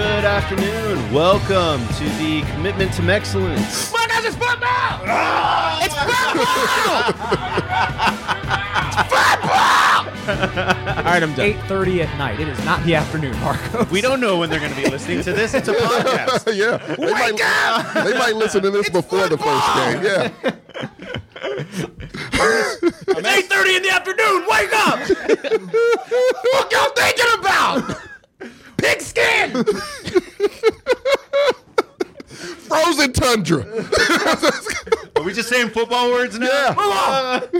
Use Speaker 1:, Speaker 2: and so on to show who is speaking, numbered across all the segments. Speaker 1: afternoon. Welcome to the Commitment to Excellence.
Speaker 2: My God, it's fun now! It's
Speaker 1: All right, I'm done.
Speaker 3: 8.30 at night. It is not the afternoon, Marcos.
Speaker 1: We don't know when they're going to be listening to this. It's a podcast.
Speaker 4: yeah. They might, they might listen to this before the first game. Yeah.
Speaker 2: It's eight thirty in the afternoon. Wake up! what y'all thinking about? Pigskin.
Speaker 4: Frozen tundra.
Speaker 1: Are we just saying football words now?
Speaker 4: Yeah.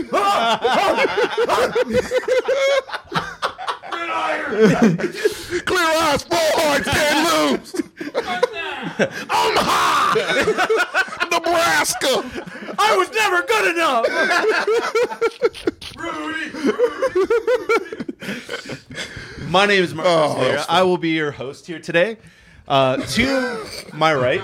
Speaker 4: Clear eyes, four hearts, can't lose. Omaha, Nebraska.
Speaker 2: I was never good enough.
Speaker 1: My name is Marcus
Speaker 4: Oh,
Speaker 1: Lear.
Speaker 4: that's
Speaker 1: I will be your host here today. Uh, to my right,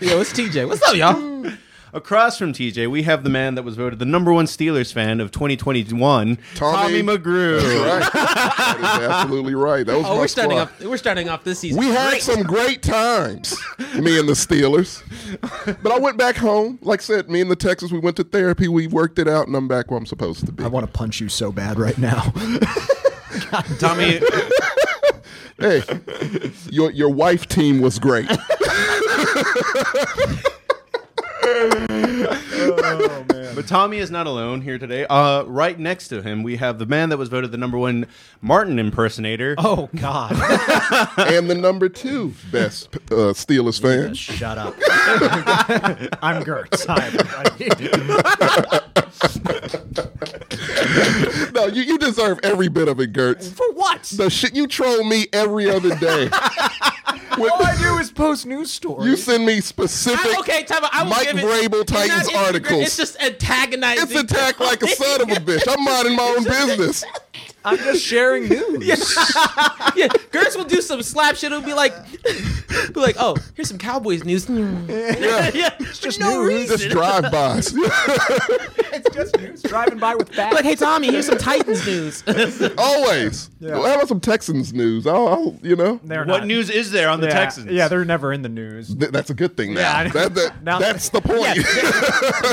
Speaker 3: Yo, it's TJ. What's up, y'all?
Speaker 1: across from TJ, we have the man that was voted the number one Steelers fan of 2021, Tommy,
Speaker 4: Tommy- You're
Speaker 1: McGrew.
Speaker 4: Right. That is absolutely right. That was
Speaker 3: Oh,
Speaker 4: my
Speaker 3: we're starting
Speaker 4: squad.
Speaker 3: off. We're starting off this season.
Speaker 4: We had
Speaker 3: great.
Speaker 4: some great times, me and the Steelers. But I went back home. Like I said, me and the Texans, we went to therapy. We worked it out, and I'm back where I'm supposed to be.
Speaker 5: I want to punch you so bad right now.
Speaker 1: Tommy,
Speaker 4: Hey, your your wife team was great.
Speaker 1: but Tommy is not alone here today. Uh, right next to him, we have the man that was voted the number one Martin impersonator.
Speaker 3: Oh, God.
Speaker 4: and the number two best uh, Steelers fan.
Speaker 5: Shut up. I'm Gertz. Hi, everybody.
Speaker 4: No, you, you deserve every bit of it, Gertz.
Speaker 3: For what?
Speaker 4: The shit you troll me every other day. With-
Speaker 5: All I do is post news stories.
Speaker 4: you send me specific.
Speaker 3: I, okay, time out. I will
Speaker 4: Mike
Speaker 3: give it-
Speaker 4: Vrabel
Speaker 3: it's not
Speaker 4: Titans
Speaker 3: Instagram.
Speaker 4: articles.
Speaker 3: It's just antagonizing.
Speaker 4: It's attack like a son of a bitch. I'm minding my own business.
Speaker 5: I'm just sharing news.
Speaker 3: yeah, Gertz will do some slap shit. It'll be like, be like, oh, here's some Cowboys news. yeah, it's
Speaker 5: just
Speaker 3: no
Speaker 5: news.
Speaker 4: Just
Speaker 3: reason.
Speaker 4: drive bys.
Speaker 5: It's just news. Driving by with facts.
Speaker 3: like, hey Tommy, here's some Titans news.
Speaker 4: Always.
Speaker 5: Yeah.
Speaker 4: Well, How about some Texans news? I'll, I'll you know.
Speaker 5: They're
Speaker 1: what
Speaker 5: not-
Speaker 1: news is there on the
Speaker 5: Yeah,
Speaker 1: Texans?
Speaker 5: Yeah, they're never in the news.
Speaker 4: Th- that's a good thing
Speaker 5: Yeah,
Speaker 4: now.
Speaker 5: I know.
Speaker 4: that, that,
Speaker 5: Now-
Speaker 4: that's the point.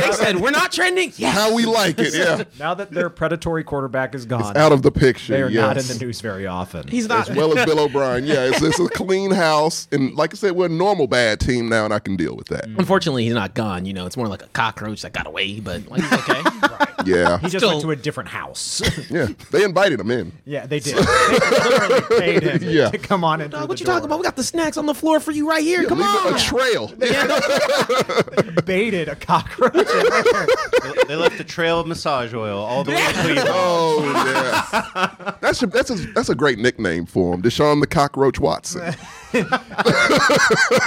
Speaker 3: they said we're not trending. Yeah,
Speaker 4: How we like it. Yeah.
Speaker 5: Now that their predatory quarterback is gone,
Speaker 4: Out of the picture.
Speaker 5: they are not in
Speaker 4: yes.
Speaker 5: the news very often.
Speaker 3: he's not.
Speaker 4: as well as Bill O'Brien. Yeah, it's, it's a clean house, and like I said, we're a normal bad team now, and I can deal with that.
Speaker 5: Mm.
Speaker 3: Unfortunately, he's not gone. You know, it's more like a cockroach that got away, but like, he's okay.
Speaker 4: Yeah,
Speaker 5: he just
Speaker 3: still-
Speaker 5: went to a different house.
Speaker 4: yeah, they invited him in.
Speaker 5: yeah, they did. They literally paid him
Speaker 4: Yeah.
Speaker 5: to come on in. through
Speaker 3: Dog,
Speaker 5: the
Speaker 3: what you talking about?
Speaker 5: door.
Speaker 3: We got the snacks on the floor for you right here. Come
Speaker 4: Leave
Speaker 3: on.
Speaker 4: a trail.
Speaker 5: Baited a cockroach. in there.
Speaker 1: They- They left a trail of massage oil all the way to Cleveland.
Speaker 4: Oh yeah, that's a, that's a, that's a great nickname for him, Deshaun the Cockroach Watson.
Speaker 5: I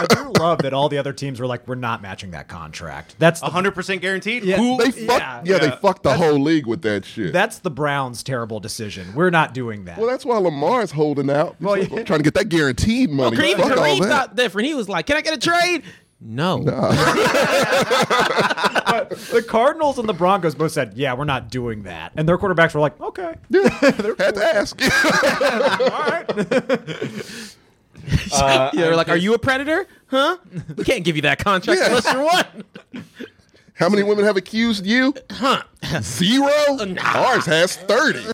Speaker 5: do love that all the other teams were like, we're not matching that contract. That's the
Speaker 1: 100% guaranteed?
Speaker 5: Yeah.
Speaker 1: Who-
Speaker 4: They fucked, yeah,
Speaker 5: Yeah.
Speaker 4: they
Speaker 1: Yeah.
Speaker 4: fucked the whole league with that shit.
Speaker 5: That's the Browns' terrible decision. We're not doing that.
Speaker 4: well, that's why Lamar's holding out,
Speaker 3: Oh,
Speaker 5: Well,
Speaker 4: He's
Speaker 5: yeah.
Speaker 4: trying to get that guaranteed money.
Speaker 3: Kareem,
Speaker 4: Fuck all
Speaker 3: Kareem
Speaker 4: that.
Speaker 3: thought different. He was like, "Can I get a trade?" No.
Speaker 5: the Cardinals and the Broncos both said, "Yeah, we're not doing that," and their quarterbacks were like, "Okay,
Speaker 4: Had to ask.
Speaker 3: Yeah, they're like, "Are you a predator? Huh? We can't give you that contract
Speaker 4: Yeah.
Speaker 3: unless you're one."
Speaker 4: How many women have accused you?
Speaker 3: Huh?
Speaker 4: Zero. Ours has thirty.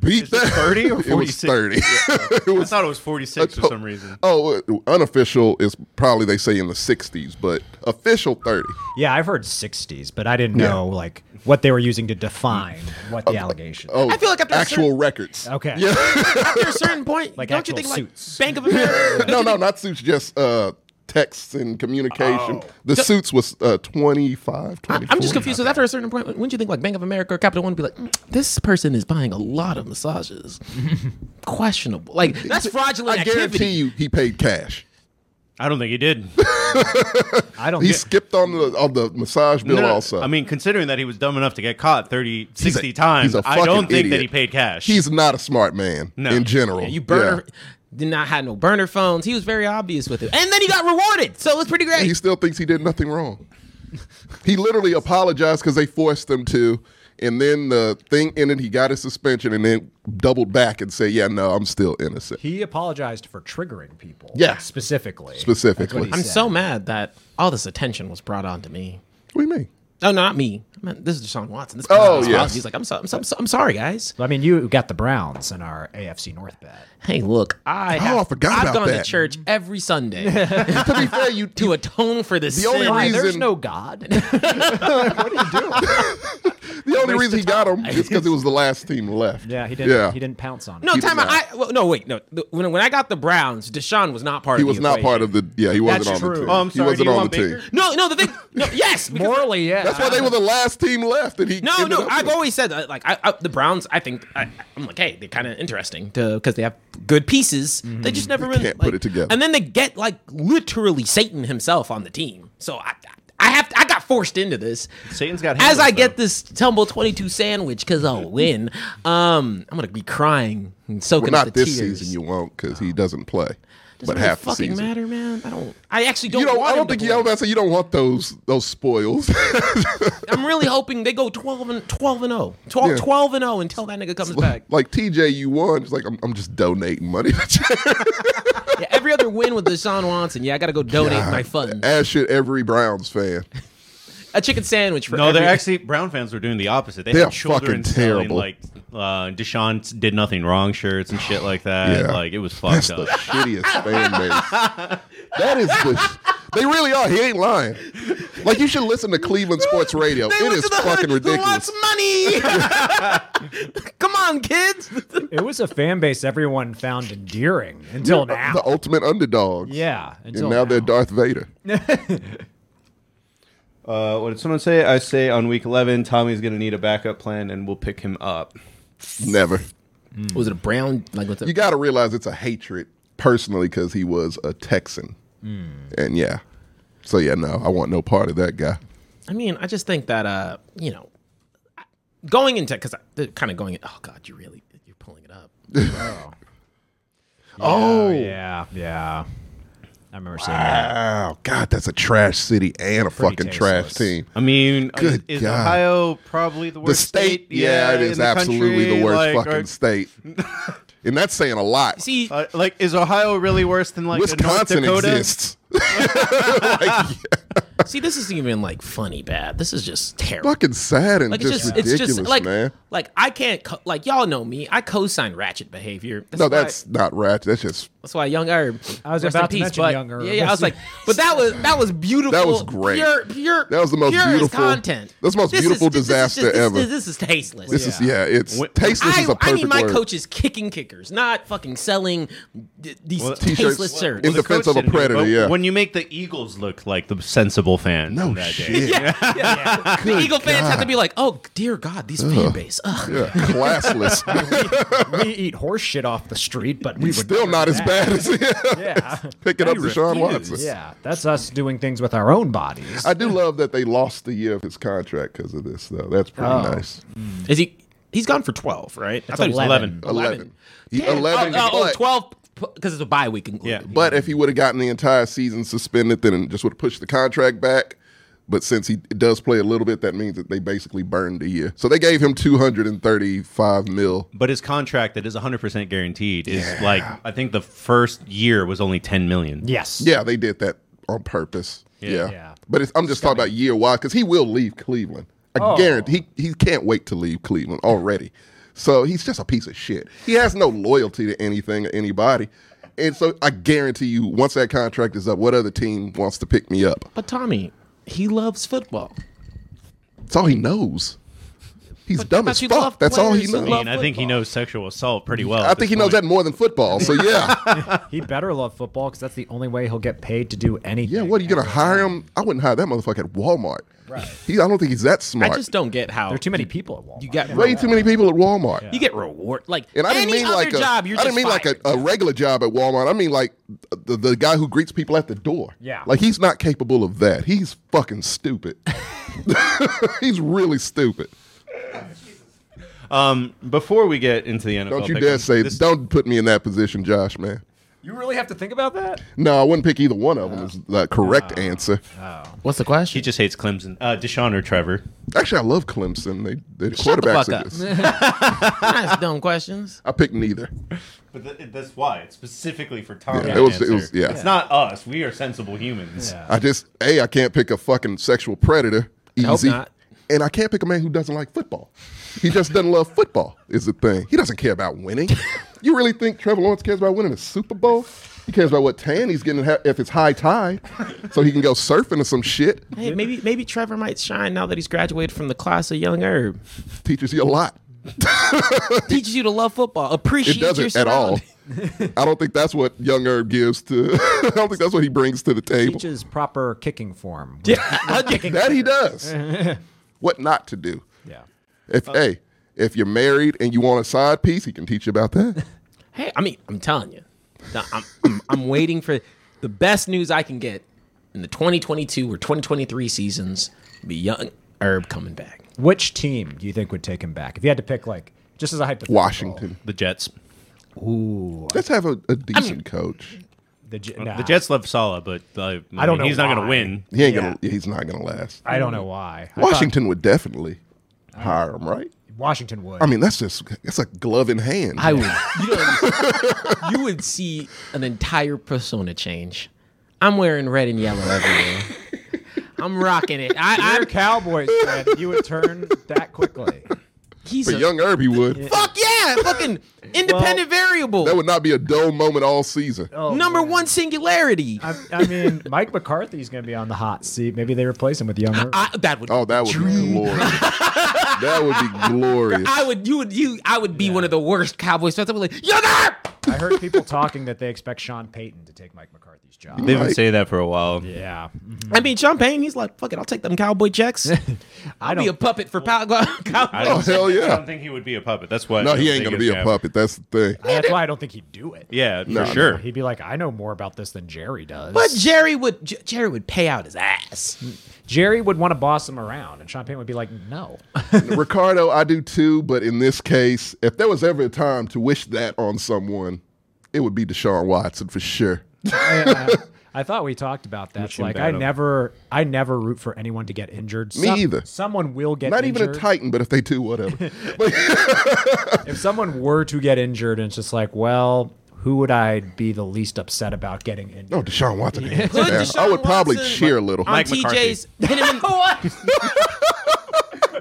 Speaker 4: Beat that.
Speaker 1: 30 or
Speaker 4: It was
Speaker 1: 46?
Speaker 4: thirty. it
Speaker 1: I
Speaker 4: was
Speaker 1: thought it was 46 for some reason.
Speaker 4: Oh, uh, unofficial is probably they say in the 60s, but official 30.
Speaker 5: yeah, I've heard '60s, but I didn't know like what they were using to define what the allegation."
Speaker 4: Oh,
Speaker 3: I feel like after a
Speaker 4: actual
Speaker 3: certain-
Speaker 4: records.
Speaker 5: Okay.
Speaker 3: After a certain point,
Speaker 5: Like
Speaker 3: don't you
Speaker 5: actual
Speaker 3: think
Speaker 5: suits.
Speaker 3: like Bank of America?
Speaker 4: No, no, not suits, just uh, texts and communication. The suits was uh, 25,
Speaker 3: Oh. I-
Speaker 4: 24.
Speaker 3: I'm just confused. Because after a certain point, wouldn't you think like Bank of America or Capital One would be like, "Mm, "This person is buying a lot of massages, questionable. Like that's fraudulent
Speaker 4: I guarantee
Speaker 3: activity."
Speaker 4: you he paid cash.
Speaker 1: I don't think he did.
Speaker 5: I don't.
Speaker 4: He
Speaker 5: Get,
Speaker 4: skipped on the on the massage bill
Speaker 1: No, no,
Speaker 4: also.
Speaker 1: I mean, considering that he was dumb enough to get caught 30, 60
Speaker 4: he's a
Speaker 1: times, I don't
Speaker 4: fucking
Speaker 1: think that
Speaker 4: idiot.
Speaker 1: he paid cash.
Speaker 4: He's not a smart man
Speaker 1: No.
Speaker 4: in general.
Speaker 3: You burner
Speaker 4: Yeah.
Speaker 3: did not have no burner phones. He was very obvious with it, and then he got rewarded. So it's pretty great.
Speaker 4: He still thinks he did nothing wrong. he literally apologized because they forced him to, and then the thing ended. He got his suspension, and then doubled back and said, "Yeah, no, I'm still innocent."
Speaker 5: He apologized for triggering people.
Speaker 4: Yeah.
Speaker 5: Specifically.
Speaker 4: Specifically.
Speaker 5: That's what
Speaker 3: I'm
Speaker 5: he
Speaker 3: so mad that all this attention was brought on to me.
Speaker 4: What do you mean?
Speaker 3: No, not me. I meant- this is Deshaun Watson. This
Speaker 4: Oh,
Speaker 3: Deshaun
Speaker 4: yes.
Speaker 3: Watson. He's like, I'm, so, I'm, so, I'm sorry, guys.
Speaker 5: I mean, you got the Browns in our AFC North bet.
Speaker 3: Hey, look, I
Speaker 4: Oh,
Speaker 3: have,
Speaker 4: I forgot
Speaker 3: I've
Speaker 4: about
Speaker 3: gone
Speaker 4: that.
Speaker 3: to church every Sunday
Speaker 4: to be fair, you
Speaker 3: to atone for this
Speaker 4: The only
Speaker 3: sin.
Speaker 5: Why? There's
Speaker 4: reason-
Speaker 5: no God.
Speaker 4: The only reason he got him is because it was the last team left.
Speaker 5: yeah, he didn't.
Speaker 4: Yeah.
Speaker 5: He didn't pounce on. it.
Speaker 3: no,
Speaker 4: He
Speaker 3: time
Speaker 4: was
Speaker 3: out. I, well, no, wait, no. The- when, when I got the Browns, Deshaun was not part
Speaker 4: He
Speaker 3: of the
Speaker 4: was not
Speaker 3: equation.
Speaker 4: part of the. Yeah, he wasn't
Speaker 5: That's
Speaker 4: on the
Speaker 5: true.
Speaker 4: team.
Speaker 1: Oh, I'm sorry,
Speaker 4: he wasn't
Speaker 1: do you
Speaker 4: on
Speaker 1: want
Speaker 4: the team.
Speaker 1: Baker?
Speaker 3: No, no, the thing, no, yes, because-
Speaker 5: morally, yeah.
Speaker 4: That's why they were the last team left, and he
Speaker 3: No,
Speaker 4: ended
Speaker 3: no,
Speaker 4: up
Speaker 3: I've
Speaker 4: with-
Speaker 3: always said that, like I, I, the Browns. I think I, I'm like, hey, they're kind of interesting because they have good pieces. They just never really
Speaker 4: Mm-hmm. can't put
Speaker 3: like-
Speaker 4: it together.
Speaker 3: And then they get like literally Satan himself on the team. So I, I have to, I got forced into this.
Speaker 1: Satan's got
Speaker 3: as
Speaker 1: handles,
Speaker 3: I get
Speaker 1: though.
Speaker 3: this tumble 22 sandwich because I'll win. Um, I'm gonna be crying and soaking
Speaker 4: Well,
Speaker 3: up
Speaker 4: not
Speaker 3: the
Speaker 4: this
Speaker 3: tears. Oh.
Speaker 4: season you won't because he doesn't play,
Speaker 3: Doesn't
Speaker 4: but
Speaker 3: really
Speaker 4: half the
Speaker 3: fucking
Speaker 4: season.
Speaker 3: matter, man. I don't. I actually don't.
Speaker 4: You don't.
Speaker 3: want
Speaker 4: I
Speaker 3: him
Speaker 4: don't
Speaker 3: to
Speaker 4: think you.
Speaker 3: play.
Speaker 4: I was about to say you don't want those those spoils.
Speaker 3: I'm really hoping they go 12 and 12 and 0, 12,
Speaker 4: Yeah.
Speaker 3: 12 and 0 until that nigga comes back.
Speaker 4: like TJ, you won. It's like I'm, I'm just donating money to charity.
Speaker 3: Yeah, every other win with Deshaun Watson. Yeah, I gotta go donate my funds.
Speaker 4: As should every Browns fan.
Speaker 3: A chicken sandwich for
Speaker 1: No,
Speaker 3: every,
Speaker 1: they're actually Brown fans were doing the opposite. They,
Speaker 4: They are
Speaker 1: had children
Speaker 4: fucking
Speaker 1: selling,
Speaker 4: terrible.
Speaker 1: like uh, Deshaun did nothing wrong shirts and shit like that.
Speaker 4: Yeah.
Speaker 1: Like it was
Speaker 4: That's
Speaker 1: fucked
Speaker 4: the
Speaker 1: up.
Speaker 4: shittiest fan base. That is the. Sh- they really are. He ain't lying. Like you should listen to Cleveland sports radio.
Speaker 3: They
Speaker 4: it
Speaker 3: went
Speaker 4: is
Speaker 3: to the
Speaker 4: fucking
Speaker 3: hood who
Speaker 4: ridiculous.
Speaker 3: Wants money? Come on, kids.
Speaker 5: It was a fan base everyone found endearing until now.
Speaker 4: The ultimate underdog.
Speaker 5: yeah,
Speaker 4: And
Speaker 5: until
Speaker 4: now they're Darth Vader.
Speaker 1: Uh, what did someone say? I say on week eleven, Tommy's gonna need a backup plan, and we'll pick him up.
Speaker 4: Never.
Speaker 3: Was it a brown like what's
Speaker 4: You
Speaker 3: it?
Speaker 4: got to realize it's a hatred personally because he was a Texan. And yeah. So yeah, no, I want no part of that guy.
Speaker 3: I mean, I just think that uh, you know, going into because they're kind of going. Oh God, you really you're pulling it up.
Speaker 5: Oh, yeah, yeah. I remember seeing that.
Speaker 4: Wow, God, that's a trash city and a fucking trash
Speaker 5: tasteless.
Speaker 4: team.
Speaker 1: I mean,
Speaker 4: Good
Speaker 1: is, is
Speaker 4: God.
Speaker 1: Ohio probably the worst
Speaker 4: state, yeah, it
Speaker 1: in
Speaker 4: is absolutely
Speaker 1: country?
Speaker 4: the worst
Speaker 1: Like,
Speaker 4: fucking
Speaker 1: are-
Speaker 4: state. and that's saying a lot.
Speaker 3: See,
Speaker 1: uh, like, is Ohio really worse than like
Speaker 4: Wisconsin
Speaker 1: North Dakota?
Speaker 4: exists. like,
Speaker 3: see, this isn't even like funny bad. This is just terrible.
Speaker 4: fucking sad and
Speaker 3: Like it's
Speaker 4: just,
Speaker 3: just, it's
Speaker 4: ridiculous,
Speaker 3: just like,
Speaker 4: man.
Speaker 3: like I can't co- like y'all know me. I co-sign ratchet behavior.
Speaker 4: No,
Speaker 3: why-
Speaker 4: that's not ratchet. That's just
Speaker 3: That's why Young Herb.
Speaker 5: I was
Speaker 3: rest
Speaker 5: about
Speaker 3: in
Speaker 5: to
Speaker 3: peace,
Speaker 5: mention
Speaker 3: but-
Speaker 5: Young Herb.
Speaker 3: Yeah, yeah, I was like, but that was that was beautiful.
Speaker 4: That was great.
Speaker 3: Pure, pure.
Speaker 4: That was the most
Speaker 3: pure as
Speaker 4: beautiful-
Speaker 3: content.
Speaker 4: that's the most
Speaker 3: This is-
Speaker 4: beautiful
Speaker 3: this is
Speaker 4: disaster
Speaker 3: just- this is-
Speaker 4: ever.
Speaker 3: This is tasteless.
Speaker 4: this is yeah. It's tasteless
Speaker 3: I,
Speaker 4: is a
Speaker 3: I
Speaker 4: perfect
Speaker 3: need my
Speaker 4: word.
Speaker 3: coaches kicking kickers, not fucking selling d- these
Speaker 1: Well,
Speaker 3: tasteless
Speaker 4: Well,
Speaker 3: shirts.
Speaker 4: in
Speaker 1: the
Speaker 4: defense
Speaker 1: coach
Speaker 4: of a
Speaker 1: didn't do it,
Speaker 4: predator,
Speaker 1: but
Speaker 4: yeah.
Speaker 1: When you make the Eagles look like the sensible fan.
Speaker 4: no
Speaker 1: that day.
Speaker 4: shit.
Speaker 3: yeah, yeah, yeah. the Eagle fans have to be like, "Oh dear God, these fan base." Ugh.
Speaker 4: Yeah, classless.
Speaker 5: we eat horse shit off the street, but we would
Speaker 4: Still not as bad as
Speaker 5: Yeah,
Speaker 4: picking up Deshaun Watson.
Speaker 5: yeah. That's us doing things with our own bodies.
Speaker 4: I do love that they lost the year of his contract because of this, though. That's pretty nice.
Speaker 3: Is he? He's gone for twelve, right? I thought he was
Speaker 5: 11.
Speaker 4: 11. He-
Speaker 3: Damn.
Speaker 4: 11.
Speaker 3: Oh, oh, oh,
Speaker 4: but,
Speaker 3: 12 because it's a bye week included.
Speaker 1: Yeah.
Speaker 4: but if he would have gotten the entire season suspended, then it just would have pushed the contract back. But since he does play a little bit, that means that they basically burned the year. So they gave him 235 mil.
Speaker 1: But his contract that is 100% guaranteed is like I think the first year was only 10 million.
Speaker 5: yes.
Speaker 4: Yeah, they did that on purpose. Yeah.
Speaker 5: Yeah.
Speaker 4: But it's, I'm just talking about year wide because he will leave Cleveland. I
Speaker 5: Oh.
Speaker 4: guarantee he, he can't wait to leave Cleveland already. So he's just a piece of shit. He has no loyalty to anything or anybody. And so I guarantee you, once that contract is up, what other team wants to pick me up?
Speaker 3: But Tommy, he loves football.
Speaker 4: That's all he knows. He's dumb
Speaker 3: but
Speaker 4: as
Speaker 3: you
Speaker 4: fuck.
Speaker 3: love
Speaker 4: That's all he
Speaker 3: players who
Speaker 1: I
Speaker 4: knows.
Speaker 1: mean, I
Speaker 3: Love
Speaker 1: think he
Speaker 3: football.
Speaker 1: knows sexual assault pretty well.
Speaker 4: I think he knows that more than football. So yeah,
Speaker 5: He better love football because that's the only way he'll get paid to do anything.
Speaker 4: yeah. What are you gonna
Speaker 5: ever.
Speaker 4: hire him? I wouldn't hire that motherfucker at Walmart. Right. He, I don't think he's that smart.
Speaker 3: I just don't get how
Speaker 5: There are too many people at Walmart.
Speaker 3: you got
Speaker 4: Way too many people at Walmart.
Speaker 3: you get reward like
Speaker 4: And I didn't
Speaker 3: any
Speaker 4: mean
Speaker 3: other
Speaker 4: like a,
Speaker 3: job. You're
Speaker 4: I didn't
Speaker 3: just
Speaker 4: mean like
Speaker 3: fired.
Speaker 4: a, a regular job at Walmart. I mean like the, the guy who greets people at the door.
Speaker 5: Yeah.
Speaker 4: Like he's not capable of that. He's fucking stupid. he's really stupid.
Speaker 1: Before we get into the NFL,
Speaker 4: Don't you
Speaker 1: picks,
Speaker 4: dare say
Speaker 1: this-
Speaker 4: don't put me in that position, Josh, man.
Speaker 5: You really have to think about that?
Speaker 4: No, I wouldn't pick either one of them as the
Speaker 3: Ah.
Speaker 4: correct answer.
Speaker 3: What's the
Speaker 1: He
Speaker 3: question?
Speaker 1: just hates Clemson. Uh, Deshaun or Trevor.
Speaker 4: Actually, I love Clemson. They they
Speaker 3: Shut the
Speaker 4: quarterbacks.
Speaker 3: fuck
Speaker 4: are
Speaker 3: up.
Speaker 4: good.
Speaker 3: That's dumb questions.
Speaker 4: I picked neither.
Speaker 1: But th- that's why. It's specifically for Tommy.
Speaker 4: Yeah, it was- it was- yeah.
Speaker 1: It's not us. We are sensible humans.
Speaker 4: I just a I can't pick a fucking sexual predator easy,
Speaker 3: hope not.
Speaker 4: and I can't pick a man who doesn't like football. He just doesn't love football. Is the thing. He doesn't care about winning. you really think Trevor Lawrence cares about winning a Super Bowl? He cares about what tan he's getting ha- if it's high tide, so he can go surfing or some shit.
Speaker 3: Hey, maybe maybe Trevor might shine now that he's graduated from the class of young herb.
Speaker 4: Teaches you a lot.
Speaker 3: Teaches you to love football, appreciate
Speaker 4: It
Speaker 3: your
Speaker 4: doesn't at all.
Speaker 3: surroundings.
Speaker 4: I don't think that's what Young Herb gives to. I don't think that's what he brings to the table.
Speaker 5: Teaches proper kicking form. Yeah.
Speaker 4: That he does. what not to do.
Speaker 5: yeah. Oh.
Speaker 4: If hey, if you're married and you want a side piece, he can teach you about
Speaker 5: Oh,
Speaker 4: that.
Speaker 3: Hey, I mean, I'm telling you, Now, I'm, I'm, I'm waiting for the best news I can get in the 2022 or 2023 seasons. Be young herb coming back.
Speaker 5: Which team do you think would take him back? If you had to pick, like, just as a hypothetical.
Speaker 4: Washington.
Speaker 1: The Jets.
Speaker 4: Let's have a, a decent coach.
Speaker 5: The, J- nah,
Speaker 1: The Jets love Salah, but uh, I,
Speaker 5: I
Speaker 1: mean,
Speaker 5: don't know
Speaker 1: He's not going
Speaker 5: why.
Speaker 1: to win.
Speaker 4: He ain't
Speaker 5: Yeah.
Speaker 4: gonna. He's not gonna last.
Speaker 5: I don't know why. I
Speaker 4: Washington would definitely hire him, right?
Speaker 5: thought Washington would.
Speaker 4: I mean, that's just it's a glove in hand.
Speaker 3: I would. You, know, you would see an entire persona change. I'm wearing red and yellow everywhere. I'm rocking it. I,
Speaker 5: You're
Speaker 3: I
Speaker 5: a Cowboys fan. You would turn that quickly.
Speaker 3: he's
Speaker 4: but
Speaker 3: a,
Speaker 4: Young Herb, he would.
Speaker 3: fuck yeah, fucking independent variable.
Speaker 4: That would not be a dull moment all season.
Speaker 5: Oh,
Speaker 3: Number one singularity. oh, I,
Speaker 5: I, I mean, Mike McCarthy's going to be on the hot seat. Maybe they replace him with Young Irving.
Speaker 3: that would.
Speaker 4: Oh, that would be glorious. that would be glorious.
Speaker 3: I would. You would. You. I would be one of the worst Cowboys fans. I would be like, younger.
Speaker 5: I heard people talking that they expect Sean Payton to take Mike McCarthy's job.
Speaker 1: They've been
Speaker 4: Right.
Speaker 1: saying that for a while.
Speaker 5: Yeah. Mm-hmm.
Speaker 3: I mean, Sean Payne. He's like, fuck it. I'll take them Cowboy checks. I'll be
Speaker 5: don't-
Speaker 3: a puppet for pow- Cowboy.
Speaker 4: oh hell
Speaker 1: I
Speaker 4: yeah!
Speaker 1: don't think he would be a puppet. That's why. I
Speaker 4: No,
Speaker 1: don't
Speaker 4: he ain't
Speaker 1: think
Speaker 4: gonna
Speaker 1: it's
Speaker 4: be a
Speaker 1: happen.
Speaker 4: puppet. That's the thing.
Speaker 5: That's why I don't think he'd do it.
Speaker 1: Yeah,
Speaker 4: No,
Speaker 1: for sure.
Speaker 5: He'd be like, I know more about this than Jerry does.
Speaker 3: But Jerry would. J- Jerry would pay out his ass.
Speaker 5: Jerry would want to boss him around, and Sean Payton would be like, no.
Speaker 4: Ricardo, I do too, but in this case, if there was ever a time to wish that on someone, it would be Deshaun Watson for sure.
Speaker 5: I thought we talked about that.
Speaker 1: Mission
Speaker 5: Like, I
Speaker 1: battle.
Speaker 5: never, I never root for anyone to get injured.
Speaker 4: Me either.
Speaker 5: Someone will get
Speaker 4: Not
Speaker 5: injured.
Speaker 4: even a Titan, but if they do, whatever. But
Speaker 5: If someone were to get injured, and it's just like, well, who would I be the least upset about getting injured?
Speaker 4: no, oh, Deshaun Watson. hands
Speaker 3: Put
Speaker 4: down.
Speaker 3: Deshaun
Speaker 4: I would probably
Speaker 3: Watson
Speaker 4: cheer a little.
Speaker 3: On
Speaker 1: Mike
Speaker 3: TJ's. Hit him in.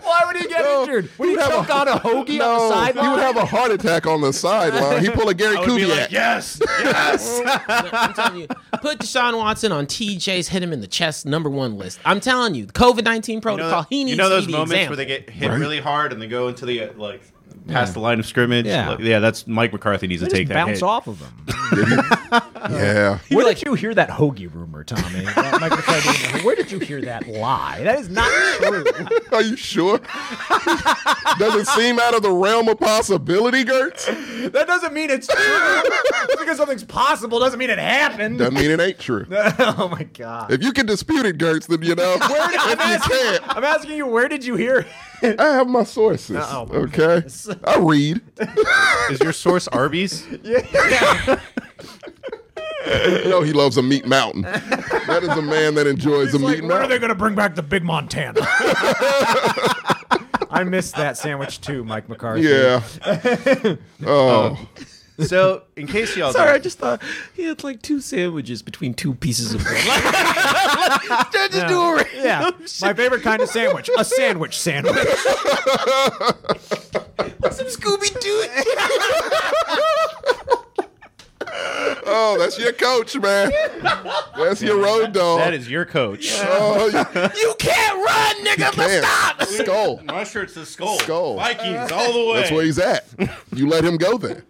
Speaker 5: Why would he get injured? Would he
Speaker 4: have
Speaker 5: choke
Speaker 4: a-
Speaker 5: on a hoagie
Speaker 4: no,
Speaker 5: on the sideline?
Speaker 4: he would have a heart attack on the sideline. He pull a Gary
Speaker 1: I would be
Speaker 4: Kubiak.
Speaker 1: like, yes, yes.
Speaker 3: I'm telling you, put Deshaun Watson on TJ's hit him in the chest number one list. I'm telling you, the COVID nineteen protocol. he needs
Speaker 1: you know those
Speaker 3: to be the
Speaker 1: moments where
Speaker 3: example.
Speaker 1: they get hit really hard and they go into the uh, like past the line of scrimmage.
Speaker 5: Yeah.
Speaker 1: Like, yeah. That's Mike McCarthy needs
Speaker 5: They
Speaker 1: to
Speaker 5: just
Speaker 1: take that
Speaker 5: bounce
Speaker 1: hit.
Speaker 5: off of him.
Speaker 4: Yeah.
Speaker 5: Where did you hear that hoagie rumor, Tommy? That Mike McCarthy rumor. Where did you hear that lie? That is not true.
Speaker 4: Are you sure? Does it seem out of the realm of possibility, Gertz?
Speaker 5: That doesn't mean it's true. Just because something's possible doesn't mean it happened.
Speaker 4: Doesn't mean it ain't true.
Speaker 5: oh my god.
Speaker 4: If you can dispute it, Gertz, then you know.
Speaker 5: Where did, I'm,
Speaker 4: if you
Speaker 5: asking,
Speaker 4: can't,
Speaker 5: I'm asking you, where did you hear? it?
Speaker 4: I have my sources.
Speaker 5: Uh-oh.
Speaker 4: Okay. I read.
Speaker 1: Is your source Arby's?
Speaker 4: No, he loves a meat mountain. That is a man that enjoys a meat mountain.
Speaker 5: going to bring back the Big Montana? I missed that sandwich too, Mike McCarthy.
Speaker 4: Yeah. oh.
Speaker 1: so, in case y'all,
Speaker 3: Sorry, I
Speaker 1: don't-
Speaker 3: just thought he had like two sandwiches between two pieces of bread. Like, just do a random
Speaker 5: Yeah, my
Speaker 3: shit.
Speaker 5: favorite kind of sandwich, a sandwich sandwich.
Speaker 3: Some Scooby Doo.
Speaker 4: oh, that's your coach, man. That's your road dog.
Speaker 1: that is your coach.
Speaker 4: Oh, you
Speaker 3: You can't run, nigga. But
Speaker 4: can't.
Speaker 3: stop.
Speaker 4: Skull.
Speaker 1: My shirt's the skull.
Speaker 4: Skull.
Speaker 1: Vikings all the way.
Speaker 4: That's where he's at. You let him go there.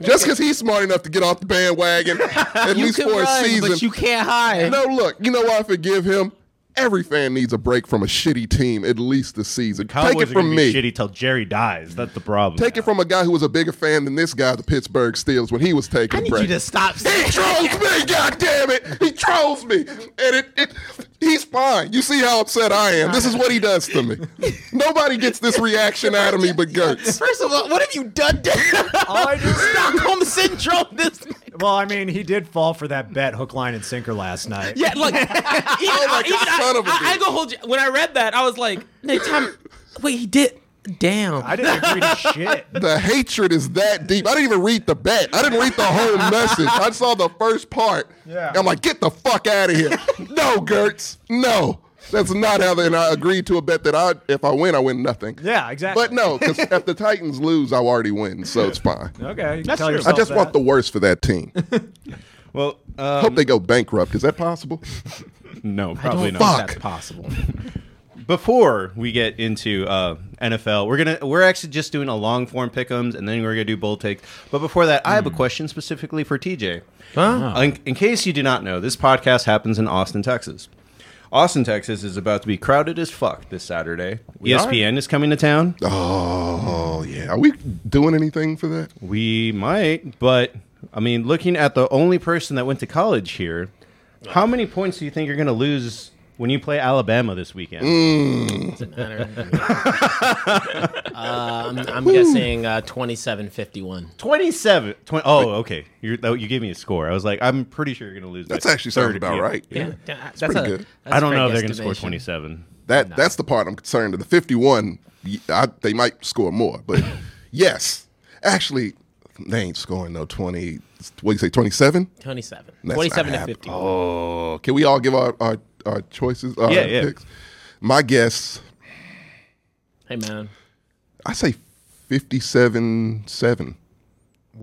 Speaker 4: Just because he's smart enough to get off the bandwagon, at
Speaker 3: You
Speaker 4: least
Speaker 3: can
Speaker 4: for a
Speaker 3: run,
Speaker 4: season.
Speaker 3: but you can't hide.
Speaker 4: No, look, you know why I forgive him? Every fan needs a break from a shitty team at least this season.
Speaker 1: Cowboys
Speaker 4: Take it
Speaker 1: are
Speaker 4: from
Speaker 1: gonna
Speaker 4: me.
Speaker 1: Be shitty till Jerry dies. That's the problem.
Speaker 4: Take it from a guy who was a bigger fan than this guy, the Pittsburgh Steelers, when he was taking
Speaker 3: I
Speaker 4: a
Speaker 3: need
Speaker 4: break.
Speaker 3: you to stop.
Speaker 4: He
Speaker 3: saying-
Speaker 4: trolls me, God damn it! He trolls me, and it, it he's fine. You see how upset I am. This is what he does to me. Nobody gets this reaction out of me but Gertz.
Speaker 3: First of all, what have you done? to-
Speaker 5: All I do,
Speaker 3: Stockholm syndrome. This.
Speaker 5: Well, I mean, he did fall for that bet, hook, line, and sinker last night.
Speaker 3: Yeah, look. Even, I, even
Speaker 4: Oh son
Speaker 3: I,
Speaker 4: of a
Speaker 3: I- I
Speaker 4: bitch.
Speaker 3: go hold you. When I read that, I was like, Nick, time. Wait, he did. Damn.
Speaker 5: I didn't agree to shit.
Speaker 4: The hatred is that deep. I didn't even read the bet. I didn't read the whole message. I saw the first part.
Speaker 5: Yeah.
Speaker 4: I'm like, get the fuck out of here. no, Gertz. No. That's not how they, and I agreed to a bet that I, if I win, I win nothing.
Speaker 5: Yeah, exactly.
Speaker 4: But no, because if the Titans lose, I already win, so it's fine.
Speaker 5: Okay, you can tell
Speaker 1: true.
Speaker 5: yourself
Speaker 4: I just want the
Speaker 5: that.
Speaker 4: worst for that team.
Speaker 1: Well, uh,
Speaker 4: Hope they go bankrupt. Is that possible?
Speaker 1: no,
Speaker 3: I don't
Speaker 1: probably not.
Speaker 3: think
Speaker 4: Fuck.
Speaker 3: that's possible.
Speaker 1: Before we get into uh, NFL, we're gonna we're actually just doing a long form pickums, and then we're gonna do bold takes. But before that, I have a question specifically for TJ. In, in case you do not know, this podcast happens in Austin, Texas. Austin, Texas is about to be crowded as fuck this Saturday. E ESPN is coming to town.
Speaker 4: Oh yeah. Are we doing anything for that?
Speaker 1: We might, but I mean, looking at the only person that went to college here, how many points do you think you're gonna lose when you play Alabama this weekend?
Speaker 3: Uh, I'm, I'm guessing uh, 2751.
Speaker 1: 27. 20, oh, okay. You're, oh, you gave me a score. I was like, I'm pretty sure you're going to lose.
Speaker 4: That's
Speaker 1: by
Speaker 4: actually sounds
Speaker 1: 30.
Speaker 4: about
Speaker 1: Yeah.
Speaker 4: right.
Speaker 3: Yeah, that's,
Speaker 4: pretty
Speaker 3: a,
Speaker 4: good.
Speaker 3: that's
Speaker 1: I don't
Speaker 3: a
Speaker 1: know if
Speaker 3: fair
Speaker 1: they're going to score 27.
Speaker 3: guesstimation.
Speaker 4: That that's the part I'm concerned. of. The 51, y- I, they might score more, but yes, actually, they ain't scoring no 20. What do you say, 27?
Speaker 3: 27.
Speaker 4: That's
Speaker 3: 27
Speaker 4: not
Speaker 3: to
Speaker 4: happening.
Speaker 3: 50.
Speaker 4: Oh, can we all give our our, our choices? Our
Speaker 1: Yeah, yeah.
Speaker 4: Picks? My guess,
Speaker 3: Hey, man.
Speaker 4: I say 57-7.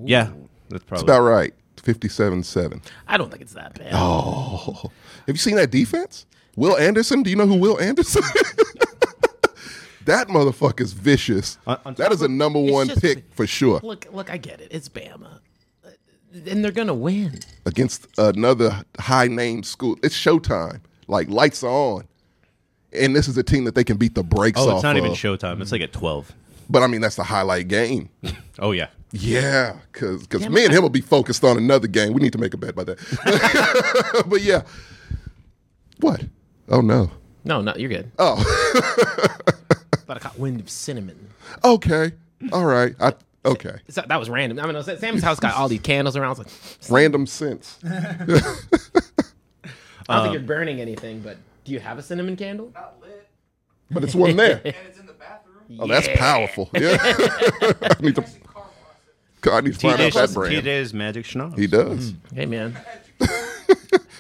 Speaker 1: Yeah. That's probably
Speaker 4: About right. 57-7.
Speaker 3: I don't think it's that bad.
Speaker 4: Oh.
Speaker 1: Oh.
Speaker 4: Have you seen that defense? Will Anderson? Do you know who Will Anderson? is? that motherfucker's vicious.
Speaker 1: On- on
Speaker 4: that is a number one
Speaker 3: just-
Speaker 4: pick for sure
Speaker 3: Look, look, I get it. It's Bama. Uh, And they're going to win.
Speaker 4: against another high name school. It's showtime. Like lights are on. And this is a team that they can beat the brakes
Speaker 1: Oh,
Speaker 4: off.
Speaker 1: it's not even
Speaker 4: of.
Speaker 1: showtime. It's like at 12.
Speaker 4: But I mean, that's the highlight game.
Speaker 1: Oh, yeah.
Speaker 4: Yeah, because because me and him will be focused on another game. We need to make a bet by that. but yeah, what? Oh no.
Speaker 3: No, no, you're good. Oh. Thought I caught wind of cinnamon.
Speaker 4: Okay. All right. I okay.
Speaker 3: So that was random. I mean, Sam's house got all these candles around. I was like,
Speaker 4: Random sense.
Speaker 3: I don't think you're burning anything, but do you have a cinnamon candle?
Speaker 4: But it's one there.
Speaker 6: It's in the bathroom.
Speaker 4: Oh, that's powerful. Yeah. I need to, I need to find out that
Speaker 1: TJ's,
Speaker 4: brand.
Speaker 1: TJ's Magic Schnoz.
Speaker 4: He does.
Speaker 3: Hey, man.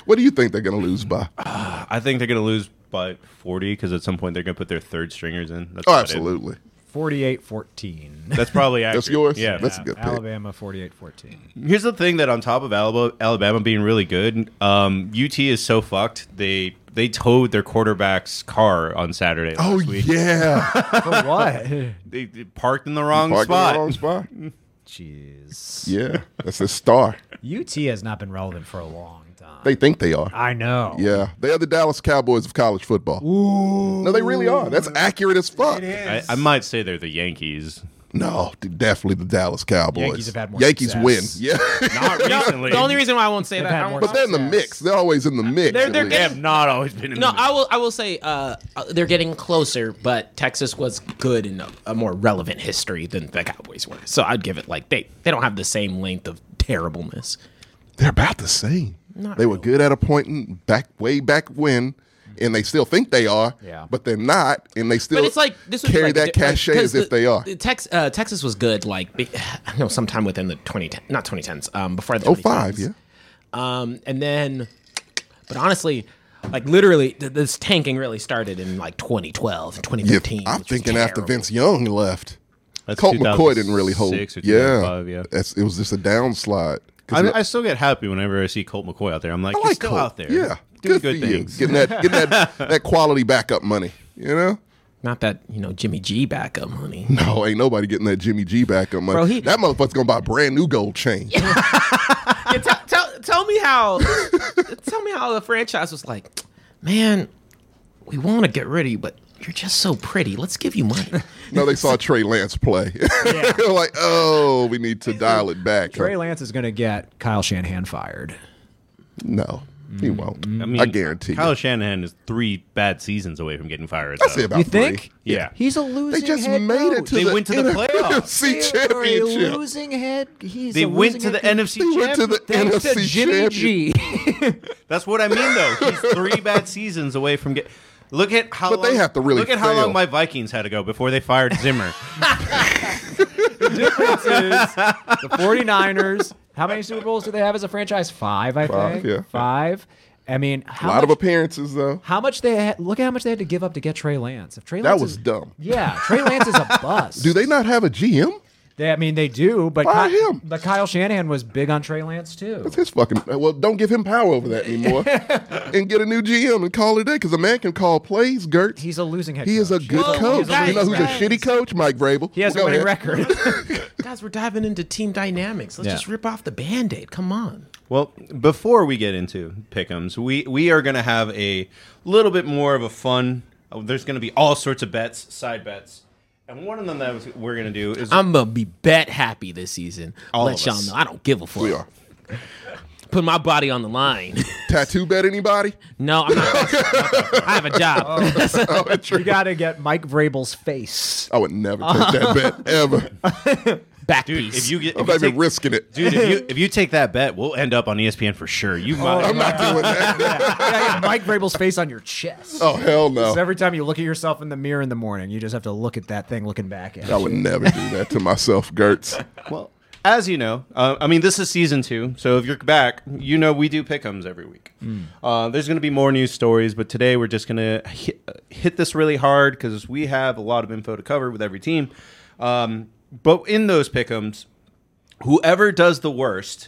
Speaker 4: What do you think they're going to lose by?
Speaker 1: I think they're going to lose by 40 because at some point they're going to put their third stringers in. That's
Speaker 4: Oh,
Speaker 1: about it.
Speaker 4: absolutely.
Speaker 5: 48-14.
Speaker 1: That's probably accurate.
Speaker 4: That's yours?
Speaker 1: Yeah.
Speaker 4: That's a good pick.
Speaker 5: Alabama 48-14.
Speaker 1: Here's the thing that on top of Alabama, Alabama being really good, um, UT is so fucked. They they towed their quarterback's car on Saturday. Last
Speaker 4: Oh,
Speaker 1: week.
Speaker 4: yeah.
Speaker 5: For what?
Speaker 1: They, they parked in the wrong
Speaker 4: Parked in the
Speaker 1: spot.
Speaker 4: wrong spot.
Speaker 5: Jeez.
Speaker 4: Yeah. That's a star.
Speaker 5: UT has not been relevant for a long time.
Speaker 4: They think they are.
Speaker 5: I know.
Speaker 4: Yeah. They are the Dallas Cowboys of college football. No, they really are. That's accurate as fuck.
Speaker 1: I, I might say they're the Yankees.
Speaker 4: No, they're definitely the Dallas Cowboys.
Speaker 5: Yankees have had more
Speaker 4: Yankees
Speaker 5: success.
Speaker 4: win. Yeah.
Speaker 1: Not recently.
Speaker 3: The only reason why I won't say that,
Speaker 5: had
Speaker 3: I won't-
Speaker 5: more
Speaker 4: but they're in the mix. They're always in the mix.
Speaker 3: They're-
Speaker 4: at
Speaker 3: they're
Speaker 4: least.
Speaker 1: they have not always been in
Speaker 3: No,
Speaker 1: the
Speaker 3: I will. I will say uh, uh, they're getting closer, but Texas was good in a, a more relevant history than the Cowboys were. So I'd give it like they they don't have the same length of terribleness.
Speaker 4: They're about the same.
Speaker 3: Not
Speaker 4: they were
Speaker 3: really.
Speaker 4: good at a point in back way back when, and they still think they are.
Speaker 5: Yeah.
Speaker 4: But they're not, and they still
Speaker 3: But it's like this would
Speaker 4: carry
Speaker 3: be
Speaker 4: that
Speaker 3: like the- like,
Speaker 4: cachet
Speaker 3: 'cause
Speaker 4: as if
Speaker 3: the-
Speaker 4: they are.
Speaker 3: the Tex, uh, Texas was good, like be- I know sometime within the 2010, not 2010s, um, before the
Speaker 4: Oh five,
Speaker 3: 2010s.
Speaker 4: yeah.
Speaker 3: Um, and then, but honestly, like literally, th- this tanking really started in like 2012,
Speaker 4: Yeah,
Speaker 3: 2013.
Speaker 4: I'm
Speaker 3: which was
Speaker 4: thinking after
Speaker 3: terrible.
Speaker 4: Vince Young left,
Speaker 1: That's
Speaker 4: Colt McCoy didn't really
Speaker 1: 2006
Speaker 4: hold.
Speaker 1: or
Speaker 4: yeah,
Speaker 1: 2005, yeah.
Speaker 4: That's, it was just a downslide. 'Cause
Speaker 1: I,
Speaker 4: it-
Speaker 1: I still get happy whenever I see Colt McCoy out there. I'm like,
Speaker 4: I
Speaker 1: he's still
Speaker 4: Colt.
Speaker 1: out there.
Speaker 4: Yeah,
Speaker 1: doing good,
Speaker 4: for you.
Speaker 1: things.
Speaker 4: Getting that, getting that, that quality backup money. You know,
Speaker 3: Not that you know Jimmy G back up, honey.
Speaker 4: no, ain't nobody getting that Jimmy G backup money.
Speaker 3: Bro, he-
Speaker 4: that motherfucker's gonna buy a brand new gold chain.
Speaker 3: Yeah, tell, tell tell me how tell me how the franchise was like, man, we want to get rid of you, but you're just so pretty. Let's give you money.
Speaker 4: No, they saw Trey Lance play. They're like, oh, we need to dial it back.
Speaker 5: Trey Lance is going to get Kyle Shanahan fired.
Speaker 4: no. He won't. I,
Speaker 1: Mm, mean,
Speaker 4: guarantee. you.
Speaker 1: Kyle Shanahan is three bad seasons away from getting fired.
Speaker 4: I say
Speaker 1: though.
Speaker 4: about
Speaker 5: You
Speaker 4: three.
Speaker 5: think?
Speaker 1: Yeah.
Speaker 5: He's a losing
Speaker 4: They just
Speaker 5: head
Speaker 4: made it
Speaker 5: coach.
Speaker 4: to
Speaker 1: They
Speaker 4: the
Speaker 1: went to the playoffs.
Speaker 4: NFC
Speaker 5: They are a
Speaker 4: championship.
Speaker 5: losing head. He's
Speaker 1: They
Speaker 5: a
Speaker 1: went to
Speaker 5: losing
Speaker 1: the
Speaker 5: head coach.
Speaker 1: NFC
Speaker 4: They went to
Speaker 1: championship.
Speaker 4: the
Speaker 5: Thanks
Speaker 4: NFC
Speaker 5: to Jimmy
Speaker 4: championship.
Speaker 5: G.
Speaker 1: That's what I mean, though. He's three bad seasons away from get. Look at how.
Speaker 4: But they
Speaker 1: long-
Speaker 4: have to really
Speaker 1: look at how
Speaker 4: fail.
Speaker 1: long my Vikings had to go before they fired Zimmer.
Speaker 5: the 49ers. How many Super Bowls do they have as a franchise? Five, I
Speaker 4: Five,
Speaker 5: think.
Speaker 4: yeah.
Speaker 5: Five. I mean,
Speaker 4: A
Speaker 5: how
Speaker 4: lot
Speaker 5: much,
Speaker 4: of appearances though.
Speaker 5: how much they had, look at how much they had to give up to get Trey Lance. If Trey
Speaker 4: That
Speaker 5: Lance
Speaker 4: was
Speaker 5: is-
Speaker 4: dumb.
Speaker 5: Yeah, Trey Lance is a bust.
Speaker 4: Do they not have a GM?
Speaker 5: They, I mean, they do, but
Speaker 4: Fire
Speaker 5: Ky-
Speaker 4: him.
Speaker 5: but Kyle Shanahan was big on Trey Lance too.
Speaker 4: It's his fucking. Well, don't give him power over that anymore, and get a new GM and call it a day. Because a man can call plays, Gertz.
Speaker 5: He's a losing head.
Speaker 4: he is a
Speaker 5: coach.
Speaker 4: good
Speaker 3: Whoa,
Speaker 4: coach.
Speaker 3: guys,
Speaker 4: you know who's a
Speaker 3: guys.
Speaker 4: shitty coach? Mike Vrabel.
Speaker 5: He has
Speaker 4: Go
Speaker 5: a winning
Speaker 4: ahead.
Speaker 5: record.
Speaker 3: Guys, we're diving into team dynamics. Let's
Speaker 5: Yeah.
Speaker 3: just rip off the band aid. Come on.
Speaker 1: Well, before we get into pickums, we we are going to have a little bit more of a fun. oh, There's going to be all sorts of bets, side bets, and one of them that was- we're going to do is
Speaker 3: I'm gonna be bet happy this season. I'll
Speaker 1: All
Speaker 3: let
Speaker 1: of
Speaker 3: y'all
Speaker 1: us.
Speaker 3: know. I don't give a fuck.
Speaker 4: We are.
Speaker 3: Put my body on the line.
Speaker 4: Tattoo bet anybody?
Speaker 3: no, I'm not. I have a job.
Speaker 5: you got to get Mike Vrabel's face.
Speaker 4: I would never take that bet ever.
Speaker 3: Back
Speaker 1: dude.
Speaker 3: piece.
Speaker 1: If you get,
Speaker 4: I'm
Speaker 1: if
Speaker 4: not
Speaker 1: you
Speaker 4: even
Speaker 1: take,
Speaker 4: risking it.
Speaker 1: dude, if you if you take that bet, we'll end up on E ESPN for sure. You might.
Speaker 4: I'm not doing that.
Speaker 5: You gotta get Mike Vrabel's face on your chest.
Speaker 4: Oh hell
Speaker 5: So
Speaker 4: no!
Speaker 5: every time you look at yourself in the mirror in the morning, you just have to look at that thing looking back at.
Speaker 4: I
Speaker 5: you.
Speaker 4: would never do that to myself, Gertz.
Speaker 1: Well, as you know, uh, I mean, this is season two. So if you're back, you know we do pickums every week. Uh, there's going to be more news stories, but today we're just going to hit, uh, hit this really hard because we have a lot of info to cover with every team. Um, but in those pickums, whoever does the worst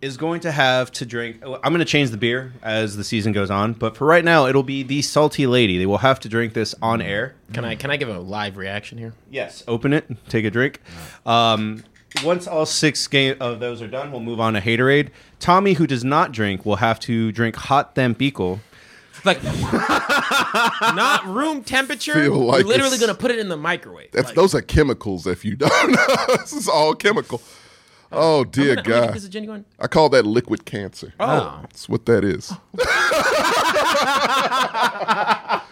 Speaker 1: is going to have to drink. uh, I'm going to change the beer as the season goes on, but for right now, it'll be the Salty Lady. They will have to drink this on air.
Speaker 3: can I can I give a live reaction here?
Speaker 1: Yes. Open it. Take a drink. Um, once all six game of those are done, we'll move on to haterade. Tommy, who does not drink, will have to drink hot tampico.
Speaker 3: Like not room temperature.
Speaker 4: Feel like
Speaker 3: We're literally
Speaker 4: it's-
Speaker 3: gonna put it in the microwave.
Speaker 4: That's
Speaker 3: Like,
Speaker 4: those are chemicals. If you don't know, this is all chemical. Oh dear
Speaker 3: I'm gonna give
Speaker 4: God!
Speaker 3: This a genuine.
Speaker 4: I call that liquid cancer.
Speaker 3: Oh.
Speaker 4: that's what that is.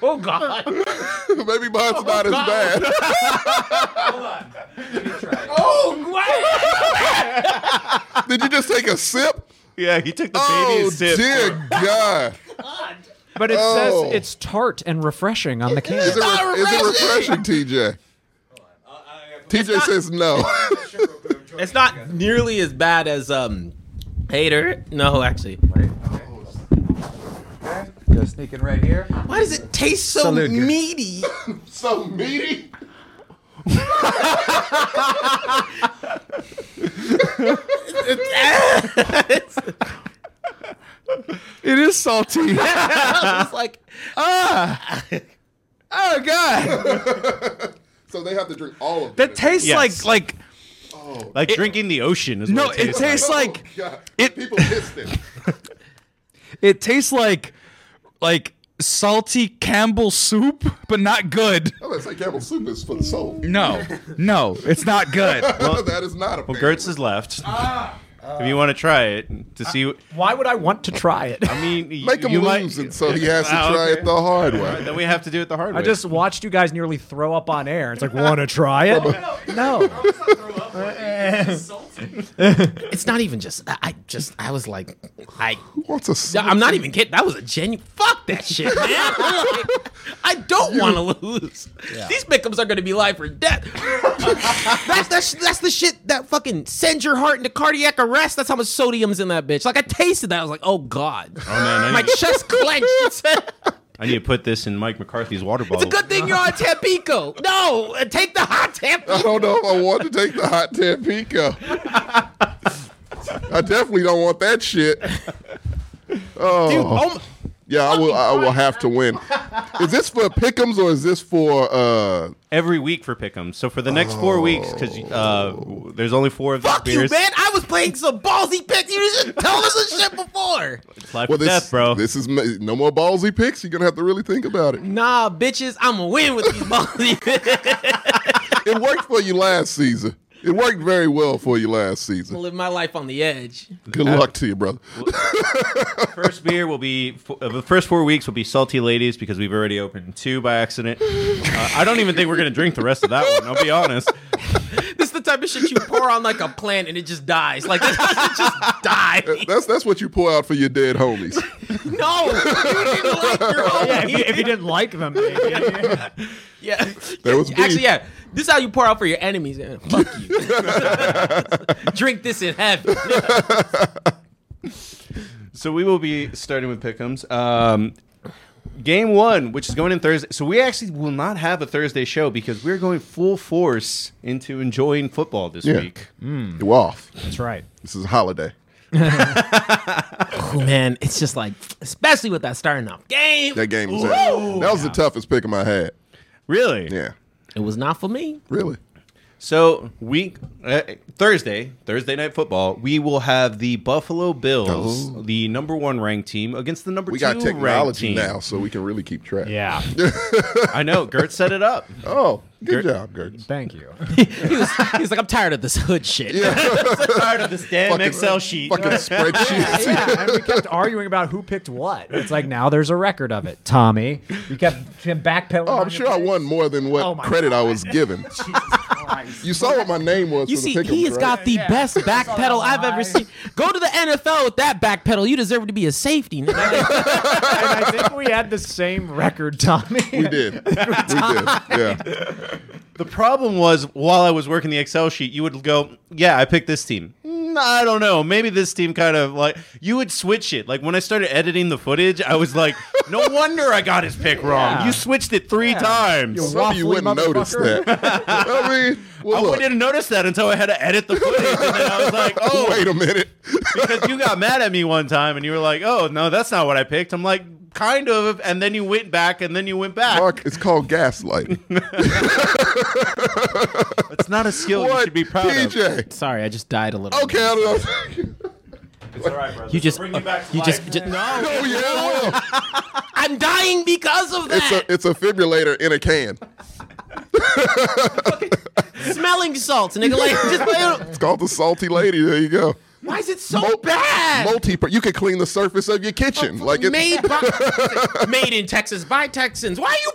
Speaker 3: Oh God.
Speaker 4: Maybe mine's not as bad. Did you just take a sip?
Speaker 1: Yeah, he took the
Speaker 4: Oh dear God!
Speaker 5: But it
Speaker 4: Oh.
Speaker 5: says it's tart and refreshing on the can.
Speaker 4: Is it, re- is it refreshing, TJ? TJ says no.
Speaker 3: It's not nearly as bad as um hater. No, actually.
Speaker 6: Go sneaking right here.
Speaker 3: Why does it taste so meaty?
Speaker 4: so meaty.
Speaker 6: It is salty.
Speaker 3: I was like,
Speaker 6: Ah! oh god,
Speaker 4: So they have to drink all of
Speaker 6: that
Speaker 4: it.
Speaker 6: tastes
Speaker 1: Yes.
Speaker 6: like like
Speaker 1: Like drinking the ocean is
Speaker 6: no.
Speaker 1: what
Speaker 6: It tastes
Speaker 4: Oh,
Speaker 6: like
Speaker 4: God.
Speaker 6: it-
Speaker 4: People missed it.
Speaker 6: it tastes like like salty Campbell soup, but not good.
Speaker 4: I'm gonna say Campbell soup is for the soul.
Speaker 6: No, no, it's not good.
Speaker 4: that is not a.
Speaker 1: Well, Gertz is left. if you want to try it to see,
Speaker 5: Why would I want to try it?
Speaker 1: I mean, y-
Speaker 4: Make him
Speaker 1: you
Speaker 4: lose,
Speaker 1: might-
Speaker 4: and so he has to
Speaker 6: Ah,
Speaker 1: Oh,
Speaker 4: try
Speaker 1: okay.
Speaker 4: it the hard
Speaker 1: All right,
Speaker 4: way.
Speaker 1: then we have to do it the hard way.
Speaker 5: I just watched you guys nearly throw up on air. It's like, want to try it? no.
Speaker 3: it's not even just. I- I just. I was like, I.
Speaker 4: What's a soup?
Speaker 3: I'm not even kidding. That was a genuine. Fuck that shit, man. I don't want to lose. These pickups are going to be life or death. that's, that's that's the shit that fucking sends your heart into cardiac arrest. That's how much sodium's in that bitch. Like I tasted that. I was like, oh god.
Speaker 1: Oh man, I
Speaker 3: My
Speaker 1: need,
Speaker 3: chest clenched. It's a
Speaker 1: I need to put this in Mike McCarthy's water bottle.
Speaker 3: good thing you're on Tampico. No, uh, take the hot
Speaker 4: I
Speaker 1: Oh,
Speaker 3: Tampico.
Speaker 4: don't know if I want to take the hot Tampico. I definitely don't want that shit. Oh,
Speaker 3: Oh,
Speaker 4: yeah, I will. I will have to win. Is this for Pickums or is this for? uh
Speaker 1: every week for pick'em. So for the next four weeks, because uh, w- there's only four of these
Speaker 3: fuck you,
Speaker 1: beers.
Speaker 3: man. I was playing some ballsy picks. You just told us this shit before.
Speaker 1: It's life
Speaker 4: Well,
Speaker 1: or
Speaker 4: this
Speaker 1: death, bro.
Speaker 4: this is ma- no more ballsy picks. You're gonna have to really think about it.
Speaker 3: Nah, bitches, I'm gonna win with these ballsy.
Speaker 4: It worked for you last season. It worked very well for you last season.
Speaker 3: live my life on the edge.
Speaker 4: Good luck to you, brother.
Speaker 1: First beer will be uh, the first four weeks will be salty ladies because we've already opened two by accident. Uh, I don't even think we're gonna drink the rest of that one. I'll be honest.
Speaker 3: This is the type of shit you pour on like a plant and it just dies. Like it just dies.
Speaker 4: That's that's what you pour out for your dead homies.
Speaker 3: No, you didn't like your own.
Speaker 5: Yeah, if you, if you didn't like them, maybe.
Speaker 3: Yeah.
Speaker 4: That was me.
Speaker 3: Actually, yeah. This is how you pour out for your enemies. Yeah, fuck you. Drink this in heaven.
Speaker 1: So we will be starting with pickums. Um, game one, which is going in Thursday. So we actually will not have a Thursday show because we're going full force into enjoying football this
Speaker 4: Yeah.
Speaker 1: week.
Speaker 4: You off.
Speaker 5: That's right.
Speaker 4: This is a holiday.
Speaker 3: Oh man, it's just like, especially with that starting off game.
Speaker 4: That game was that. That was the toughest pick of my head.
Speaker 1: Really?
Speaker 4: Yeah.
Speaker 3: It was not for me.
Speaker 4: Really?
Speaker 1: So week uh, Thursday, Thursday night football, we will have the Buffalo Bills, the number one ranked team, against the number
Speaker 4: Oh. We
Speaker 1: two
Speaker 4: got
Speaker 1: ranked
Speaker 4: technology
Speaker 1: team.
Speaker 4: now, so we can really keep track.
Speaker 5: Yeah.
Speaker 1: I know. Gert set it up.
Speaker 4: Oh, good job, Gertz.
Speaker 5: Thank you.
Speaker 3: He was, he was like, I'm tired of this hood shit.
Speaker 1: Tired of this damn
Speaker 4: Fucking-
Speaker 1: Excel sheet.
Speaker 4: Fucking spreadsheets.
Speaker 5: yeah, and we kept arguing about who picked what. It's like now there's a record of it, Tommy. You kept backpedaling.
Speaker 4: Oh, I'm sure I won more than what
Speaker 5: Oh my
Speaker 4: credit I was given. you saw what my name was.
Speaker 3: You
Speaker 4: for
Speaker 3: see,
Speaker 4: the pick'ems,
Speaker 3: he has
Speaker 4: right?
Speaker 3: got the best back pedal I've ever
Speaker 5: lie.
Speaker 3: seen. Go to the NFL with that back pedal. You deserve to be a safety. nigga.
Speaker 5: And I think we had the same record, Tommy.
Speaker 4: We did. we did. Yeah.
Speaker 1: The problem was while I was working the Excel sheet, you would go, "Yeah, I picked this team." Mm, I don't know. Maybe this team kind of like you would switch it. Like when I started editing the footage, I was like, "No wonder I got his pick wrong.
Speaker 5: Yeah.
Speaker 1: You switched it three times."
Speaker 4: Some of you
Speaker 5: Waffly
Speaker 4: wouldn't notice
Speaker 5: motherfucker.
Speaker 4: that. I mean,
Speaker 1: Oh, I
Speaker 4: well, look,
Speaker 1: didn't notice that until I had to edit the footage, and then I was like, "Oh,"
Speaker 4: wait a minute.
Speaker 1: because you got mad at me one time, and you were like, "Oh no, that's not what I picked." I'm like, "Kind of," and then you went back, and then you went back.
Speaker 4: Mark, it's called gaslighting.
Speaker 1: It's not a skill you
Speaker 4: what?
Speaker 1: should be proud of.
Speaker 4: PJ.
Speaker 3: Sorry, I just died a little.
Speaker 4: Okay, I don't know.
Speaker 1: It's all right, brother.
Speaker 3: You just,
Speaker 1: bring me back to
Speaker 3: you
Speaker 1: life.
Speaker 3: just, just, no.
Speaker 4: oh, yeah, well.
Speaker 3: I'm dying because of
Speaker 4: It's
Speaker 3: that.
Speaker 4: a, it's a fibrillator in a can.
Speaker 3: Smelling salts, nigga. Like, just like,
Speaker 4: It's called the Salty Lady. There you go.
Speaker 3: why is it so
Speaker 4: Mul-
Speaker 3: bad?
Speaker 4: Multi, you could clean the surface of your kitchen. like it's,
Speaker 3: made by, made in Texas by Texans. Why are you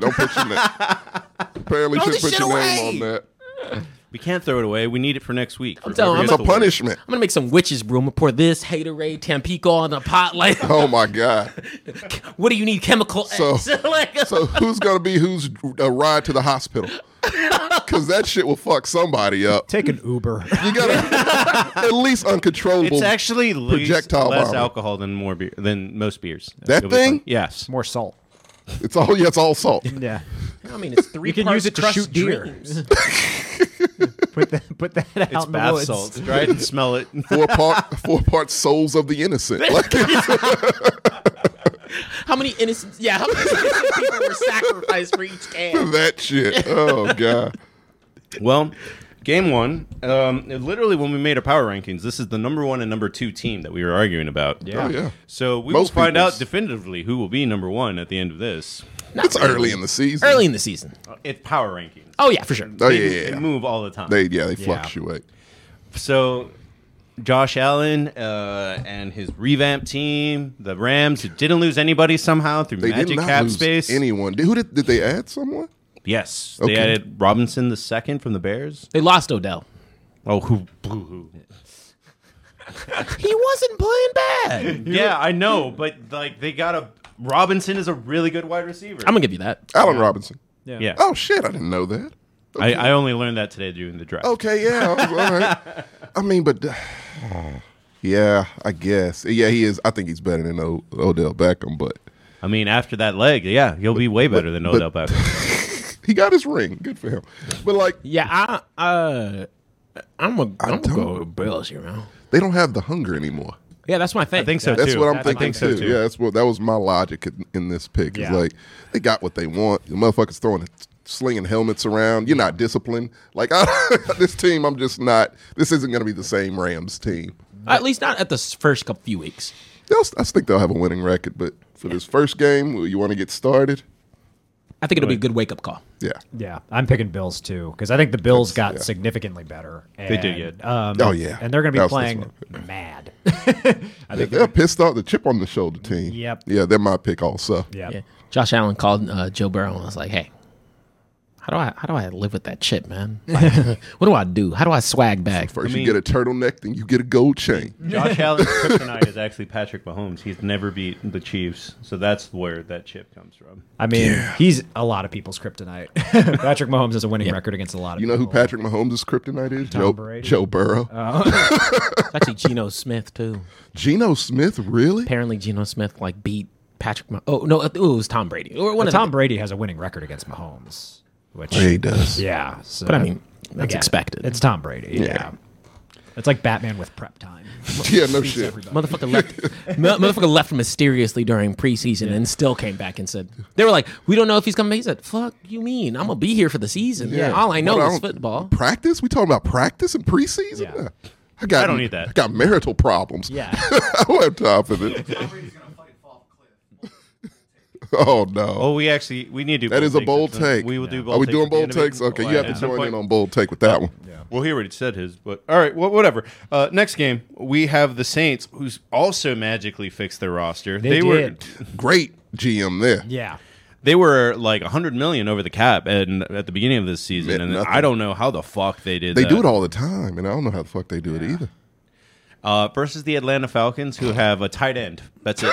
Speaker 4: Don't put your name. Apparently,
Speaker 3: Throw
Speaker 4: should
Speaker 3: this
Speaker 4: put
Speaker 3: shit
Speaker 4: your
Speaker 3: away.
Speaker 4: name on that.
Speaker 1: We can't throw it away. We need it for next week. I'm
Speaker 3: telling-
Speaker 4: It's a punishment.
Speaker 3: I'm gonna make some witches brew. I'm gonna pour this haterade Tampico on the pot. Like,
Speaker 4: Oh my god.
Speaker 3: what do you need chemical?
Speaker 4: So-
Speaker 3: X? like,
Speaker 4: So who's gonna be who's a ride to the hospital? Because that shit will fuck somebody up.
Speaker 5: Take an Uber.
Speaker 4: You gotta at least uncontrollable.
Speaker 1: It's actually least-
Speaker 4: projectile
Speaker 1: less
Speaker 4: vomit.
Speaker 1: alcohol than more beer than most beers.
Speaker 4: That
Speaker 1: It'll be
Speaker 4: thing?
Speaker 1: fun. Yes.
Speaker 5: More salt.
Speaker 4: it's all yeah, it's all salt.
Speaker 5: Yeah.
Speaker 3: I mean, it's three.
Speaker 5: You can
Speaker 3: parts
Speaker 5: use it to
Speaker 3: crushed
Speaker 5: shoot deer.
Speaker 3: dreams.
Speaker 5: Put that, put that
Speaker 1: It's
Speaker 5: out in the
Speaker 1: bath
Speaker 5: woods.
Speaker 1: salts. Try it and smell it.
Speaker 4: Four part four part souls of the innocent. Like it's-
Speaker 3: How many innocent? Yeah, how many innocent people were sacrificed for each can?
Speaker 4: that shit. Oh god.
Speaker 1: well, game one. Um, literally, when we made our power rankings, this is the number one and number two team that we were arguing about.
Speaker 5: Yeah.
Speaker 4: Oh, yeah.
Speaker 1: So we
Speaker 4: Most
Speaker 1: will find
Speaker 4: people's.
Speaker 1: out definitively who will be number one at the end of this.
Speaker 4: It's early in the season.
Speaker 3: Early in the season.
Speaker 1: It's power rankings.
Speaker 3: Oh yeah, for sure.
Speaker 4: Oh
Speaker 1: They-
Speaker 4: yeah.
Speaker 1: They
Speaker 4: yeah.
Speaker 1: move all the time.
Speaker 4: They yeah, they fluctuate.
Speaker 1: so. Josh Allen uh, and his revamped team, the Rams, who didn't lose anybody somehow through
Speaker 4: They
Speaker 1: magic
Speaker 4: did not
Speaker 1: cap
Speaker 4: lose
Speaker 1: space.
Speaker 4: anyone. Did, who did, did they add someone?
Speaker 1: Yes,
Speaker 4: Okay.
Speaker 1: they added Robinson the second from the Bears.
Speaker 3: They lost Odell.
Speaker 1: Oh, who? who, who.
Speaker 3: He wasn't playing bad.
Speaker 1: Yeah, I know, but like they got a Robinson is a really good wide receiver.
Speaker 3: I'm gonna give you that.
Speaker 4: Alan Robinson.
Speaker 1: yeah,
Speaker 4: Oh shit, I didn't know that.
Speaker 1: I, I only learned that today during the draft.
Speaker 4: Okay, yeah. I was- all right. I mean, but uh, yeah, I guess. Yeah, he is. I think he's better than o- Odell Beckham, but
Speaker 1: I mean, after that leg, yeah, he'll be way better than Odell Beckham.
Speaker 4: he got his ring. Good for him. But like,
Speaker 3: Yeah, I uh, I'm gonna I'm gonna
Speaker 4: don't-
Speaker 3: go with Bills here, man.
Speaker 4: they don't have the hunger anymore.
Speaker 3: Yeah, that's my thing. Uh,
Speaker 1: I think so
Speaker 4: That's
Speaker 1: too.
Speaker 4: what I'm
Speaker 1: I
Speaker 4: thinking
Speaker 1: think so
Speaker 4: too. Yeah, that's what that was my logic in, in this pick. It's
Speaker 5: Yeah.
Speaker 4: like they got what they want. The motherfuckers throwing slinging helmets around. You're not disciplined. Like I, this team, I'm just not. This isn't going to be the same Rams team.
Speaker 3: At least not at the s- first couple few weeks.
Speaker 4: They'll, I think they'll have a winning record, but for this first game, you want to get started.
Speaker 3: I think it'll be a good wake up call.
Speaker 4: Yeah.
Speaker 5: Yeah, I'm picking Bills too because I think the Bills got
Speaker 4: yeah.
Speaker 5: significantly better.
Speaker 1: They did
Speaker 5: and,
Speaker 1: get-
Speaker 5: Um,
Speaker 4: Oh, yeah.
Speaker 5: and they're going to
Speaker 4: That
Speaker 5: be
Speaker 4: was-
Speaker 5: playing mad. I think.
Speaker 4: They're a pissed off the chip on the shoulder team.
Speaker 5: Yep.
Speaker 4: Yeah, they're my pick also.
Speaker 5: Yeah.
Speaker 3: Yeah. Josh Allen called uh, Joe Burrow and was like, "Hey, how do I how do I live with that chip, man? Like, what do I do? How do I swag back?"
Speaker 4: First
Speaker 1: mean-
Speaker 4: you get a turtleneck, then you get a gold chain.
Speaker 1: Josh Allen's kryptonite is actually Patrick Mahomes. He's never beaten the Chiefs, so that's where that chip comes from.
Speaker 5: I mean, he's a lot of people's kryptonite. Patrick Mahomes has a winning record against a lot of
Speaker 4: You know who
Speaker 5: people.
Speaker 4: Patrick Mahomes' kryptonite is? Joe,
Speaker 5: Oh. Brady. Uh,
Speaker 4: Joe Burrow.
Speaker 3: It's actually Geno Smith too.
Speaker 4: Geno Smith, really?
Speaker 3: Apparently, Geno Smith like beat Patrick. Mah- oh no, it was Tom Brady. Or one
Speaker 5: Well,
Speaker 3: of the-
Speaker 5: Tom Brady has a winning record against Mahomes, which
Speaker 4: Yeah, he does.
Speaker 5: yeah. So
Speaker 3: But I mean, that's
Speaker 5: again,
Speaker 3: expected.
Speaker 5: It's Tom Brady. Yeah. it's like Batman with prep time.
Speaker 4: Yeah, no shit.
Speaker 3: Motherfucker left. mo- motherfucker left mysteriously during preseason and still came back and said they were like, "We don't know if he's coming." back." He said, "Fuck you mean? I'm gonna be here for the season. Yeah. All I know
Speaker 4: What,
Speaker 3: is
Speaker 4: don't-
Speaker 3: football."
Speaker 4: Practice? We talking about practice and preseason?
Speaker 5: Yeah.
Speaker 4: Nah. I got.
Speaker 1: I don't need that.
Speaker 4: I got marital problems. Oh,
Speaker 5: Yeah.
Speaker 4: I don't have time for this. oh no.
Speaker 1: Oh, we actually we need to. do
Speaker 4: That is a
Speaker 1: takes.
Speaker 4: bold
Speaker 1: That's a-
Speaker 4: take.
Speaker 1: We will do. Bold
Speaker 4: Are we
Speaker 1: takes
Speaker 4: doing
Speaker 1: at the end of
Speaker 4: bold
Speaker 1: it.
Speaker 4: takes? Okay,
Speaker 1: Why
Speaker 4: you
Speaker 1: not?
Speaker 4: have to
Speaker 1: Some
Speaker 4: join in
Speaker 1: point-
Speaker 4: on bold take with that one.
Speaker 1: Well, he already said his, but all right, well, whatever. Uh, next game, we have the Saints, who's also magically fixed their roster. They, were
Speaker 5: did.
Speaker 4: Great GM there.
Speaker 5: yeah.
Speaker 1: they were like 100 million over the cap and at the beginning of this season,
Speaker 4: Meant
Speaker 1: and
Speaker 4: nothing.
Speaker 1: I don't know how the fuck they did.
Speaker 4: They
Speaker 1: that.
Speaker 4: do it all the time, and I don't know how the fuck they do it either.
Speaker 1: Uh, versus the Atlanta Falcons, who have a tight end. That's it.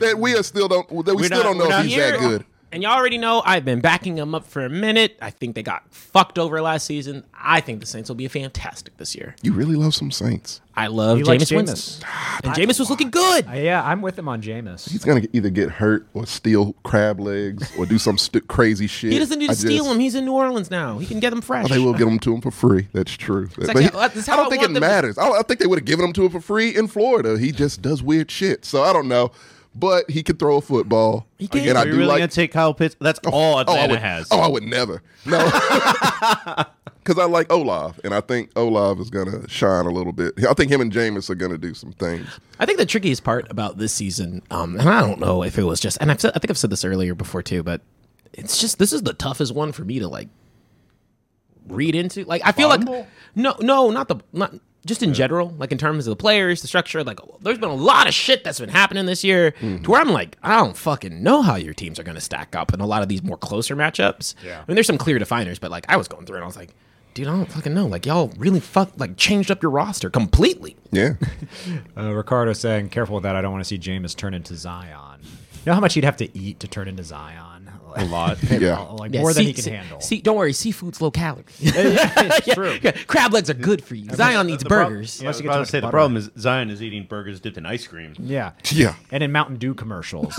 Speaker 4: That we are still don't. That we
Speaker 1: We're
Speaker 4: still
Speaker 1: not-
Speaker 4: don't know
Speaker 1: we're
Speaker 4: if
Speaker 1: not
Speaker 4: he's
Speaker 1: here.
Speaker 4: that good.
Speaker 3: And y'all already know I've been backing them up for a minute. I think they got fucked over last season. I think the Saints will be fantastic this year.
Speaker 4: You really love some Saints.
Speaker 3: I love
Speaker 5: He likes
Speaker 3: Jameis Winston. And Jameis was looking good.
Speaker 5: Uh, yeah, I'm with him on Jameis.
Speaker 4: He's gonna get- either get hurt or steal crab legs or do some stu- crazy shit.
Speaker 3: He doesn't need to
Speaker 4: I
Speaker 3: steal
Speaker 4: just-
Speaker 3: him. He's in New Orleans now. He can get them fresh.
Speaker 4: Oh, They will get them to him for free. That's true. But
Speaker 3: actually-
Speaker 4: he-
Speaker 3: oh, that's how
Speaker 4: I
Speaker 3: I
Speaker 4: don't think
Speaker 3: want
Speaker 4: it
Speaker 3: them to-
Speaker 4: matters. I, don't- I think they would have given him to him for free in Florida. He just does weird shit. So I don't know, but he could throw a football. He
Speaker 3: can.
Speaker 4: And
Speaker 1: Are
Speaker 4: I
Speaker 1: you
Speaker 4: do
Speaker 1: really gonna
Speaker 4: like.
Speaker 1: take Kyle Pitts? That's all
Speaker 4: Oh, I
Speaker 1: Atlanta
Speaker 4: would,
Speaker 1: has.
Speaker 4: oh, I would never. No, because I like Olav, and I think Olav is gonna shine a little bit. I think him and Jameis are gonna do some things.
Speaker 3: I think the trickiest part about this season, um, and I don't know if it was just, and I've said, I think I've said this earlier before too, but it's just this is the toughest one for me to like read into. Like I feel like no, no, not the not just in general, like in terms of the players, the structure. Like there's been a lot of shit that's been happening this year to where I'm like, I don't fucking know how your teams are going to stack up in a lot of these more closer matchups. Yeah, I mean, there's some clear definers, but like I was going through and I was like. Dude, I don't fucking know. Like y'all really fuck like changed up your roster completely.
Speaker 4: Yeah,
Speaker 5: Uh, Ricardo saying, "Careful with that. I don't want to see Jameis turn into Zion." You know how much he'd have to eat to turn into Zion? A lot,
Speaker 4: Yeah.
Speaker 5: like
Speaker 3: Yeah,
Speaker 5: more than
Speaker 3: sea-
Speaker 5: he can
Speaker 3: sea-
Speaker 5: handle.
Speaker 3: sea- don't worry, seafood's low calorie.
Speaker 5: it's true.
Speaker 3: Yeah, crab legs are good for you. Zion needs burgers.
Speaker 1: I was
Speaker 5: Unless you get
Speaker 1: about
Speaker 5: too
Speaker 1: to
Speaker 5: much
Speaker 1: say the
Speaker 5: butter.
Speaker 1: problem is Zion is eating burgers dipped in ice cream.
Speaker 5: Yeah.
Speaker 4: yeah.
Speaker 5: And in Mountain Dew commercials,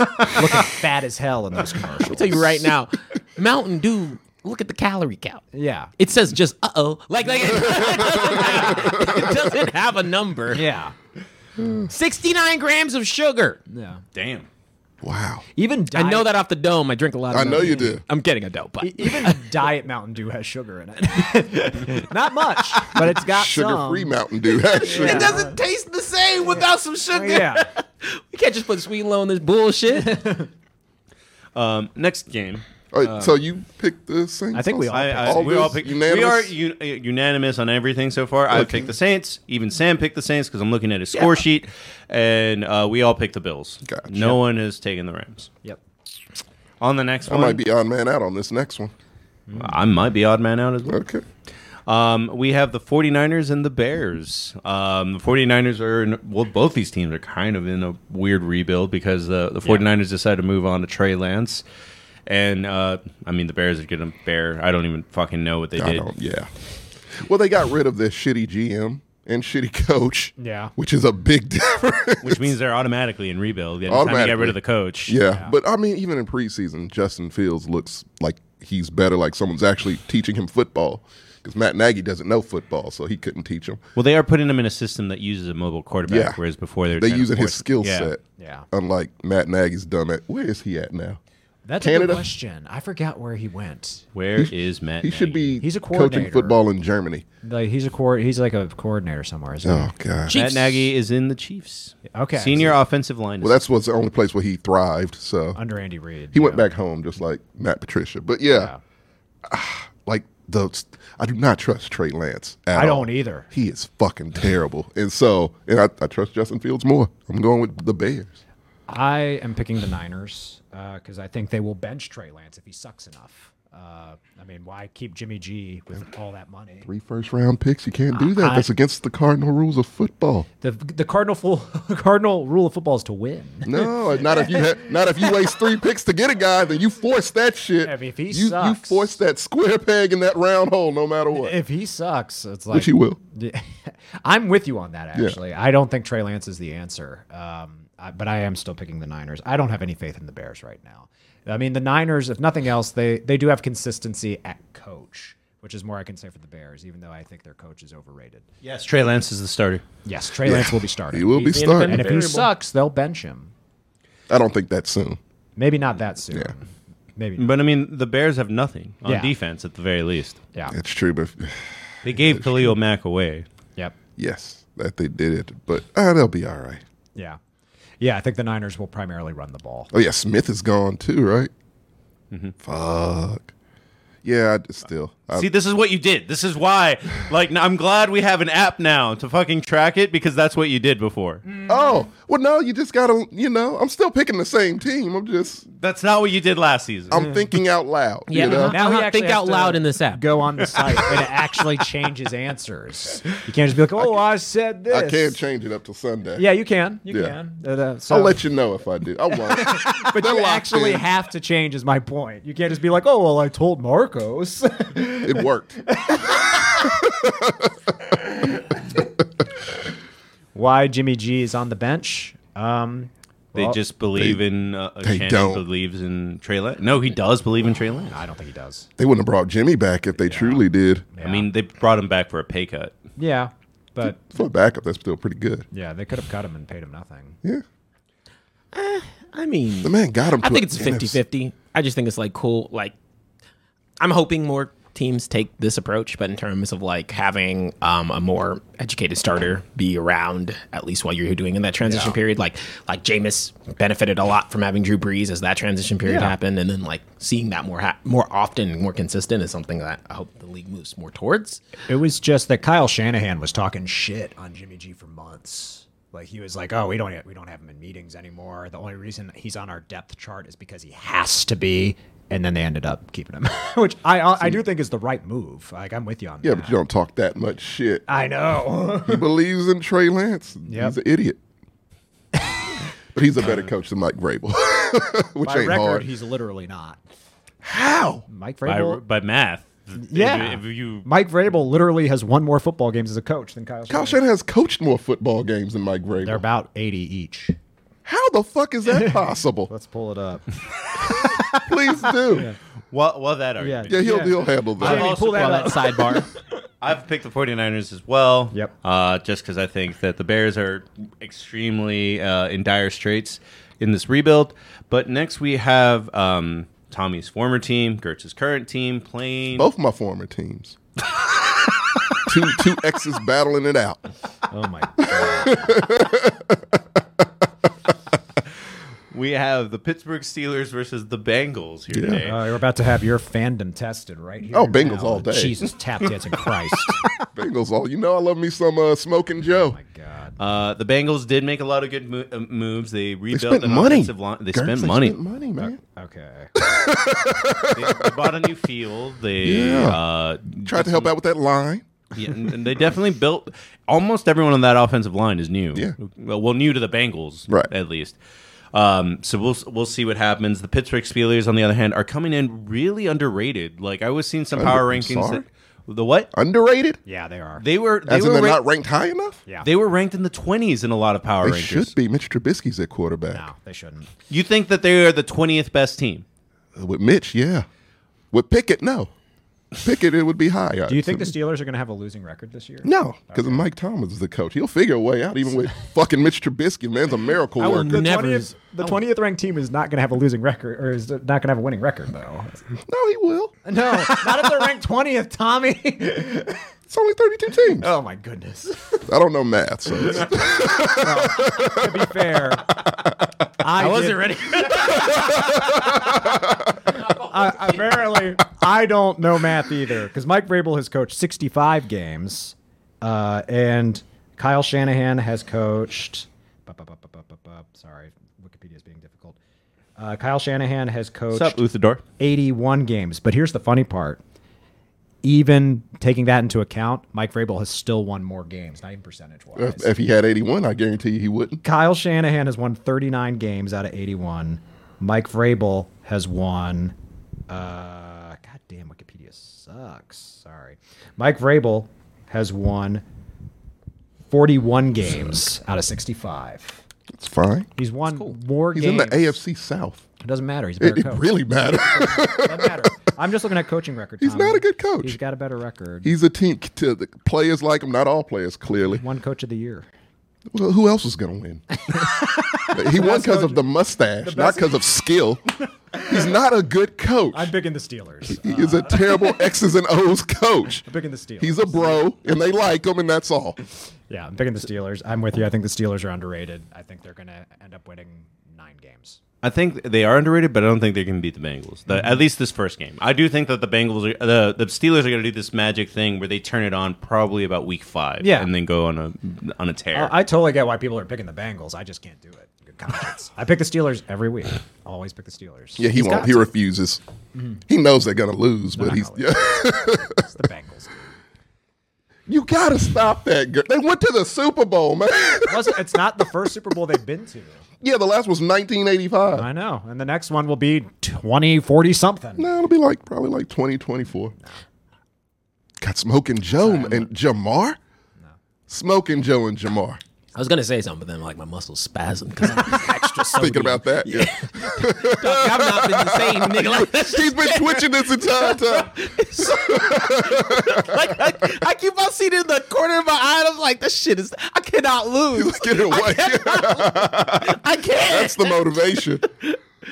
Speaker 5: looking fat as hell in those commercials.
Speaker 3: I'll tell you right now, Mountain Dew. Look at the calorie count.
Speaker 5: Yeah.
Speaker 3: It says just uh oh, like like it doesn't, have, it doesn't have a number.
Speaker 5: Yeah.
Speaker 3: Sixty nine grams of sugar.
Speaker 5: Yeah.
Speaker 1: Damn.
Speaker 4: Wow.
Speaker 5: Even diet,
Speaker 3: I know that off the dome. I drink a lot. of
Speaker 4: I know
Speaker 3: Mountain
Speaker 4: you
Speaker 3: Dew.
Speaker 4: do.
Speaker 3: I'm getting a dope, but
Speaker 5: Even diet Mountain Dew has sugar in it. Not much, but it's got
Speaker 4: Sugar
Speaker 5: some.
Speaker 4: free Mountain Dew. Actually,
Speaker 3: it doesn't taste the same without some sugar.
Speaker 5: Yeah.
Speaker 3: we can't just put sweet and low in this bullshit.
Speaker 1: Um, next game.
Speaker 4: All right, so you picked the Saints.
Speaker 5: I think we all
Speaker 1: I, I,
Speaker 4: All
Speaker 1: we all
Speaker 4: this
Speaker 1: pick,
Speaker 4: unanimous?
Speaker 1: We are u- uh, unanimous on everything so far. I
Speaker 4: Okay.
Speaker 1: picked the Saints. Even Sam picked the Saints because I'm looking at his score sheet, and uh, we all picked the Bills.
Speaker 4: Gotcha.
Speaker 1: No one has taken the Rams.
Speaker 5: Yep.
Speaker 1: On the next
Speaker 4: I
Speaker 1: one,
Speaker 4: might be on man out on this next one.
Speaker 1: I might be odd man out as well.
Speaker 4: Okay.
Speaker 1: Um, we have the 49ers and the Bears. Um, the 49ers are in, well, both these teams are kind of in a weird rebuild because the, the 49ers decided to move on to Trey Lance. And uh, I mean, the Bears are going to bear. I don't even fucking know what they
Speaker 4: I
Speaker 1: did.
Speaker 4: don't. Yeah. Well, they got rid of their shitty GM and shitty coach.
Speaker 5: Yeah.
Speaker 4: Which is a big difference.
Speaker 1: Which means they're automatically in rebuild. Anytime you get
Speaker 4: Automatically.
Speaker 1: rid of the coach.
Speaker 4: yeah. But I mean, even in preseason, Justin Fields looks like he's better. Like someone's actually teaching him football because Matt Nagy doesn't know football, so he couldn't teach him.
Speaker 1: Well, they are putting him in a system that uses a mobile quarterback,
Speaker 4: Yeah.
Speaker 1: whereas before they were
Speaker 4: They
Speaker 1: trying to
Speaker 4: using his
Speaker 1: force-
Speaker 4: skill
Speaker 1: Yeah.
Speaker 4: set.
Speaker 5: Yeah.
Speaker 4: Unlike Matt Nagy's dumb at where is he at now?
Speaker 5: That's a
Speaker 4: Canada?
Speaker 5: good question. I forgot where he went.
Speaker 1: Where is Matt?
Speaker 4: He should
Speaker 1: Nagy?
Speaker 4: be
Speaker 5: He's a
Speaker 4: coaching
Speaker 5: coordinator.
Speaker 4: football in Germany.
Speaker 5: Like he's a coor- he's like a coordinator somewhere. Isn't
Speaker 4: Oh god.
Speaker 1: Matt Nagy is in the Chiefs.
Speaker 5: Okay.
Speaker 1: Senior offensive line.
Speaker 4: Well, that's what's the only place where he thrived. So
Speaker 5: he? Under Andy Reid.
Speaker 4: he went back home just like Matt Patricia. But yeah,
Speaker 5: Yeah.
Speaker 4: ah, like those, I do not trust Trey Lance. At
Speaker 5: I don't
Speaker 4: all.
Speaker 5: either.
Speaker 4: He is fucking terrible. And so, and I, I trust Justin Fields more. I'm going with the Bears.
Speaker 5: I am picking the Niners because I think they will bench Trey Lance if he sucks enough. Uh, I mean, why keep Jimmy G with all that money?
Speaker 4: Three first round picks. You can't do that. That's against the cardinal rules of football.
Speaker 5: The the cardinal full, cardinal rule of football is to win.
Speaker 4: No, not if you ha- not if you waste three picks to get a guy, then you force that shit.
Speaker 5: I mean, if he
Speaker 4: you, you
Speaker 5: sucks-
Speaker 4: force that square peg in that round hole, no matter what.
Speaker 5: If he sucks, it's like
Speaker 4: Which he will.
Speaker 5: I'm with you on that. Actually, I don't think Trey Lance is the answer. Um, I, but I am still picking the Niners. I don't have any faith in the Bears right now. I mean, the Niners, if nothing else, they they do have consistency at coach, which is more I can say for the Bears, even though I think their coach is overrated.
Speaker 1: yes, Trey Lance is the starter.
Speaker 5: Yes, Trey Lance will be starting.
Speaker 4: He will be
Speaker 6: He's the
Speaker 4: starting.
Speaker 5: And if he
Speaker 6: Variable.
Speaker 5: sucks, they'll bench him.
Speaker 4: I don't think that soon.
Speaker 5: Maybe not that soon.
Speaker 4: Yeah.
Speaker 5: Maybe. Not.
Speaker 1: But I mean, the Bears have nothing on
Speaker 5: Yeah.
Speaker 1: defense at the very least.
Speaker 5: Yeah.
Speaker 4: That's true, but
Speaker 1: They gave Khalil Mack away.
Speaker 5: Yep.
Speaker 4: yes, that they did it. But uh, they'll be all right.
Speaker 5: Yeah. Yeah. I think the Niners will primarily run the ball.
Speaker 4: Oh yeah, Smith is gone too, right? Fuck. Yeah, I d- still. I,
Speaker 1: See, this is what you did. This is why, like, I'm glad we have an app now to fucking track it because that's what you did before.
Speaker 4: oh well, no, you just gotta. You know, I'm still picking the same team. I'm just.
Speaker 1: That's not what you did last season.
Speaker 4: I'm thinking out loud.
Speaker 3: Yeah.
Speaker 4: You know?
Speaker 3: Uh-huh. Now he actually has to
Speaker 5: Go on the site and actually change his answers. You can't just be like, "Oh, I, said this."
Speaker 4: I can't change it up till Sunday.
Speaker 5: Yeah, you can. You
Speaker 4: Yeah.
Speaker 5: can. Uh, uh, so,
Speaker 4: I'll let you know if I do. I won't.
Speaker 5: But
Speaker 4: They're
Speaker 5: you
Speaker 4: locked
Speaker 5: actually
Speaker 4: in.
Speaker 5: have to change. Is my point. You can't just be like, "Oh, well, I told Marcos."
Speaker 4: It worked.
Speaker 5: Why Jimmy G is on the bench? Um,
Speaker 1: they
Speaker 5: well,
Speaker 1: just believe in uh, a
Speaker 4: they
Speaker 1: Shannon
Speaker 4: don't.
Speaker 1: believes in Trey Lance. No, he does believe in Trey Lance.
Speaker 5: I don't think he does.
Speaker 4: They wouldn't have brought Jimmy back if they truly did.
Speaker 1: I mean, they brought him back for a pay cut.
Speaker 5: Yeah, but
Speaker 4: For a backup, that's still pretty good.
Speaker 5: yeah, they could have cut him and paid him nothing.
Speaker 4: Yeah.
Speaker 3: I mean,
Speaker 4: The man got him.
Speaker 3: I
Speaker 4: to
Speaker 3: think
Speaker 4: a
Speaker 3: it's
Speaker 4: NFC
Speaker 3: 50 50. I just think it's like cool. Like, I'm hoping more teams take this approach, but in terms of like having um, a more educated starter be around at least while you're doing in that transition period, like like Jameis benefited a lot from having Drew Brees as that transition period
Speaker 5: Yeah.
Speaker 3: happened, and then like seeing that more ha- more often and more consistent is something that I hope the league moves more towards.
Speaker 5: It was just that Kyle Shanahan was talking shit on Jimmy G for months. Like he was like, "Oh, we don't we don't have him in meetings anymore. The only reason he's on our depth chart is because he has to be." And then they ended up keeping him, which I I do think is the right move. Like I'm with you on
Speaker 4: Yeah,
Speaker 5: that.
Speaker 4: but you don't talk that much shit.
Speaker 5: I know.
Speaker 4: He believes in Trey Lance. He's an idiot. but he's a better coach than Mike Vrabel, which
Speaker 5: By
Speaker 4: ain't
Speaker 5: record,
Speaker 4: hard.
Speaker 5: he's literally not.
Speaker 4: How?
Speaker 5: Mike
Speaker 1: By,
Speaker 5: Vrabel.
Speaker 1: by math.
Speaker 5: yeah,
Speaker 1: If you,
Speaker 5: Mike Vrabel literally has won more football games as a coach than Kyle.
Speaker 4: Kyle
Speaker 5: Shanahan.
Speaker 4: Shanahan has coached more football games than Mike Vrabel.
Speaker 5: They're about eighty each.
Speaker 4: How the fuck is that possible?
Speaker 5: Let's pull it up.
Speaker 4: Please do. Yeah,
Speaker 1: well, well, that argument.
Speaker 4: he'll,
Speaker 5: Yeah.
Speaker 4: he'll handle that.
Speaker 1: I've also
Speaker 5: pull that
Speaker 1: brought
Speaker 5: up.
Speaker 3: sidebar.
Speaker 1: I've picked the 49ers as well.
Speaker 5: Yep.
Speaker 1: Uh, just because I think that the Bears are extremely uh, in dire straits in this rebuild. But next we have um, Tommy's former team, Gertz's current team, playing.
Speaker 4: Both my former teams. two two exes battling it out.
Speaker 5: Oh my god.
Speaker 1: We have the Pittsburgh Steelers versus the Bengals here today.
Speaker 5: Uh, you're about to have your fandom tested right here.
Speaker 4: Oh, Bengals
Speaker 5: now.
Speaker 4: all day.
Speaker 5: Jesus, tap dancing Christ. Oh,
Speaker 4: Bengals all. You know I love me some uh, smoking Joe.
Speaker 5: God.
Speaker 1: Uh, the Bengals did make a lot of good mo- uh, moves. They
Speaker 4: They
Speaker 1: rebuilt
Speaker 4: spent
Speaker 1: an
Speaker 4: money.
Speaker 1: offensive line. They
Speaker 4: Gertz,
Speaker 1: spent money.
Speaker 4: Spent money, man.
Speaker 5: Okay.
Speaker 1: they, they bought a new field. They
Speaker 4: Yeah.
Speaker 1: uh,
Speaker 4: Tried to help out with that line.
Speaker 1: Yeah, and, and they definitely built almost everyone on that offensive line is new.
Speaker 4: Yeah.
Speaker 1: Well, well, new to the Bengals,
Speaker 4: Right.
Speaker 1: At least. Um, so we'll we'll see what happens. The Pittsburgh Steelers, on the other hand, are coming in really underrated. Like I was seeing some power
Speaker 4: Under- I'm
Speaker 1: rankings.
Speaker 4: sorry?
Speaker 1: That, the what
Speaker 4: Underrated?
Speaker 5: Yeah, they are.
Speaker 1: they were they
Speaker 4: As in
Speaker 1: were
Speaker 4: they're
Speaker 1: ra-
Speaker 4: not ranked high enough?
Speaker 5: yeah.
Speaker 1: they were ranked in the twenties in a lot of power
Speaker 4: They
Speaker 1: rankings.
Speaker 4: should be. Mitch Trubisky's at quarterback.
Speaker 5: no, they shouldn't.
Speaker 1: You think that they are the twentieth best team?
Speaker 4: With Mitch, yeah. With Pickett, no. Pickett, it would be high.
Speaker 5: Do you think the Steelers are going to have a losing record this year?
Speaker 4: No, because Mike Thomas is the coach. He'll figure a way out, even with fucking Mitch Trubisky. Man's a miracle
Speaker 5: I will
Speaker 4: worker.
Speaker 5: the
Speaker 3: Never
Speaker 5: 20th,
Speaker 3: is-
Speaker 5: the 20th ranked team is not going to have a losing record, or is not going to have a winning record, though.
Speaker 4: No, he will.
Speaker 5: No, not if they're ranked 20th, Tommy.
Speaker 4: It's only 32 teams.
Speaker 5: oh, my goodness.
Speaker 4: I don't know math, so it's-
Speaker 5: To be fair, I,
Speaker 3: I
Speaker 5: did-
Speaker 3: wasn't ready.
Speaker 5: I- apparently, I don't know math either because Mike Vrabel has coached 65 games, uh, and Kyle Shanahan has coached. bu- bu- bu- bu- bu- bu- bu- Sorry, Wikipedia is being difficult. Uh, Kyle Shanahan has coached
Speaker 1: What's up, Uthador?
Speaker 5: 81 games, but here's the funny part. Even taking that into account, Mike Vrabel has still won more games, not even percentage wise.
Speaker 4: if, if he had 81, I guarantee you he wouldn't.
Speaker 5: Kyle Shanahan has won 39 games out of 81. Mike Vrabel has won. Uh, God damn, Wikipedia sucks. Sorry. Mike Vrabel has won 41 games out of 65.
Speaker 4: It's fine.
Speaker 5: He's won more
Speaker 4: He's in
Speaker 5: games.
Speaker 4: the AFC South.
Speaker 5: It doesn't matter. He's a better
Speaker 4: It, it
Speaker 5: coach.
Speaker 4: really matters.
Speaker 5: doesn't matter. I'm just looking at coaching record.
Speaker 4: He's
Speaker 5: Tommy.
Speaker 4: not a good coach.
Speaker 5: He's got a better record.
Speaker 4: He's a team to the players like him, not all players, clearly.
Speaker 5: One coach of the year.
Speaker 4: Well, who else is going to win? he won because of the mustache, not because of skill. He's not a good coach.
Speaker 5: I'm picking the Steelers.
Speaker 4: He is a terrible X's and O's coach.
Speaker 5: I'm picking the Steelers.
Speaker 4: He's a bro, and they like him, and that's all.
Speaker 5: Yeah, I'm picking the Steelers. I'm with you. I think the Steelers are underrated. I think they're going to end up winning nine games.
Speaker 1: I think they are underrated, but I don't think they can beat the Bengals. The, At least this first game, I do think that the Bengals, are, the the Steelers, are going to do this magic thing where they turn it on probably about week five,
Speaker 5: Yeah.
Speaker 1: and then go on a on a tear.
Speaker 5: I, I totally get why people are picking the Bengals. I just can't do it. Good conscience. I pick the Steelers every week. Always pick the Steelers.
Speaker 4: Yeah, he
Speaker 5: He's
Speaker 4: won't.
Speaker 5: got
Speaker 4: He
Speaker 5: to. Mm-hmm.
Speaker 4: refuses. He knows they're going to lose, but
Speaker 5: not
Speaker 4: he's.
Speaker 5: gonna
Speaker 4: Yeah.
Speaker 5: lose. It's the Bengals.
Speaker 4: You got to stop that. Girl. They went to the Super Bowl, man.
Speaker 5: Plus, it's not the first Super Bowl they've been to.
Speaker 4: yeah, the last was 1985.
Speaker 5: I know. And the next one will be 2040 something.
Speaker 4: No, it'll be like probably like 2024. Got Smoking Joe and Jamar? Smoking Joe and Jamar.
Speaker 3: I was gonna say something, but then like my muscles spasmed because I'm extra soapy.
Speaker 4: Thinking about that. Yeah.
Speaker 3: I've not been the same nigga like this.
Speaker 4: He's been twitching this entire time.
Speaker 3: Like I, I keep on seeing it in the corner of my eye. and I'm like, this shit is. I cannot lose.
Speaker 4: Let's get it away.
Speaker 3: I can't.
Speaker 4: That's the motivation.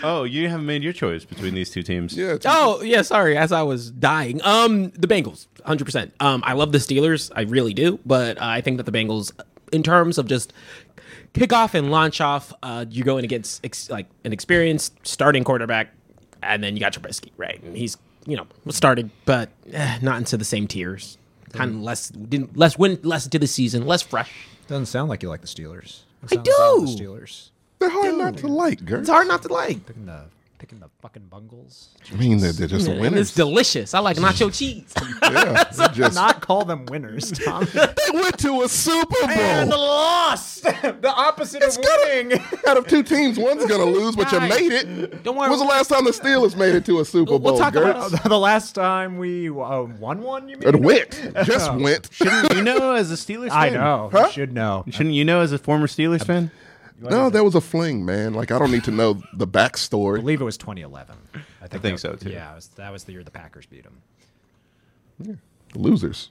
Speaker 1: oh, you haven't made your choice between these two teams.
Speaker 4: Yeah. it's-
Speaker 3: Oh yeah, sorry. As I was dying, um, the Bengals, hundred percent. Um, I love the Steelers, I really do, but uh, I think that the Bengals, in terms of just kick off and launch off, uh, you're going against ex- like an experienced starting quarterback, and then you got Trubisky, right? And he's you know started, but eh, not into the same tiers. Kind of less, didn't less win, less into the season, less fresh.
Speaker 5: Doesn't sound like you like the Steelers.
Speaker 3: I
Speaker 5: Sounds like all the
Speaker 3: do.
Speaker 5: Steelers.
Speaker 4: They're hard not to like, girl.
Speaker 3: It's hard not to like.
Speaker 5: Picking the, picking the fucking Bungles.
Speaker 4: I mean, they're, they're just
Speaker 3: And it's
Speaker 4: winners.
Speaker 3: delicious. I like nacho cheese.
Speaker 4: Yeah, they're just-
Speaker 5: Not call them winners, Tom.
Speaker 4: they went to a Super
Speaker 5: and
Speaker 4: Bowl.
Speaker 5: lost. the opposite of winning.
Speaker 4: Out of two teams, one's gonna lose, but you
Speaker 3: Guys,
Speaker 4: made it.
Speaker 3: don't worry.
Speaker 4: When's the last time the Steelers made it to a Super
Speaker 3: We'll
Speaker 4: Bowl?
Speaker 3: talk
Speaker 4: girl?
Speaker 3: about-
Speaker 5: the last time we uh, won one, you mean?
Speaker 4: It went. Just went.
Speaker 1: you know, as a Steelers, fan,
Speaker 5: I know.
Speaker 4: Huh?
Speaker 5: You should know.
Speaker 1: Shouldn't you know as a former Steelers fan?
Speaker 4: No, that was a fling, man. Like I don't need to know the
Speaker 5: I
Speaker 4: backstory.
Speaker 5: believe it was 2011. I think,
Speaker 1: think
Speaker 5: that-
Speaker 1: so, too.
Speaker 5: Yeah, it was, that was the year the Packers beat them.
Speaker 4: Losers.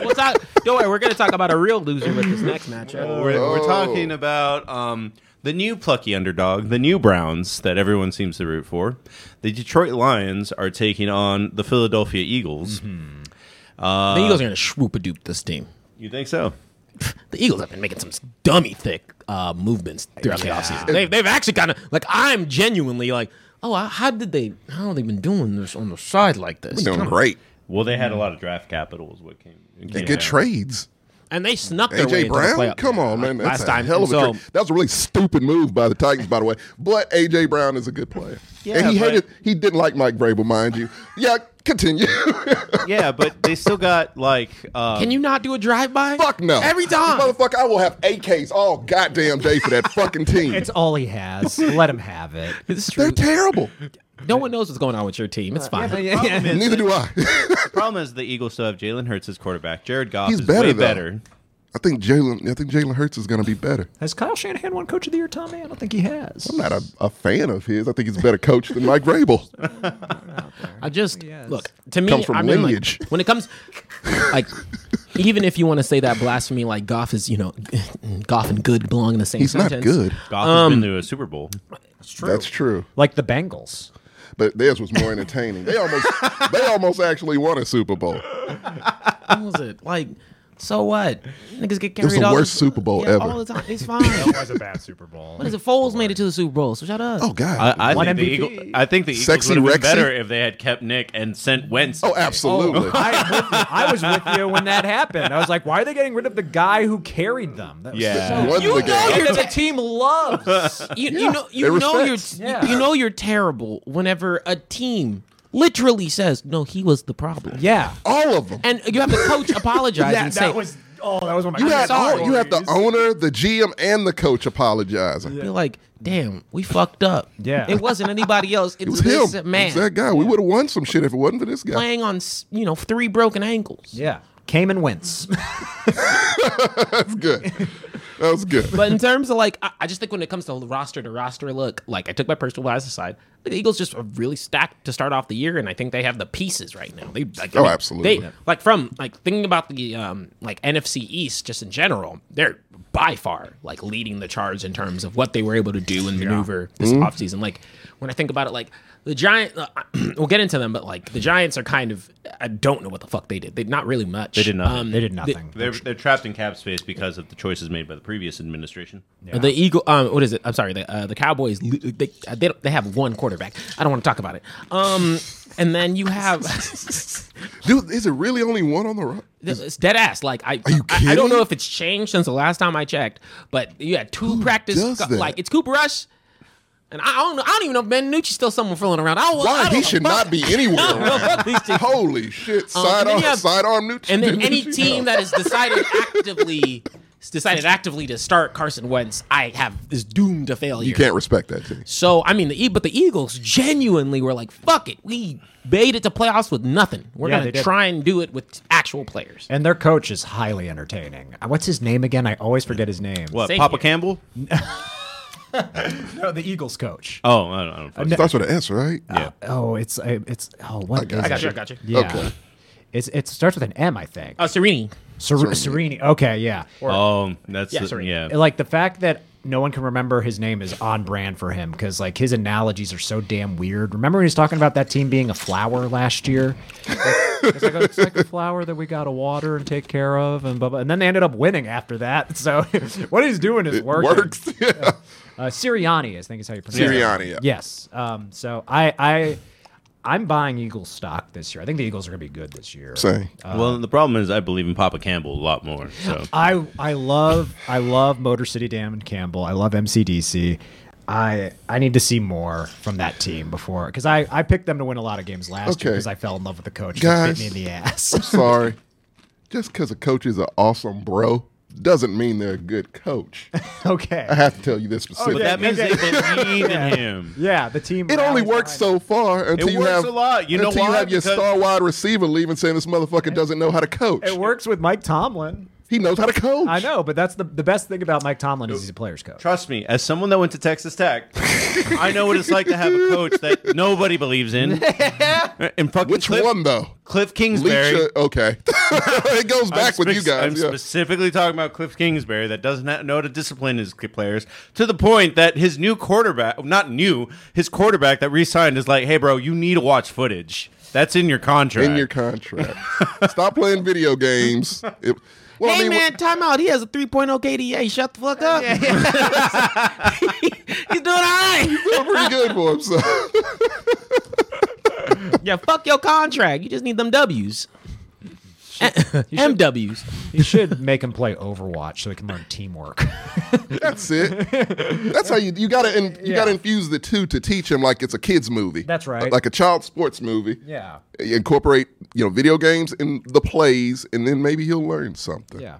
Speaker 3: we'll talk, don't worry, we're gonna talk about a real loser with this next matchup.
Speaker 1: We're, we're talking about um, the new plucky underdog, the new Browns that everyone seems to root for. The Detroit Lions are taking on the Philadelphia Eagles.
Speaker 3: The Eagles are going to swoop a dupe this team.
Speaker 1: You think so?
Speaker 3: The Eagles have been making some dummy thick uh, movements throughout
Speaker 5: Yeah.
Speaker 3: the offseason. They've, they've actually kind of, like, I'm genuinely like, oh, I- how did they, how have they been doing this on the side like this?
Speaker 4: Doing great.
Speaker 1: Well, they had a lot of draft capital, is what came.
Speaker 4: They
Speaker 1: came
Speaker 4: get
Speaker 1: out.
Speaker 4: trades.
Speaker 3: And they snuck their way
Speaker 4: AJ
Speaker 3: into the
Speaker 4: Brown,
Speaker 3: playoff.
Speaker 4: come on,
Speaker 3: like
Speaker 4: man. That's
Speaker 3: last
Speaker 4: a
Speaker 3: time.
Speaker 4: hell of a
Speaker 3: so,
Speaker 4: trade. That was a really stupid move by the Titans, by the way. But AJ Brown is a good player. and he
Speaker 1: but-
Speaker 4: hated. He didn't like Mike Vrabel, mind you. Yeah, continue.
Speaker 1: yeah, but they still got like. Uh,
Speaker 3: Can you not do a drive-by?
Speaker 4: Fuck no.
Speaker 3: Every time.
Speaker 4: motherfucker. I will have AKs all goddamn day for that fucking team.
Speaker 5: It's all he has. Let him have it.
Speaker 3: It's
Speaker 4: They're
Speaker 3: true.
Speaker 4: terrible.
Speaker 3: no one knows what's going on with your team. It's fine.
Speaker 4: Neither do I.
Speaker 1: the problem is the Eagles still have Jalen Hurts as quarterback. Jared Goff
Speaker 4: He's
Speaker 1: is
Speaker 4: better,
Speaker 1: way
Speaker 4: though.
Speaker 1: better.
Speaker 4: I think Jalen. I think Jalen Hurts is going to be better.
Speaker 5: Has Kyle Shanahan won Coach of the Year, Tommy? I don't think he has.
Speaker 4: I'm not a, a fan of his. I think he's a better coach than Mike Vrabel.
Speaker 3: I just look to me.
Speaker 4: Comes from
Speaker 3: I mean, like,
Speaker 4: lineage.
Speaker 3: when it comes, like, even if you want to say that blasphemy, like Goff is, you know, Goff and good belong in the same
Speaker 4: He's not
Speaker 3: sentence.
Speaker 4: good.
Speaker 1: Goff has been to a Super Bowl.
Speaker 4: That's true.
Speaker 5: like the Bengals.
Speaker 4: But theirs was more entertaining. They almost they almost actually won a Super Bowl.
Speaker 3: What was it like? So what? Niggas get carried.
Speaker 4: was the
Speaker 3: all
Speaker 4: worst Super Bowl
Speaker 3: yeah,
Speaker 4: ever.
Speaker 3: All the time. It's fine.
Speaker 5: was a bad Super Bowl.
Speaker 3: What is it? Foles made it to the Super Bowl, so shut up.
Speaker 4: Oh God.
Speaker 1: I, I
Speaker 5: One
Speaker 1: think the
Speaker 5: MVP.
Speaker 1: Eagle, I think the Eagles
Speaker 4: Sexy
Speaker 1: would have
Speaker 4: Rexy?
Speaker 1: been better if they had kept Nick and sent Wentz.
Speaker 4: oh, absolutely.
Speaker 5: I, am with you. I was with you when that happened. I was like, why are they getting rid of the guy who carried them? That was
Speaker 1: Yeah.
Speaker 4: Won the
Speaker 3: You know
Speaker 4: game.
Speaker 5: so- And that the team loves.
Speaker 3: You, you know,
Speaker 4: they
Speaker 3: you know, you're,
Speaker 4: respect.
Speaker 5: Yeah.
Speaker 3: you know, you're terrible whenever a team literally says, "No, he was the problem."
Speaker 5: Yeah.
Speaker 4: All of them.
Speaker 3: and you have the coach apologize
Speaker 5: Oh, That,
Speaker 3: and say,
Speaker 5: that was oh, that was one of my
Speaker 4: You had,
Speaker 5: sorry.
Speaker 4: all, you had the owner, the GM, and the coach apologizing.
Speaker 3: You're like, damn, we fucked up.
Speaker 5: Yeah.
Speaker 3: It wasn't anybody else. It
Speaker 4: It
Speaker 3: was,
Speaker 4: was him.
Speaker 3: this
Speaker 4: It
Speaker 3: man
Speaker 4: was that guy. We would have won some shit if it wasn't for this guy.
Speaker 3: playing on, s- you know, three broken ankles.
Speaker 5: Yeah. Came and wins.
Speaker 4: That's good. That was good.
Speaker 3: But in terms of like, I, I just think when it comes to roster to roster, look, like I took my personal bias aside, the Eagles just are really stacked to start off the year, and I think they have the pieces right now. They like, I
Speaker 4: Oh,
Speaker 3: mean,
Speaker 4: absolutely.
Speaker 3: They like from like thinking about the um like NFC East just in general, they're by far like leading the charge in terms of what they were able to do and maneuver this
Speaker 4: Mm-hmm.
Speaker 3: offseason. Like when I think about it, like the Giant, uh, we'll get into them, but like the Giants are kind of I don't know what the fuck they did. They not really much. Um, They
Speaker 1: did nothing.
Speaker 5: They did nothing.
Speaker 1: They're, they're trapped in cap space because of the choices made by the previous administration.
Speaker 3: The Eagle, um, what is it? I'm sorry, the uh, the Cowboys. lo- They uh, they, don't, they have one quarterback. I don't want to talk about it. Um, and then you have
Speaker 4: Dude, is it really only one on the road?
Speaker 3: it's dead ass. Like I,
Speaker 4: you
Speaker 3: I, I don't
Speaker 4: kidding?
Speaker 3: know if it's changed since the last time I checked, but you had two practice.
Speaker 4: does
Speaker 3: squ-
Speaker 4: that?
Speaker 3: Like it's Cooper Rush, and I don't know. I don't even know if Ben Nucci's still somewhere fooling around. I don't, I
Speaker 4: Why
Speaker 3: don't
Speaker 4: he
Speaker 3: know.
Speaker 4: should
Speaker 3: Fuck-
Speaker 4: not be anywhere.
Speaker 3: I don't know.
Speaker 4: around.
Speaker 3: Fuck these two.
Speaker 4: Holy shit!
Speaker 3: and then
Speaker 4: Sidearm,
Speaker 3: you have-
Speaker 4: sidearm Newt.
Speaker 3: And then any team that has decided actively has decided actively to start Carson Wentz, I have is doomed to failure.
Speaker 4: you can't respect that team.
Speaker 3: So I mean, the E- but the Eagles genuinely were like, "Fuck it, we made it to playoffs with nothing. We're
Speaker 5: Yeah, they
Speaker 3: gonna
Speaker 5: did.
Speaker 3: try and do it with actual players."
Speaker 5: And their coach is highly entertaining. Uh, What's his name again? I always forget his name.
Speaker 1: What,
Speaker 3: Same
Speaker 1: Papa
Speaker 3: here.
Speaker 1: Campbell?
Speaker 5: No, the Eagles coach.
Speaker 1: Oh, I don't, I don't fucking-
Speaker 4: Starts with an S, right?
Speaker 1: yeah.
Speaker 5: Oh, it's uh, it's oh what?
Speaker 4: got
Speaker 5: is it?
Speaker 3: you. I got you.
Speaker 5: Yeah.
Speaker 4: Okay.
Speaker 5: It's it starts with an M, I think.
Speaker 3: Uh, Serini,
Speaker 5: Ser- Serini. Okay, yeah. Oh,
Speaker 1: Um, that's
Speaker 3: Yeah,
Speaker 1: the-
Speaker 3: sorry.
Speaker 1: yeah.
Speaker 5: Like the fact that no one can remember his name is on brand for him because like his analogies are so damn weird. Remember when he was talking about that team being a flower last year? it's, like a, it's like a flower that we gotta water and take care of and blah blah. And then they ended up winning after that. So what he's doing is working.
Speaker 4: Works. Yeah.
Speaker 5: Uh, Sirianni, I think is how you pronounce it.
Speaker 4: Sirianni. Yeah.
Speaker 5: Yes. Um, so I I I'm buying Eagles stock this year. I think the Eagles are gonna be good this year.
Speaker 4: Same.
Speaker 1: Uh, well, the problem is I believe in Papa Campbell a lot more. So
Speaker 5: I I love I love Motor City Dam and Campbell. I love MCDC. I I need to see more from that team before because I I picked them to win a lot of games last year
Speaker 4: Okay.
Speaker 5: because I fell in love with the coach.
Speaker 4: Guys.
Speaker 5: Guys. bit me in the ass.
Speaker 4: Sorry. Just because a coach is an awesome bro doesn't mean they're a good coach.
Speaker 5: okay.
Speaker 4: I have to tell you this
Speaker 1: but
Speaker 4: specifically.
Speaker 1: Oh, that means they believe in him.
Speaker 5: Yeah, the team.
Speaker 4: It only
Speaker 5: rallies
Speaker 4: works
Speaker 5: behind-
Speaker 4: so far until
Speaker 1: It
Speaker 4: you
Speaker 1: works
Speaker 4: have
Speaker 1: a lot. You know
Speaker 4: until you
Speaker 1: why?
Speaker 4: have your
Speaker 1: Because-
Speaker 4: star wide receiver leaving saying this motherfucker doesn't know how to coach.
Speaker 5: It works with Mike Tomlin.
Speaker 4: He knows how to coach.
Speaker 5: I know, but that's the the best thing about Mike Tomlin is he's a players coach.
Speaker 1: Trust me, as someone that went to Texas Tech, I know what it's like to have a coach that nobody believes in. and fucking
Speaker 4: Which
Speaker 1: Cliff,
Speaker 4: one though?
Speaker 1: Cliff Kingsbury.
Speaker 4: Leach, uh, okay. it goes
Speaker 1: I'm
Speaker 4: back with you
Speaker 1: spec-
Speaker 4: guys.
Speaker 1: I'm
Speaker 4: yeah.
Speaker 1: specifically talking about Cliff Kingsbury that does not know how to discipline his c- players to the point that his new quarterback, not new, his quarterback that re-signed is like, hey, bro, you need to watch footage. That's in your contract.
Speaker 4: In your contract. Stop playing video games. It- well,
Speaker 3: hey
Speaker 4: I mean,
Speaker 3: man, timeout. He has a 3.0 KDA. Shut the fuck up. He's doing all right.
Speaker 4: we're pretty good for himself.
Speaker 3: Yeah, fuck your contract. You just need them W's. MWs.
Speaker 5: You should make him play Overwatch so he can learn teamwork.
Speaker 4: That's it. That's how you you gotta in, you
Speaker 5: Yeah.
Speaker 4: gotta infuse the two to teach him like it's a kids movie.
Speaker 5: That's right.
Speaker 4: Like a child sports movie.
Speaker 5: yeah.
Speaker 4: Incorporate you know video games in the plays, and then maybe he'll learn something.
Speaker 5: Yeah.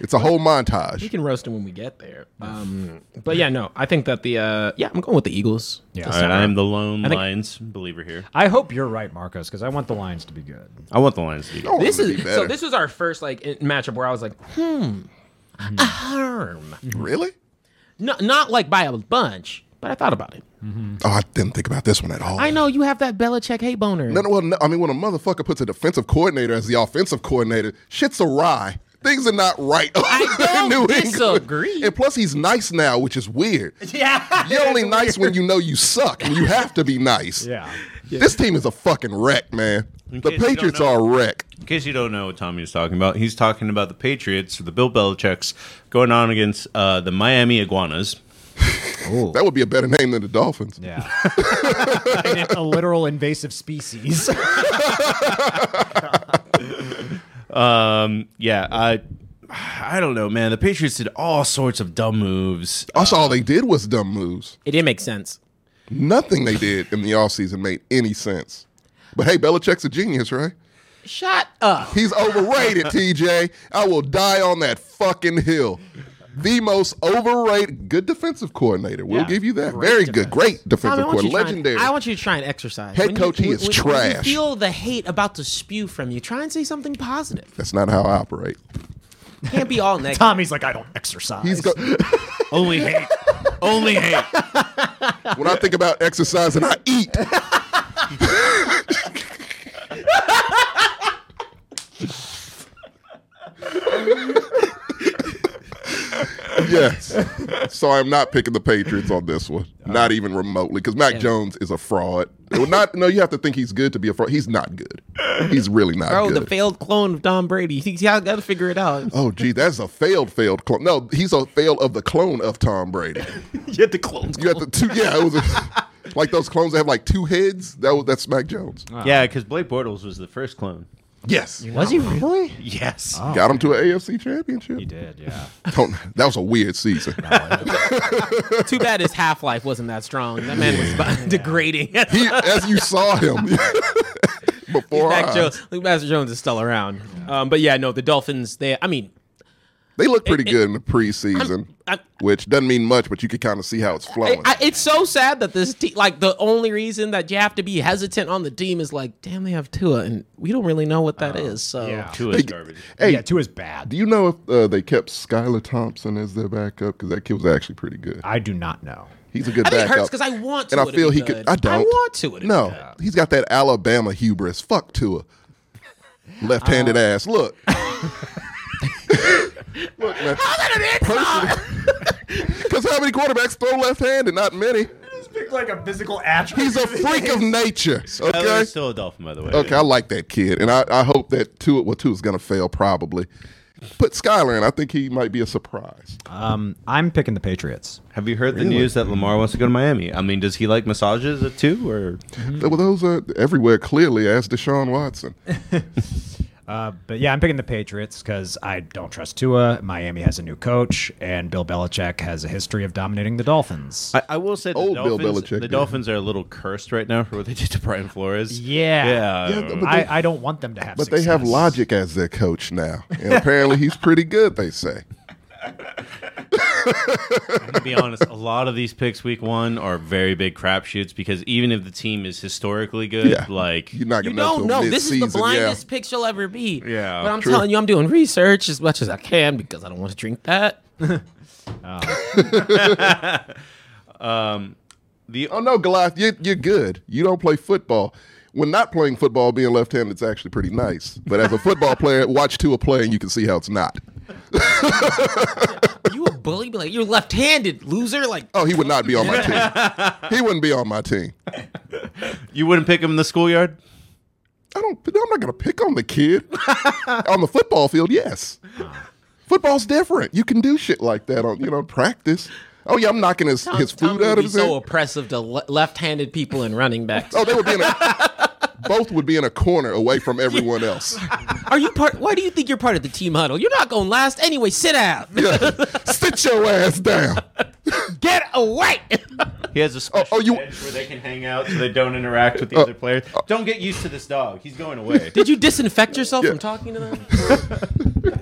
Speaker 4: It's a whole
Speaker 3: We
Speaker 4: montage.
Speaker 3: can roast him when we get there. Um, but yeah, no, I think that the uh, yeah, I'm going with the Eagles.
Speaker 5: Yeah.
Speaker 1: All right, I am the lone
Speaker 3: think-
Speaker 1: Lions believer here.
Speaker 5: I hope you're right, Marcos, because I want the Lions to be good.
Speaker 1: I want the Lions to be
Speaker 4: I want
Speaker 3: This
Speaker 4: him to
Speaker 3: is
Speaker 4: be better.
Speaker 3: so. This was our first like in- matchup where I was like, hmm, a harm.
Speaker 4: really.
Speaker 3: No, not like by a bunch, But I thought about it.
Speaker 4: Oh, I didn't think about this one at all.
Speaker 3: I know you have that Belichick hate boner.
Speaker 4: No, no, well, no, I mean, when a motherfucker puts a defensive coordinator as the offensive coordinator, shit's awry. Things are not right.
Speaker 3: don't disagree.
Speaker 4: And plus, he's nice now, which is weird.
Speaker 3: Yeah.
Speaker 4: You're only nice when you know you suck, and you have to be nice.
Speaker 5: Yeah.
Speaker 4: This team is a fucking wreck, man. The
Speaker 1: case you don't
Speaker 4: Patriots
Speaker 1: know.
Speaker 4: are a wreck.
Speaker 1: In case you don't know what Tommy is talking about, he's talking about the Patriots, the Bill Belichick's, going on against uh, the Miami Iguanas.
Speaker 4: That would be a better name than the Dolphins.
Speaker 5: Yeah. And it's a literal invasive species.
Speaker 1: Um, yeah, I, I don't know, man. The Patriots did all sorts of dumb moves.
Speaker 4: Also, all they did was dumb moves.
Speaker 3: It didn't make sense.
Speaker 4: Nothing they did in the offseason made any sense. But hey, Belichick's a genius, right?
Speaker 3: Shut up.
Speaker 4: He's overrated, TJ. I will die on that fucking hill. The most overrated, good defensive coordinator. We'll give you that. Very good, great defensive
Speaker 3: Tommy, I want
Speaker 4: coordinator.
Speaker 3: you to try and-
Speaker 4: Legendary.
Speaker 3: I want you to try and exercise.
Speaker 4: Head
Speaker 3: When
Speaker 4: coach,
Speaker 3: you,
Speaker 4: he
Speaker 3: when-
Speaker 4: is
Speaker 3: when- when you
Speaker 4: trash.
Speaker 3: feel the hate about to spew from you. Try and say something positive.
Speaker 4: That's not how I operate.
Speaker 3: It can't be all negative.
Speaker 5: Tommy's like, I don't exercise.
Speaker 4: He's go-
Speaker 1: Only hate. Only hate.
Speaker 4: when I think about exercise and I eat. yes. So I'm not picking the Patriots on this one. Not even remotely. Because Mac Jones is a fraud. Well, Not no, you have to think he's good to be a fraud. He's not good. He's really not
Speaker 3: Bro,
Speaker 4: good.
Speaker 3: the failed clone of Tom Brady. You think y'all got to figure it out.
Speaker 4: Oh, gee, that's a failed, failed clone. No, he's a fail of the clone of Tom Brady.
Speaker 3: you had the clones.
Speaker 4: You got the two. Yeah, it was a, like those clones that have like two heads. That was that's Mac Jones.
Speaker 5: Uh,
Speaker 1: Yeah, because Blake Bortles was the first clone.
Speaker 4: Yes,
Speaker 3: Was he really?
Speaker 1: Yes.
Speaker 4: got him to an AFC championship.
Speaker 5: He did, yeah.
Speaker 4: Don't, that was a weird season.
Speaker 3: Too bad his half life wasn't that strong. That man was about degrading.
Speaker 4: he, as you saw him before, our
Speaker 3: Mac
Speaker 4: eyes,
Speaker 3: Jones, Luke Master Jones is still around. Um, but yeah, no, the Dolphins. They, I mean,
Speaker 4: they look pretty good in the preseason,
Speaker 3: I'm-
Speaker 4: which doesn't mean much, but you can kind of see how it's
Speaker 3: I,
Speaker 4: flowing.
Speaker 3: I, it's so sad that this team. Like the only reason that you have to be hesitant on the team is like, damn, they have Tua, and we don't really know what that is. So
Speaker 5: yeah.
Speaker 1: Two is garbage.
Speaker 4: hey,
Speaker 5: yeah, two is bad.
Speaker 4: do you know if uh, they kept Skylar Thompson as their backup? Because that kid was actually pretty good.
Speaker 5: I do not know.
Speaker 4: He's a good
Speaker 3: I think it
Speaker 4: backup.
Speaker 3: hurts because I want
Speaker 4: and
Speaker 3: Tua
Speaker 4: I feel
Speaker 3: to be
Speaker 4: he
Speaker 3: good.
Speaker 4: could. I don't.
Speaker 3: want Tua to.
Speaker 4: No,
Speaker 3: be good.
Speaker 4: he's got that Alabama hubris. Fuck Tua. Left-handed
Speaker 3: Uh,
Speaker 4: ass. Look. Look, man. Because how many quarterbacks throw left-handed? Not many.
Speaker 5: Like a physical attribute.
Speaker 4: He's a freak of nature.
Speaker 1: Tyler
Speaker 4: Okay.
Speaker 1: is still a dolphin, by the way.
Speaker 4: Okay, I like that kid, and I, I hope that Tua. Well, Tua's gonna fail probably. Put Skyler in. I think he might be a surprise.
Speaker 5: Um, I'm picking the Patriots.
Speaker 1: Have you heard the news that Lamar wants to go to Miami? I mean, does he like massages at two or?
Speaker 3: Mm.
Speaker 4: Well, those are everywhere clearly. As Deshaun Watson.
Speaker 5: Uh, but yeah, I'm picking the Patriots because I don't trust Tua. Miami has a new coach, and Bill Belichick has a history of dominating the Dolphins.
Speaker 1: I, I will say the
Speaker 4: Old Bill
Speaker 1: Dolphins.
Speaker 4: Belichick
Speaker 1: the
Speaker 4: did.
Speaker 1: Dolphins are a little cursed right now for what they did to Brian Flores.
Speaker 5: Yeah.
Speaker 1: yeah.
Speaker 4: Yeah, but
Speaker 5: I,
Speaker 4: they-
Speaker 5: I don't want them to have.
Speaker 4: But they have
Speaker 5: success.
Speaker 4: Logic as their coach now, and apparently he's pretty good. They say.
Speaker 1: to be honest, a lot of these picks week one are very big crapshoots because even if the team is historically good,
Speaker 4: Yeah.
Speaker 1: like
Speaker 4: You're not
Speaker 3: You
Speaker 4: gonna
Speaker 3: don't
Speaker 4: know.
Speaker 3: know.
Speaker 4: till
Speaker 3: This is the
Speaker 4: mid-season,
Speaker 3: blindest pitch you'll ever be.
Speaker 1: Yeah,
Speaker 3: But I'm
Speaker 4: true.
Speaker 3: telling you, I'm doing research as much as I can because I don't want to drink that.
Speaker 1: the
Speaker 4: Yeah. Oh no, Goliath, you, you're good. You don't play football. When not playing football, being left-handed is actually pretty nice. But as a football player, watch Tua play, and you can see how it's not.
Speaker 3: you a bully? Be like, you're left-handed, loser. Like,
Speaker 4: Oh, he would not be on my team. He wouldn't be on my team. I
Speaker 1: you wouldn't pick him in the schoolyard.
Speaker 4: don't. I'm not gonna pick on the kid on the football field. Yes, football's different. You can do shit like that on you know practice. Oh yeah, I'm knocking his, his food
Speaker 3: Tom- Tommy
Speaker 4: out
Speaker 3: would
Speaker 4: of
Speaker 3: be
Speaker 4: his
Speaker 3: so
Speaker 4: hand.
Speaker 3: oppressive to le- left-handed people and running backs.
Speaker 4: Oh, they would be in a, both would be in a corner away from everyone else.
Speaker 3: Are you part? Why do you think you're part of the team huddle? You're not going last anyway. Sit down.
Speaker 4: Yeah. Sit your ass down.
Speaker 3: Get away.
Speaker 1: He has a special
Speaker 4: oh, you- Oh,
Speaker 1: bench where they can hang out so they don't interact with the other players. Don't get used to this dog. He's going away.
Speaker 3: Did you disinfect yourself
Speaker 4: Yeah.
Speaker 3: from talking to them?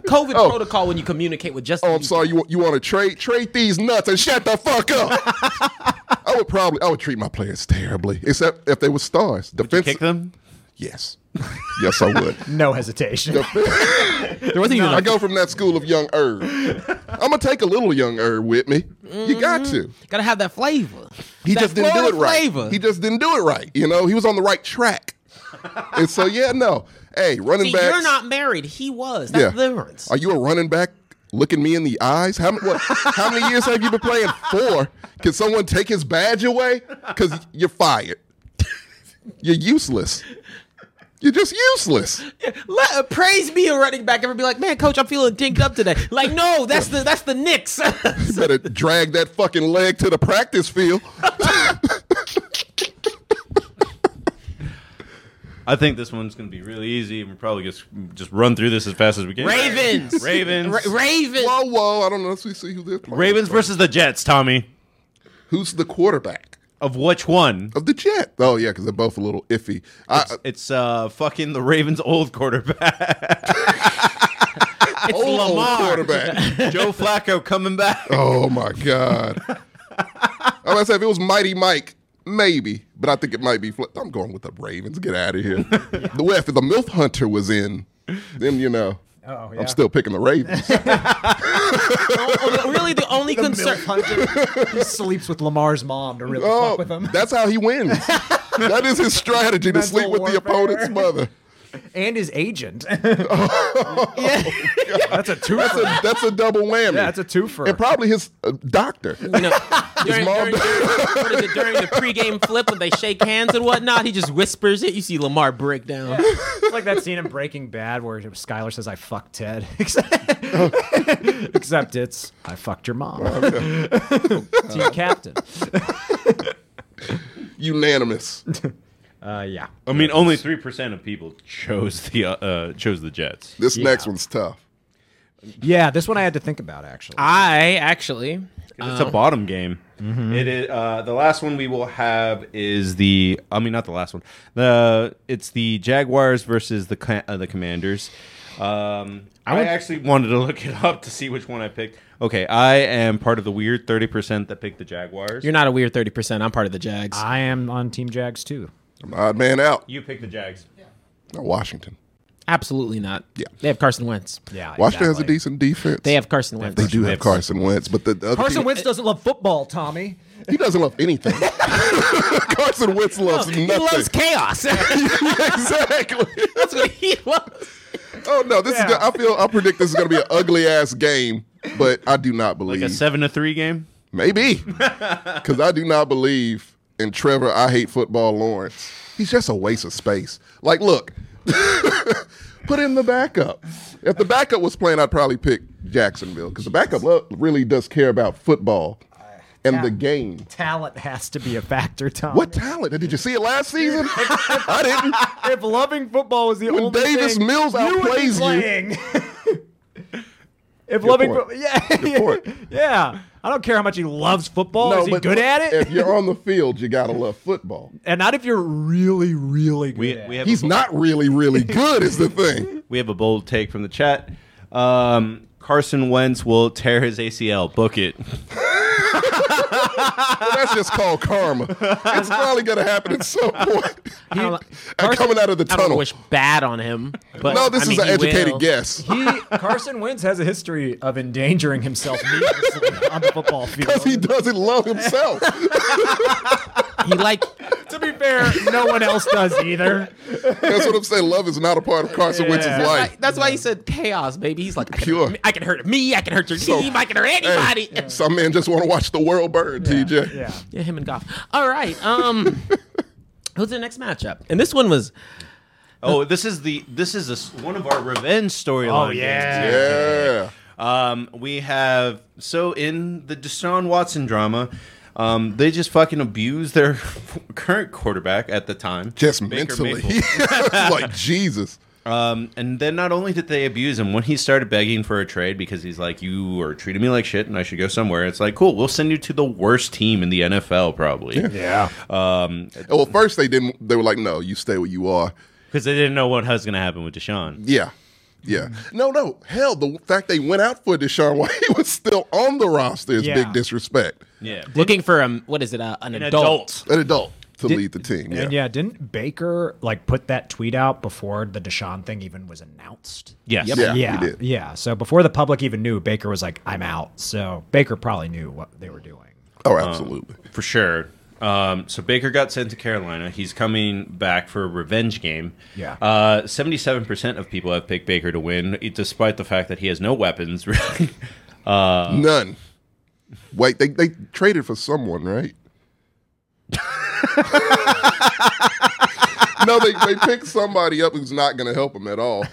Speaker 3: COVID protocol when you communicate with just.
Speaker 4: Oh, I'm sorry. You you want to trade trade these nuts and shut the fuck up. I would probably I would treat my players terribly, except if they were stars.
Speaker 1: Kick
Speaker 4: Defensive.
Speaker 1: them.
Speaker 4: Yes. yes, I would.
Speaker 5: No hesitation.
Speaker 6: The one thing you
Speaker 4: I go from that school of young Herb. I'm gonna take a little young Herb with me. You got to.
Speaker 3: Gotta have that flavor.
Speaker 4: He
Speaker 3: Mm-hmm. That
Speaker 4: just didn't do it
Speaker 3: Florida
Speaker 4: right.
Speaker 3: flavor.
Speaker 4: He just didn't do it right. You know, he was on the right track. and so yeah, no. Hey, running
Speaker 3: See,
Speaker 4: back.
Speaker 3: you're not married. He was. That's the difference.
Speaker 4: Are you a running back? Looking me in the eyes? How many, what, how many years have you been playing for? Can someone take his badge away? Because you're fired. You're useless. You're just useless.
Speaker 3: Let, uh, praise me a running back. Ever be like, man, coach, I'm feeling dinged up today. Like, no, that's the that's the Knicks.
Speaker 4: You better drag that fucking leg to the practice field.
Speaker 1: I think this one's going to be really easy. We'll probably just just run through this as fast as we can.
Speaker 3: Ravens.
Speaker 1: Ravens.
Speaker 3: Ra- Ravens.
Speaker 4: Whoa, whoa! I don't know if we see who they're playing.
Speaker 1: Ravens versus the Jets, Tommy.
Speaker 4: Who's the quarterback
Speaker 1: Of which one?
Speaker 4: of the Jet? Oh yeah, because they're both a little iffy. I,
Speaker 1: It's uh fucking the Ravens old quarterback.
Speaker 4: it's
Speaker 1: Lamar.
Speaker 4: quarterback.
Speaker 1: Joe Flacco coming back.
Speaker 4: Oh my god! I was gonna say if it was Mighty Mike, maybe, but I think it might be. Fl- I'm going with the Ravens. Get out of here. The way if the Milf Hunter was in, then you know.
Speaker 5: Oh, yeah.
Speaker 4: I'm still picking the Ravens.
Speaker 3: Oh, the- really, the only concern.
Speaker 5: he sleeps with Lamar's mom to really fuck
Speaker 4: Oh,
Speaker 5: with him.
Speaker 4: that's how he wins. that is his strategy to
Speaker 5: Mental
Speaker 4: sleep with the
Speaker 5: warfare.
Speaker 4: opponent's mother.
Speaker 5: and his agent.
Speaker 4: Oh, That's a that's a double whammy.
Speaker 5: Yeah, it's a twofer.
Speaker 4: and probably his uh, doctor.
Speaker 3: You know, during,
Speaker 4: mom-
Speaker 3: during, during, what is it, during the pregame flip when they shake hands and whatnot, he just whispers it. You see Lamar break down.
Speaker 5: it's like that scene in Breaking Bad where Skyler says, "I fucked Ted," except it's "I fucked your
Speaker 4: Oh,
Speaker 5: mom." Team captain.
Speaker 4: Unanimous.
Speaker 5: Uh, yeah.
Speaker 1: I mean, only three percent of people chose the uh, uh, chose the Jets.
Speaker 4: This next one's tough.
Speaker 5: Yeah, this one I had to think about actually.
Speaker 3: I actually.
Speaker 1: It's a bottom game. It is uh, the last one we will have is the. I mean, not the last one. The it's the Jaguars verus the Co- uh, the Commanders. Um, I, actually wanted to look it up to see which one I picked. Okay, I am part of the weird thirty percent that picked the Jaguars.
Speaker 3: You're not a weird 30%. I'm part of the Jags.
Speaker 4: Ah.
Speaker 5: I am on Team Jags too.
Speaker 4: I'm an odd man out.
Speaker 1: you picked the Jags.
Speaker 4: No, Washington.
Speaker 3: Absolutely not.
Speaker 4: Yeah.
Speaker 3: They have Carson Wentz.
Speaker 5: Yeah.
Speaker 4: Washington has a
Speaker 5: exactly.
Speaker 4: decent defense.
Speaker 3: They have Carson Wentz.
Speaker 4: They do have Carson Wentz, but the, the other
Speaker 5: Carson
Speaker 4: team-
Speaker 5: Wentz doesn't love football, Tommy.
Speaker 4: he doesn't love anything. Carson Wentz loves nothing.
Speaker 3: He loves chaos. That's
Speaker 4: exactly.
Speaker 3: what he loves.
Speaker 4: Oh no, this is.
Speaker 5: Yeah.
Speaker 4: Gonna, I feel. I predict this is going to be an ugly ass game, but I do not believe.
Speaker 1: Like a seven to three game.
Speaker 4: Maybe. Because I do not believe in Trevor, I hate football Lawrence. He's just a waste of space. Like, look, put in the backup. If the backup was playing, I'd probably pick Jacksonville because the backup lo- really does care about football and the game.
Speaker 5: Talent has to be a factor, Tommy.
Speaker 4: What talent? Did you see it last season? I didn't.
Speaker 5: if loving football was the
Speaker 4: When
Speaker 5: only
Speaker 4: Davis
Speaker 5: thing
Speaker 4: Mills
Speaker 5: you would be
Speaker 4: outplays you-
Speaker 5: playing. if loving
Speaker 4: point.
Speaker 5: football, yeah,
Speaker 4: Good point.
Speaker 5: yeah. I don't care how much he loves football. Oh, Is he
Speaker 4: but
Speaker 5: good at
Speaker 4: If
Speaker 5: it?
Speaker 4: you're on the field, you gotta love football.
Speaker 5: and not if you're really, really good.
Speaker 1: We,
Speaker 5: at
Speaker 1: we
Speaker 5: it.
Speaker 1: have
Speaker 4: He's
Speaker 1: a,
Speaker 4: not really, really good, is the thing.
Speaker 1: we have a bold take from the chat. Um, Carson Wentz will tear his ACL. Book it.
Speaker 4: That's just called karma. It's probably gonna happen at some point.
Speaker 3: I don't,
Speaker 4: And coming out of the
Speaker 3: I don't
Speaker 4: tunnel.
Speaker 3: wish bad on him. But
Speaker 4: no, this
Speaker 3: I mean,
Speaker 4: is an
Speaker 3: he
Speaker 4: educated
Speaker 3: will.
Speaker 4: guess.
Speaker 5: he Carson Wentz has a history of endangering himself needlessly on the football field.
Speaker 4: Because he doesn't love himself.
Speaker 3: He like
Speaker 5: to be fair, no one else does either.
Speaker 4: That's what I'm saying. Love is not a part of Carson Wentz's
Speaker 3: that's why,
Speaker 4: life.
Speaker 3: that's why he said chaos, baby. He's like I can,
Speaker 4: Pure.
Speaker 3: I can hurt me, I can hurt your team, I can hurt anybody. Yeah.
Speaker 4: Some men just want to watch the world burn, TJ.
Speaker 5: Yeah.
Speaker 3: him and Goff. All right. Um, who's the next matchup? And this one was
Speaker 1: Oh, this is the this is a s one of our revenge storylines.
Speaker 5: Oh yeah.
Speaker 4: Yeah.
Speaker 1: Um, we have so in the Deshaun Watson drama, um, they just fucking abused their current quarterback at the time,
Speaker 4: Just
Speaker 1: Baker
Speaker 4: mentally.
Speaker 1: Mayfield.
Speaker 4: It's like, Jesus.
Speaker 1: Um, and then not only did they abuse him when he started begging for a trade because he's like, "You are treating me like shit, and I should go somewhere." It's like, cool, we'll send you to the worst team in the NFL, probably.
Speaker 5: Yeah.
Speaker 1: Um,
Speaker 4: Well, first they didn't. They were like, no, you stay where you are.
Speaker 1: because they didn't know what was going to happen with Deshaun.
Speaker 4: Yeah. Yeah. No, no. Hell, the fact they went out for Deshaun while he was still on the roster is
Speaker 5: Yeah.
Speaker 4: big disrespect.
Speaker 1: Yeah.
Speaker 3: looking for um, what is it? Uh, an,
Speaker 1: An
Speaker 3: adult.
Speaker 1: adult.
Speaker 4: An adult. to lead the team. Yeah.
Speaker 5: And yeah, didn't Baker like put that tweet out before the Deshaun thing even was announced?
Speaker 1: Yes.
Speaker 4: Yeah, he
Speaker 5: yeah,
Speaker 4: did.
Speaker 5: yeah. So before the public even knew, Baker was like, "I'm out." So Baker probably knew what they were doing.
Speaker 4: Oh, absolutely.
Speaker 1: for sure. Um, so Baker got sent to Carolina. He's coming back for a revenge game.
Speaker 5: Yeah.
Speaker 1: Uh, Seventy-seven percent of people have picked Baker to win, despite the fact that he has no weapons. Really.
Speaker 4: None. Wait, they they traded for someone, right? no, they, they picked somebody up who's not going to help them at all.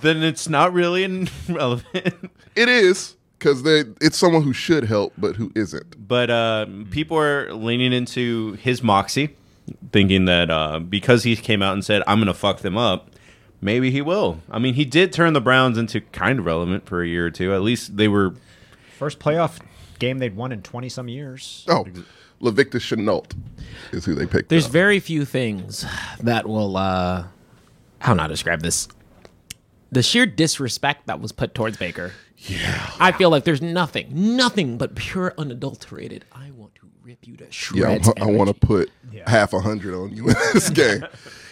Speaker 1: then it's not really relevant.
Speaker 4: It is because they it's someone who should help but who isn't.
Speaker 1: But uh, people are leaning into his moxie, thinking that uh, because he came out and said, "I'm going to fuck them up," maybe he will. I mean, he did turn the Browns into kind of relevant for a year or two. At least they were
Speaker 5: First playoff game they'd won in twenty some years.
Speaker 4: Oh, Levictus Chenault is who they picked.
Speaker 3: There's
Speaker 4: up.
Speaker 3: very few things that will uh how not describe this. The sheer disrespect that was put towards Baker. Yeah. I feel like there's nothing, nothing but pure unadulterated. I want to rip you to
Speaker 4: Yeah, I
Speaker 3: shreds.
Speaker 4: wa- I, want to put half a hundred on you in this game.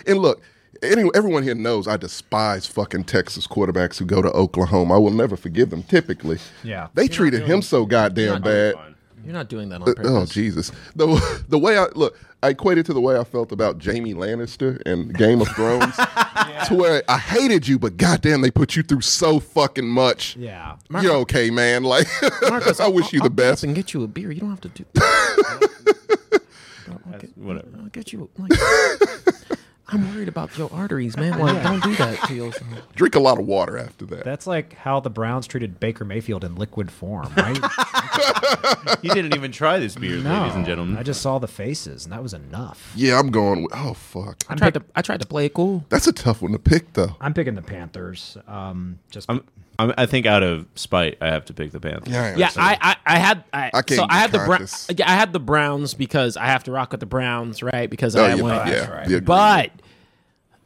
Speaker 4: and look, any, everyone here knows I despise fucking Texas quarterbacks who go to Oklahoma. I will never forgive them. Typically,
Speaker 5: Yeah.
Speaker 4: they treated him so goddamn bad. Uh,
Speaker 3: You're not doing that on purpose.
Speaker 4: Oh Jesus! The the way I look, I equated to the way I felt about Jamie Lannister and Game of Thrones, to where I hated you, but goddamn, they put you through so fucking much.
Speaker 5: Yeah.
Speaker 4: You're okay, man. Like, I wish you the best.
Speaker 3: And get you a beer. You don't have to do. I'll get,
Speaker 1: whatever.
Speaker 3: I'll get you. Like, I'm worried about your arteries, man. Like, don't do that to yourself.
Speaker 4: Drink a lot of water after that.
Speaker 5: That's like how the Browns treated Baker Mayfield in liquid form, right?
Speaker 1: he didn't even try this beer, ladies and gentlemen.
Speaker 5: I just saw the faces, and that was enough.
Speaker 4: yeah, I'm going. With, oh fuck,
Speaker 3: I tried to. I tried to play it cool.
Speaker 4: that's a tough one to pick though.
Speaker 5: I'm picking the Panthers. Um, just
Speaker 1: I'm, I'm, I think out of spite, I have to pick the Panthers.
Speaker 4: Yeah, I
Speaker 3: Yeah,
Speaker 4: understand.
Speaker 3: I, I, I had I,
Speaker 4: I can't
Speaker 3: so
Speaker 4: get
Speaker 3: I had the
Speaker 4: conscious.
Speaker 3: Brown- yeah, I had the Browns because I have to rock with the Browns, right? Because
Speaker 4: Oh,
Speaker 3: I
Speaker 4: yeah,
Speaker 3: won.
Speaker 4: yeah, yeah, agree.
Speaker 3: But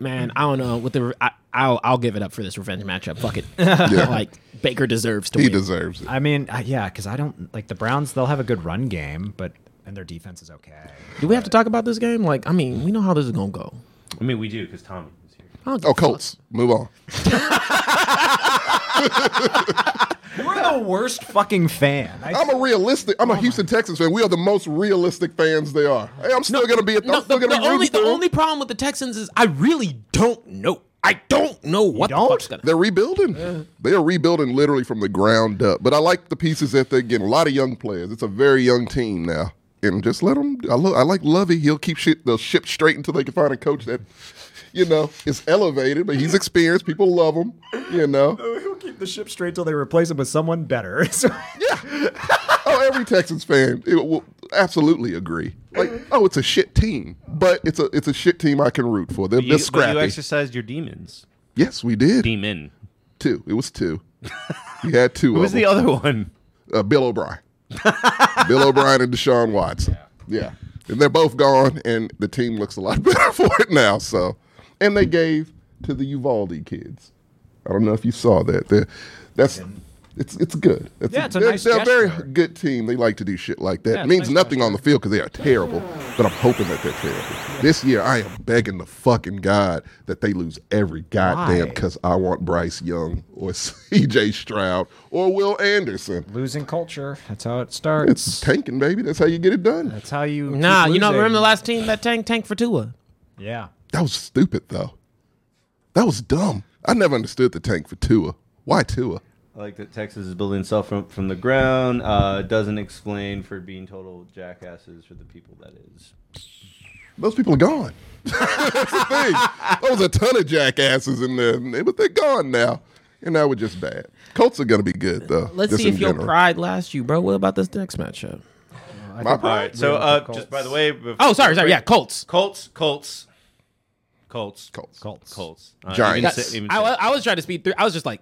Speaker 3: man, I don't know. With the I, I'll I'll give it up for this revenge matchup. Fuck it. like Baker deserves to
Speaker 4: he
Speaker 3: win.
Speaker 4: deserves it.
Speaker 5: I mean, I, yeah, because I don't like the Browns. They'll have a good run game, but and their defense is okay.
Speaker 3: Do we have to talk about this game? Like, I mean, we know how this is gonna go.
Speaker 1: I mean, we do because Tommy is here.
Speaker 3: I don't give
Speaker 4: Oh,
Speaker 3: a fuck.
Speaker 4: Colts, move on.
Speaker 5: We're the worst fucking fan. I,
Speaker 4: I'm a realistic. I'm a Houston Texans fan. We are the most realistic fans they are. Hey, I'm still gonna be. I'm
Speaker 3: No,
Speaker 4: still
Speaker 3: the,
Speaker 4: gonna be rooting
Speaker 3: the only the
Speaker 4: for 'em.
Speaker 3: only problem with the Texans is I really don't know. I don't know what the
Speaker 5: don't?
Speaker 3: fuck's gonna.
Speaker 4: They're rebuilding. They are rebuilding literally from the ground up. But I like the pieces that they're getting. A lot of young players. It's a very young team now. And just let them. I, lo- I like Lovey. He'll keep shit the ship straight until they can find a coach that, you know, is elevated. But he's experienced. People love him. You know.
Speaker 5: we'll keep the ship straight till they replace him with someone better. So-
Speaker 4: Oh, every Texans fan it will absolutely agree. Like, oh, it's a shit team, but it's a it's a shit team I can root for. They're,
Speaker 1: You,
Speaker 4: they're
Speaker 1: but
Speaker 4: scrappy.
Speaker 1: you exercised your demons.
Speaker 4: yes, we did.
Speaker 1: Demon.
Speaker 4: Two. It was two. We had two.
Speaker 1: Who was
Speaker 4: of 'em.
Speaker 1: the other one?
Speaker 4: uh, Bill O'Brien. Bill O'Brien and Deshaun Watson. Yeah. And they're both gone, and the team looks a lot better for it now. So, and they gave to the Uvalde kids. I don't know if you saw that. They're, that's it's it's good. That's
Speaker 5: Yeah, it's a
Speaker 4: they're,
Speaker 5: nice
Speaker 4: they're a very
Speaker 5: gesture.
Speaker 4: good team. They like to do shit like that.
Speaker 5: Yeah,
Speaker 4: it
Speaker 5: it's
Speaker 4: means
Speaker 5: a nice
Speaker 4: nothing on the field because they are terrible, but I'm hoping that they're terrible. This year, I am begging the fucking god that they lose every goddamn
Speaker 5: Why?
Speaker 4: because I want Bryce Young or C.J. Stroud or Will Anderson.
Speaker 5: Losing culture. That's how it
Speaker 4: It's
Speaker 5: starts.
Speaker 4: tanking, baby. That's how you get it done.
Speaker 5: That's how you.
Speaker 3: Nah,
Speaker 5: keep
Speaker 3: you know,
Speaker 5: losing.
Speaker 3: remember the last team that tank tank for Tua?
Speaker 5: Yeah.
Speaker 4: That was stupid, though. That was dumb. I never understood the tank for Tua. Why Tua?
Speaker 1: I like that Texas is building itself from, from the ground. Uh, doesn't explain for being total jackasses for the people that is.
Speaker 4: Those people are gone. That's the thing. That was a ton of jackasses in there, but they're gone now. And now we're just bad. Colts are going to be good, though.
Speaker 3: Let's
Speaker 4: just
Speaker 3: see
Speaker 4: in
Speaker 3: if your
Speaker 4: general.
Speaker 3: pride lasts you, bro. What about this next matchup?
Speaker 4: My
Speaker 1: All
Speaker 4: pride.
Speaker 1: right. So, uh, just by the way. bef-
Speaker 3: Oh, sorry, sorry. Yeah, Colts.
Speaker 1: Colts, Colts, Colts,
Speaker 4: Colts.
Speaker 5: Colts.
Speaker 1: Colts. Uh,
Speaker 4: Giants.
Speaker 1: even sa- even sa-
Speaker 3: I, I was trying to speed through. I was just like,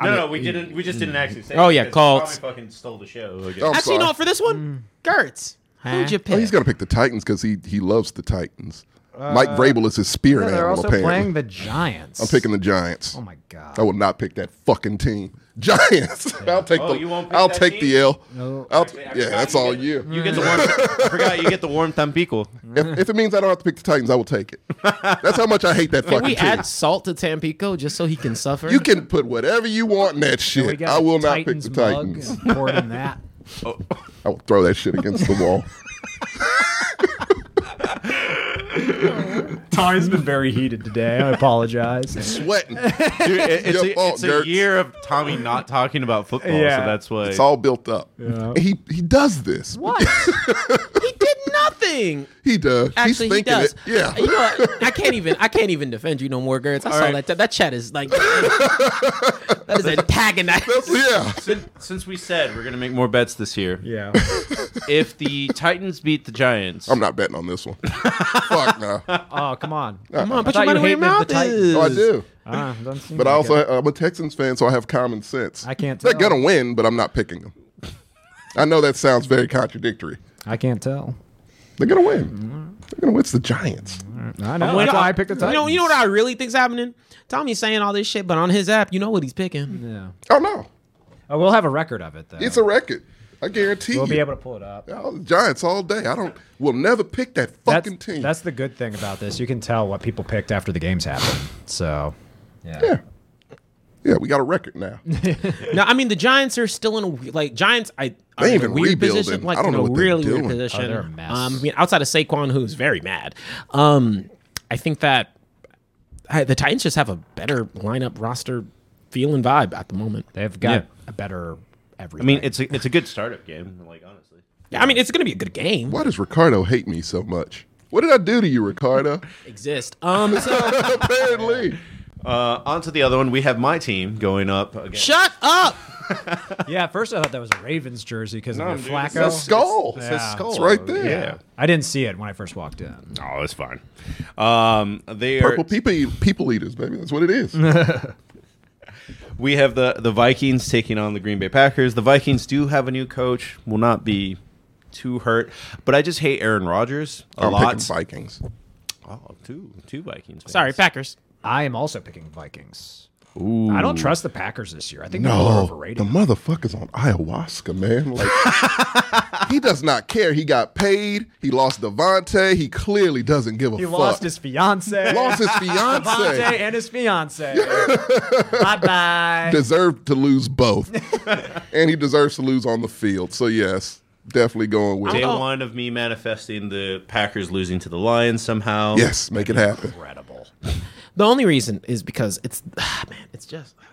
Speaker 1: no, no, we didn't. We just didn't actually say.
Speaker 3: Oh,
Speaker 1: it
Speaker 3: yeah,
Speaker 1: because
Speaker 3: Colts.
Speaker 1: Tommy fucking stole the show. again.
Speaker 4: Oh, I'm
Speaker 3: actually,
Speaker 4: sorry. Hmm.
Speaker 3: no, for this one, Gertz. Who'd you
Speaker 4: Oh, he's
Speaker 3: pick?
Speaker 4: going to pick the Titans because he, he loves the Titans. Mike Vrabel is his spirit
Speaker 5: Yeah, they're
Speaker 4: animal.
Speaker 5: also
Speaker 4: Apparently,
Speaker 5: playing the Giants.
Speaker 4: I'm taking the Giants.
Speaker 5: Oh my god.
Speaker 4: I will not pick that fucking team. Giants. I'll take
Speaker 1: Oh,
Speaker 4: the.
Speaker 1: you won't pick
Speaker 4: I'll
Speaker 1: that
Speaker 4: take the
Speaker 1: team?
Speaker 4: L.
Speaker 5: No.
Speaker 4: I'll t- yeah, that's all you.
Speaker 1: You get the warm. I forgot you get the warm Tampico.
Speaker 4: If, if it means I don't have to pick the Titans, I will take it. That's how much I hate that
Speaker 3: Can
Speaker 4: fucking
Speaker 3: we
Speaker 4: team.
Speaker 3: add salt to Tampico just so he can suffer?
Speaker 4: You can put whatever you want in that
Speaker 5: We
Speaker 4: shit.
Speaker 5: got
Speaker 4: I will
Speaker 5: the
Speaker 4: not
Speaker 5: Titans
Speaker 4: pick the
Speaker 5: mug
Speaker 4: Titans.
Speaker 5: and pour it in that.
Speaker 4: I will throw that shit against the wall.
Speaker 5: Ty's been very heated today. I apologize.
Speaker 4: Sweating.
Speaker 1: Dude, it- it's
Speaker 4: Your
Speaker 1: a,
Speaker 4: fault,
Speaker 1: it's a
Speaker 4: Gertz.
Speaker 1: year of Tommy not talking about football,
Speaker 5: Yeah.
Speaker 1: so that's why.
Speaker 4: It's all built up.
Speaker 5: Yeah.
Speaker 4: He he does this.
Speaker 3: What? he did nothing.
Speaker 4: He does.
Speaker 3: Actually,
Speaker 4: He's
Speaker 3: he
Speaker 4: thinking
Speaker 3: does. Uh,
Speaker 4: it. Yeah.
Speaker 3: You know what? I can't even. I can't even defend you no more, Gertz. I saw
Speaker 1: right.
Speaker 3: that. That chat is like. that is antagonizing.
Speaker 4: yeah.
Speaker 1: Sin- Since we said we're gonna make more bets this year,
Speaker 5: yeah.
Speaker 1: if the Titans beat the Giants,
Speaker 4: I'm not betting on this one. Fuck no.
Speaker 5: Oh come on.
Speaker 4: Uh,
Speaker 3: Come on, put
Speaker 5: thought
Speaker 3: your money
Speaker 5: you
Speaker 3: where your
Speaker 5: hated the
Speaker 3: mouth is.
Speaker 5: Titans.
Speaker 4: Oh, I do.
Speaker 5: Ah, doesn't seem
Speaker 4: But I
Speaker 5: like
Speaker 4: also
Speaker 5: it.
Speaker 4: I'm a Texans fan, so I have common sense.
Speaker 5: I can't
Speaker 4: They're
Speaker 5: tell.
Speaker 4: gonna win, but I'm not picking them. I know that sounds very contradictory.
Speaker 5: I can't tell.
Speaker 4: They're gonna win. They're gonna win. It's the Giants.
Speaker 5: I
Speaker 4: Oh,
Speaker 5: know.
Speaker 3: You
Speaker 5: That's
Speaker 3: know-
Speaker 5: why I picked the Titans.
Speaker 3: You know, you know what I really think's happening? Tommy's saying all this shit, but on his app, you know what he's picking.
Speaker 5: Yeah.
Speaker 4: Oh no,
Speaker 5: Oh, we'll have a record of it though.
Speaker 4: it's a record. I guarantee
Speaker 5: we'll
Speaker 4: you.
Speaker 5: be able to pull it up.
Speaker 4: Oh, Giants all day. I don't. We'll never pick that
Speaker 5: That's,
Speaker 4: fucking team.
Speaker 5: that's the good thing about this. You can tell what people picked after the games happened. So, yeah.
Speaker 4: yeah. Yeah, we got a record now.
Speaker 3: No, I mean the Giants are still in a we- like Giants. I are
Speaker 4: They
Speaker 3: in a
Speaker 4: even
Speaker 3: weird
Speaker 4: rebuilding.
Speaker 3: position. Like
Speaker 4: I don't
Speaker 3: in
Speaker 4: know
Speaker 3: a
Speaker 4: what they're
Speaker 3: really weird
Speaker 4: doing.
Speaker 3: position.
Speaker 5: Oh, they're a mess.
Speaker 3: Um, I mean, outside of Saquon, who's very mad. Um, I think that I, the Titans just have a better lineup, roster, feel, and vibe at the moment.
Speaker 5: They've got
Speaker 1: Yeah.
Speaker 5: a better
Speaker 1: I
Speaker 5: everything.
Speaker 1: mean it's a it's a good startup game. Like honestly,
Speaker 3: I mean, it's going to be a good game.
Speaker 4: Why does Ricardo hate me so much? What did I do to you, Ricardo?
Speaker 3: Exist. Um, so
Speaker 4: Apparently,
Speaker 1: uh, on to the other one. We have my team going up against
Speaker 3: shut up.
Speaker 5: yeah, at first I thought that was a Ravens jersey because of
Speaker 1: dude,
Speaker 5: the
Speaker 1: it's
Speaker 5: Flacco.
Speaker 4: a skull.
Speaker 1: It
Speaker 4: It's,
Speaker 1: says
Speaker 5: Yeah.
Speaker 1: skull.
Speaker 5: It's
Speaker 4: right there.
Speaker 1: Yeah.
Speaker 5: I didn't see it when I first walked in.
Speaker 1: Oh, it's fine. Um, they are.
Speaker 4: Purple people, people eaters, baby. That's what it is.
Speaker 1: We have the the Vikings taking on the Green Bay Packers. The Vikings do have a new coach. Will not be too hurt, but I just hate Aaron Rodgers a
Speaker 4: I'm
Speaker 1: lot.
Speaker 4: picking Vikings.
Speaker 1: Oh, two two Vikings. fans.
Speaker 3: Sorry, Packers.
Speaker 5: I am also picking Vikings.
Speaker 1: Ooh.
Speaker 5: I don't trust the Packers this year. I think they're
Speaker 4: No, the
Speaker 5: overrated.
Speaker 4: motherfucker's on ayahuasca, man. Like, he does not care. He got paid. He lost Devontae. He clearly doesn't give a
Speaker 5: He
Speaker 4: fuck.
Speaker 5: lost his fiance.
Speaker 4: lost his
Speaker 5: Devontae
Speaker 4: fiance.
Speaker 5: and his fiance. bye bye.
Speaker 4: deserved to lose both, and he deserves to lose on the field. So yes, definitely going with
Speaker 1: Day
Speaker 4: it.
Speaker 3: Oh.
Speaker 1: one of me manifesting the Packers losing to the Lions somehow.
Speaker 4: Yes, make it happen.
Speaker 5: Incredible.
Speaker 3: The only reason is because it's man, it's just I-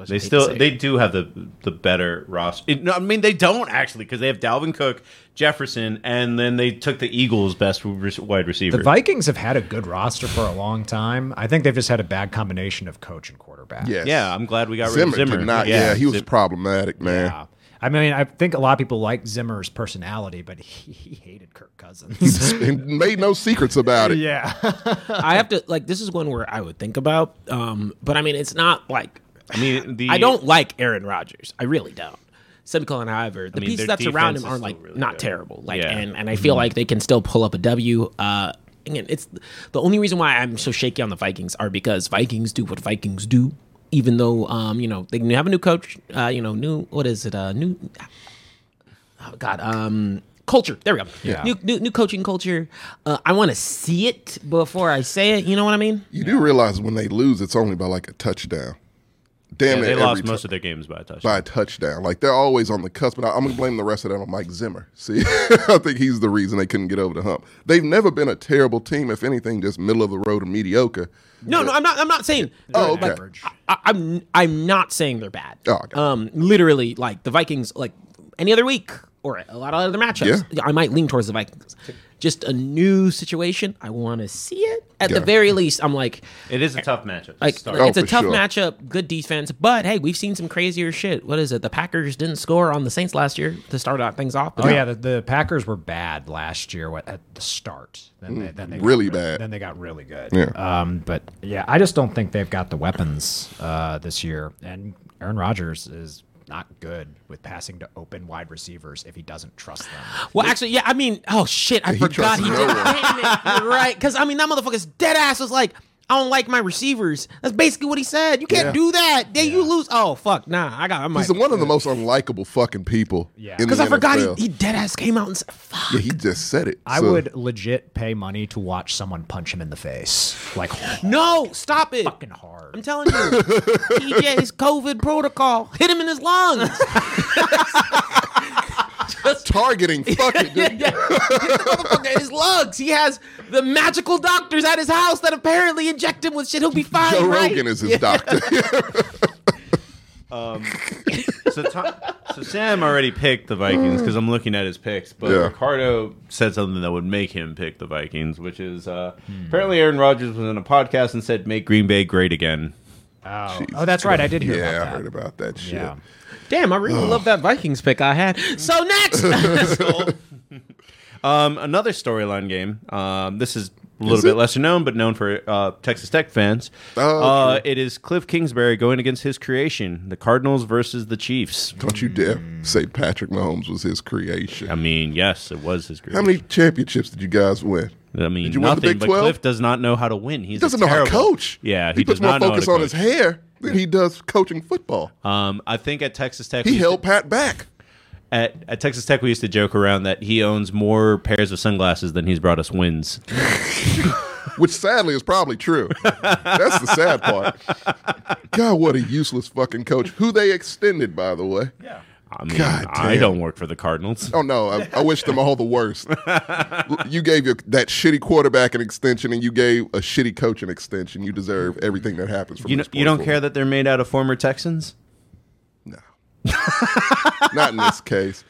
Speaker 3: I
Speaker 1: They still they do have the the better roster. It- no, I mean they don't actually because they have Dalvin Cook, Jefferson, and then they took the Eagles' best re- wide receiver.
Speaker 5: The Vikings have had a good roster for a long time. I think they've just had a bad combination of coach and quarterback.
Speaker 4: Yes.
Speaker 1: yeah, I'm glad we got
Speaker 4: Zimmer,
Speaker 1: rid of Zimmer.
Speaker 4: did not. Yeah, he was
Speaker 1: Zim-
Speaker 4: problematic, man.
Speaker 5: Yeah. I mean, I think a lot of people like Zimmer's personality, but he, he hated Kirk Cousins.
Speaker 4: and made no secrets about it.
Speaker 5: yeah.
Speaker 3: I have to like this is one where I would think about. Um, but I mean, it's not like
Speaker 1: I mean, the,
Speaker 3: I don't like Aaron Rodgers. I really don't. Semicolon, however, the
Speaker 1: mean,
Speaker 3: pieces
Speaker 1: their
Speaker 3: that surround
Speaker 1: defense
Speaker 3: him
Speaker 1: is still
Speaker 3: are like
Speaker 1: really
Speaker 3: not
Speaker 1: good.
Speaker 3: terrible. Like,
Speaker 1: Yeah. Mm-hmm.
Speaker 3: and and I feel like they can still pull up a W. Uh, again, it's the only reason why I'm so shaky on the Vikings are because Vikings do what Vikings do. Even though, um, you know, they can have a new coach. Uh, you know, new what is it? Uh, new oh god um culture there we go new, new new coaching culture uh, i want to see it before i say it you know what i mean
Speaker 4: You do realize when they lose, it's only by like a touchdown.
Speaker 1: Yeah,
Speaker 4: Damn it,
Speaker 1: they
Speaker 4: every
Speaker 1: lost
Speaker 4: ti-
Speaker 1: most of their games by a touchdown.
Speaker 4: by a touchdown. Like they're always on the cusp. But I, I'm gonna blame the rest of that on Mike Zimmer. See, I think he's the reason they couldn't get over the hump. They've never been a terrible team. If anything, just middle of the road and mediocre.
Speaker 3: no no i'm not i'm not saying
Speaker 4: Oh, okay.
Speaker 5: Average.
Speaker 3: I, i'm i'm not saying they're bad
Speaker 4: Oh, okay.
Speaker 3: um literally like the vikings like any other week or a lot of other matchups i might lean towards the vikings just a new situation i want to see it at the
Speaker 4: Yeah.
Speaker 3: very least i'm like
Speaker 1: it is a tough matchup. to
Speaker 3: Like
Speaker 1: start.
Speaker 4: Oh,
Speaker 3: it's a
Speaker 4: for
Speaker 3: tough
Speaker 4: sure.
Speaker 3: matchup, good defense, but hey, we've seen some crazier shit. What is it? The Packers didn't score on the Saints last year to start out things off.
Speaker 5: Oh yeah, the, the Packers were bad last year wa- at the start. Then they, then they got
Speaker 4: Mm, really
Speaker 5: re-
Speaker 4: bad.
Speaker 5: Then they got really good.
Speaker 4: Yeah.
Speaker 5: Um, but yeah, I just don't think they've got the weapons uh, this year. And Aaron Rodgers is not good with passing to open wide receivers if he doesn't trust them.
Speaker 3: Well, actually, yeah. I mean, oh shit, I forgot
Speaker 4: trusts
Speaker 3: he did.
Speaker 4: no
Speaker 3: Damn
Speaker 4: one.
Speaker 3: it, you're right? Because I mean, that motherfucker's dead ass was like, I don't like my receivers. That's basically what he said. You can't
Speaker 4: Yeah.
Speaker 3: do that. Then you lose. Oh fuck, nah. I got. I might.
Speaker 4: He's one of the most unlikable fucking people.
Speaker 5: Yeah.
Speaker 4: in the
Speaker 3: Because I forgot
Speaker 4: NFL.
Speaker 3: he, he dead ass came out and said, fuck.
Speaker 4: yeah, he just said it.
Speaker 5: I
Speaker 4: so-
Speaker 5: would legit pay money to watch someone punch him in the face, like
Speaker 3: No, stop it.
Speaker 5: fucking hard.
Speaker 3: I'm telling you, DJ's COVID protocol hit him in his lungs.
Speaker 4: targeting fucking
Speaker 3: yeah,
Speaker 4: dude.
Speaker 3: yeah. Hit the motherfucker in his lungs. He has the magical doctors at his house that apparently inject him with shit. He'll be fine.
Speaker 4: Joe
Speaker 3: right?
Speaker 4: Rogan is his doctor.
Speaker 1: So, Tom, so Sam already picked the Vikings because I'm looking at his picks, but
Speaker 4: Yeah.
Speaker 1: Ricardo said something that would make him pick the Vikings, which is uh, apparently Aaron Rodgers was in a podcast and said, "Make Green Bay great again."
Speaker 5: Oh, oh, that's right. I did hear
Speaker 4: yeah, I
Speaker 5: about
Speaker 4: heard
Speaker 5: that.
Speaker 4: about that shit.
Speaker 5: Yeah.
Speaker 3: Damn, I really love that Vikings pick I had. So next,
Speaker 1: Um, another storyline game. Um, this is a little
Speaker 4: Is
Speaker 1: bit
Speaker 4: it?
Speaker 1: lesser known, but known for uh, Texas Tech fans.
Speaker 4: Oh,
Speaker 1: uh, it is Cliff Kingsbury going against his creation, the Cardinals versus the Chiefs.
Speaker 4: Don't you dare say Patrick Mahomes was his creation.
Speaker 1: I mean, yes, it was his
Speaker 4: How
Speaker 1: creation.
Speaker 4: many championships did you guys win?
Speaker 1: I mean,
Speaker 4: Did you win the
Speaker 1: nothing.
Speaker 4: Big
Speaker 1: but
Speaker 4: 12?
Speaker 1: Cliff does not know how to win. He's
Speaker 4: He doesn't
Speaker 1: a
Speaker 4: know how to
Speaker 1: terrible-
Speaker 4: coach.
Speaker 1: Yeah,
Speaker 4: he,
Speaker 1: he,
Speaker 4: puts
Speaker 1: does
Speaker 4: more
Speaker 1: not know how
Speaker 4: focus
Speaker 1: to
Speaker 4: on
Speaker 1: coach.
Speaker 4: his hair than he does coaching football.
Speaker 1: Um, I think at Texas Tech,
Speaker 4: He
Speaker 1: we used
Speaker 4: held
Speaker 1: to-
Speaker 4: Pat back.
Speaker 1: at, at Texas Tech, we used to joke around that he owns more pairs of sunglasses than he's brought us wins.
Speaker 4: which sadly is probably true. That's the sad part. God, what a useless fucking coach. Who they extended, by the way.
Speaker 1: I mean,
Speaker 4: God
Speaker 1: I
Speaker 4: damn.
Speaker 1: don't work for the Cardinals.
Speaker 4: Oh no, I, I wish them all the worst. you gave your, that shitty quarterback an extension, and you gave a shitty coach an extension. You deserve everything that happens. From
Speaker 1: you know,
Speaker 4: this
Speaker 1: you
Speaker 4: point
Speaker 1: don't care
Speaker 4: forward.
Speaker 1: that they're made out of former Texans.
Speaker 4: Not in this case.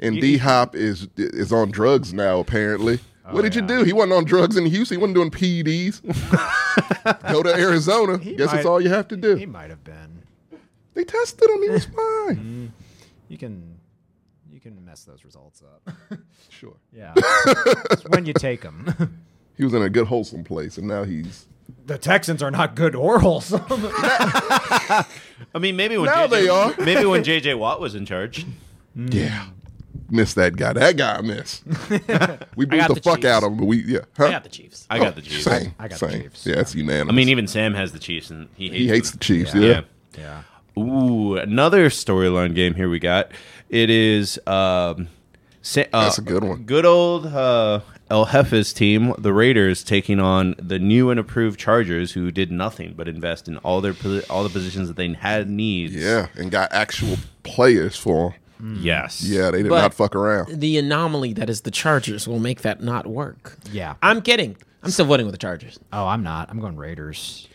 Speaker 4: And D Hop is is on drugs now. Apparently, what did you do? He wasn't on drugs in Houston. He wasn't doing PEDs. Go to Arizona. Guess
Speaker 5: might-
Speaker 4: that's all you have to do.
Speaker 5: He might have been.
Speaker 4: they tested him. He was fine.
Speaker 5: You can, you can mess those results up.
Speaker 4: Sure.
Speaker 5: Yeah, it's when you take them.
Speaker 4: He was in a good wholesome place, and now he's
Speaker 5: The Texans are not good or wholesome.
Speaker 1: I mean, maybe when
Speaker 4: Now
Speaker 1: JJ,
Speaker 4: they are.
Speaker 1: maybe when JJ Watt was in charge.
Speaker 4: yeah. Miss that guy. That guy I miss. we beat
Speaker 3: got
Speaker 4: the,
Speaker 3: the
Speaker 4: fuck
Speaker 3: Chiefs.
Speaker 4: out of him, but we yeah. Huh? Oh,
Speaker 3: I got the Chiefs.
Speaker 1: I got the Chiefs.
Speaker 4: Same.
Speaker 5: I got the
Speaker 4: same.
Speaker 5: Chiefs.
Speaker 4: Yeah, that's unanimous.
Speaker 1: I mean, even Sam has the Chiefs, and he hates
Speaker 4: he hates the
Speaker 1: them.
Speaker 4: Chiefs. Yeah.
Speaker 1: Yeah.
Speaker 5: yeah.
Speaker 1: Ooh, another storyline game here we got. It is um, Sa- uh,
Speaker 4: That's a good one.
Speaker 1: Good old uh, El Jefe's team, the Raiders, taking on the new and approved Chargers, who did nothing but invest in all their po- all the positions that they had needs.
Speaker 4: Yeah, and got actual players for him.
Speaker 1: Yes.
Speaker 4: Yeah, they did
Speaker 3: But-
Speaker 4: not fuck around.
Speaker 3: The anomaly that is the Chargers will make that not work.
Speaker 5: Yeah.
Speaker 3: I'm kidding. I'm still voting with the Chargers.
Speaker 5: Oh, I'm not. I'm going Raiders.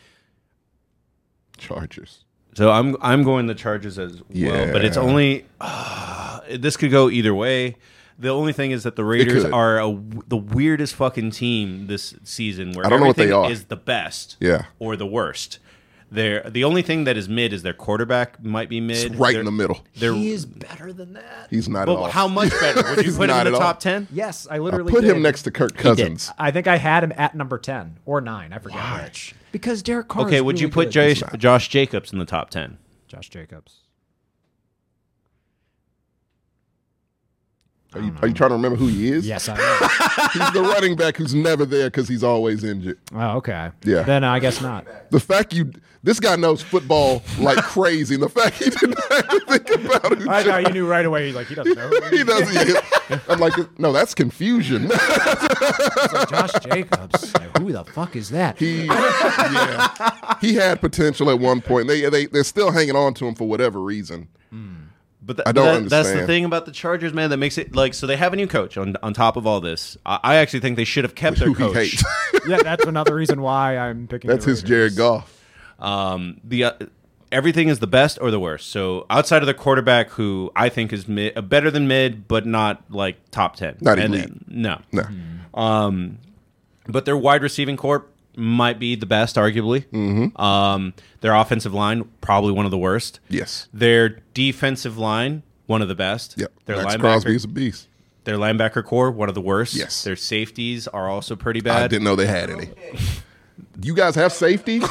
Speaker 4: Chargers.
Speaker 1: So I'm I'm going the Chargers as well, but it's
Speaker 4: Yeah.
Speaker 1: only uh, this could go either way. The only thing is that the Raiders
Speaker 4: could.
Speaker 1: are a w the weirdest fucking team this season. Where
Speaker 4: I don't know what they
Speaker 1: everything
Speaker 4: are.
Speaker 1: Is the best,
Speaker 4: Yeah.
Speaker 1: or the worst. They're the only thing that is mid is their quarterback might be mid,
Speaker 4: Right
Speaker 1: They're-
Speaker 4: in the middle.
Speaker 1: They're
Speaker 5: is better than that.
Speaker 4: He's not at all.
Speaker 1: but how much better would you
Speaker 4: He's
Speaker 1: put him
Speaker 4: not
Speaker 1: in
Speaker 4: at
Speaker 1: the
Speaker 4: all.
Speaker 1: top ten?
Speaker 5: Yes, I
Speaker 4: I
Speaker 5: literally
Speaker 4: put him
Speaker 5: did.
Speaker 4: next to Kirk Cousins.
Speaker 5: I think I had him at number ten or nine. I forget which. Because Derek Carr.
Speaker 1: Okay,
Speaker 5: is
Speaker 1: would you
Speaker 5: really
Speaker 1: put
Speaker 5: good.
Speaker 1: Josh, Josh Jacobs in the top ten?
Speaker 5: Josh Jacobs?
Speaker 4: Are you, are you trying to remember who he is?
Speaker 5: Yes, I. am.
Speaker 4: He's the running back who's never there because he's always injured.
Speaker 5: oh, okay.
Speaker 4: Yeah.
Speaker 5: Then I guess not.
Speaker 4: The fact you this guy knows football like crazy, and the fact he did not have to think about who
Speaker 5: I know you knew right away. Like he doesn't know.
Speaker 4: he doesn't. I'm like, no, that's confusion.
Speaker 5: Josh Jacobs. Like, who the fuck is that?
Speaker 4: he, yeah, he had potential at one point. They they they're still hanging on to him for whatever reason.
Speaker 1: But th-
Speaker 4: I don't
Speaker 1: that- that's the
Speaker 4: understand.
Speaker 1: thing about the Chargers, man. That makes it like so they have a new coach on on top of all this. I, I actually think they should have kept their
Speaker 4: Who he
Speaker 1: coach.
Speaker 4: hates.
Speaker 5: yeah, that's another reason why I'm picking.
Speaker 4: That's
Speaker 5: the
Speaker 4: his
Speaker 5: Raiders.
Speaker 4: Jared Goff.
Speaker 1: Um, the uh, everything is the best or the worst. So outside of the quarterback, who I think is mid, uh, better than mid, but not like top ten.
Speaker 4: Not
Speaker 1: And
Speaker 4: elite.
Speaker 1: then- no, Mm-hmm. Um,
Speaker 4: No,
Speaker 1: but their wide receiving corp might be the best, arguably. Mm-hmm. Um, their offensive line probably one of the worst.
Speaker 4: yes,
Speaker 1: Their defensive line one of the best.
Speaker 4: yep.
Speaker 1: Their
Speaker 4: Max
Speaker 1: linebacker,
Speaker 4: Crosby is a beast.
Speaker 1: their linebacker core one of the worst.
Speaker 4: Yes.
Speaker 1: Their safeties are also pretty
Speaker 4: I
Speaker 1: bad.
Speaker 4: didn't know they had any. You guys have safety?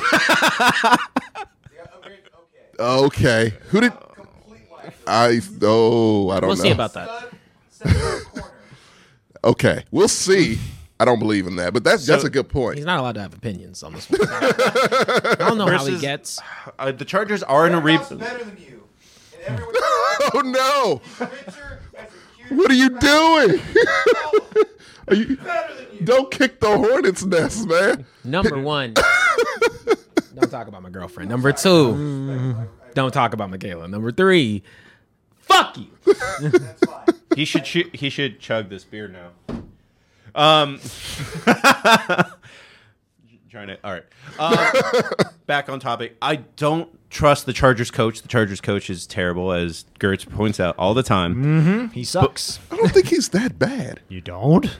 Speaker 4: okay. Who did? I oh I don't
Speaker 3: We'll
Speaker 4: know.
Speaker 3: see about that.
Speaker 4: Okay, we'll see. I don't believe in that, but that's that's a good point.
Speaker 3: He's not allowed to have opinions on this one. I don't know how he
Speaker 1: Versus-
Speaker 3: gets.
Speaker 1: Uh, the Chargers are in a rebuild.
Speaker 7: better than you. And everyone
Speaker 4: oh no!
Speaker 7: richer as a cute
Speaker 4: What are you doing? Are you-
Speaker 7: better than you.
Speaker 4: don't kick the hornet's nest, man.
Speaker 3: Number one, don't talk about my girlfriend. Number two, don't talk about Michaela. Number three, fuck you.
Speaker 1: He should chu- he should chug this beer now. Um, trying to all right. Um, back on topic. I don't trust the Chargers coach. The Chargers coach is terrible, as Gertz points out all the time.
Speaker 5: He sucks.
Speaker 4: I don't think he's that bad.
Speaker 5: you don't?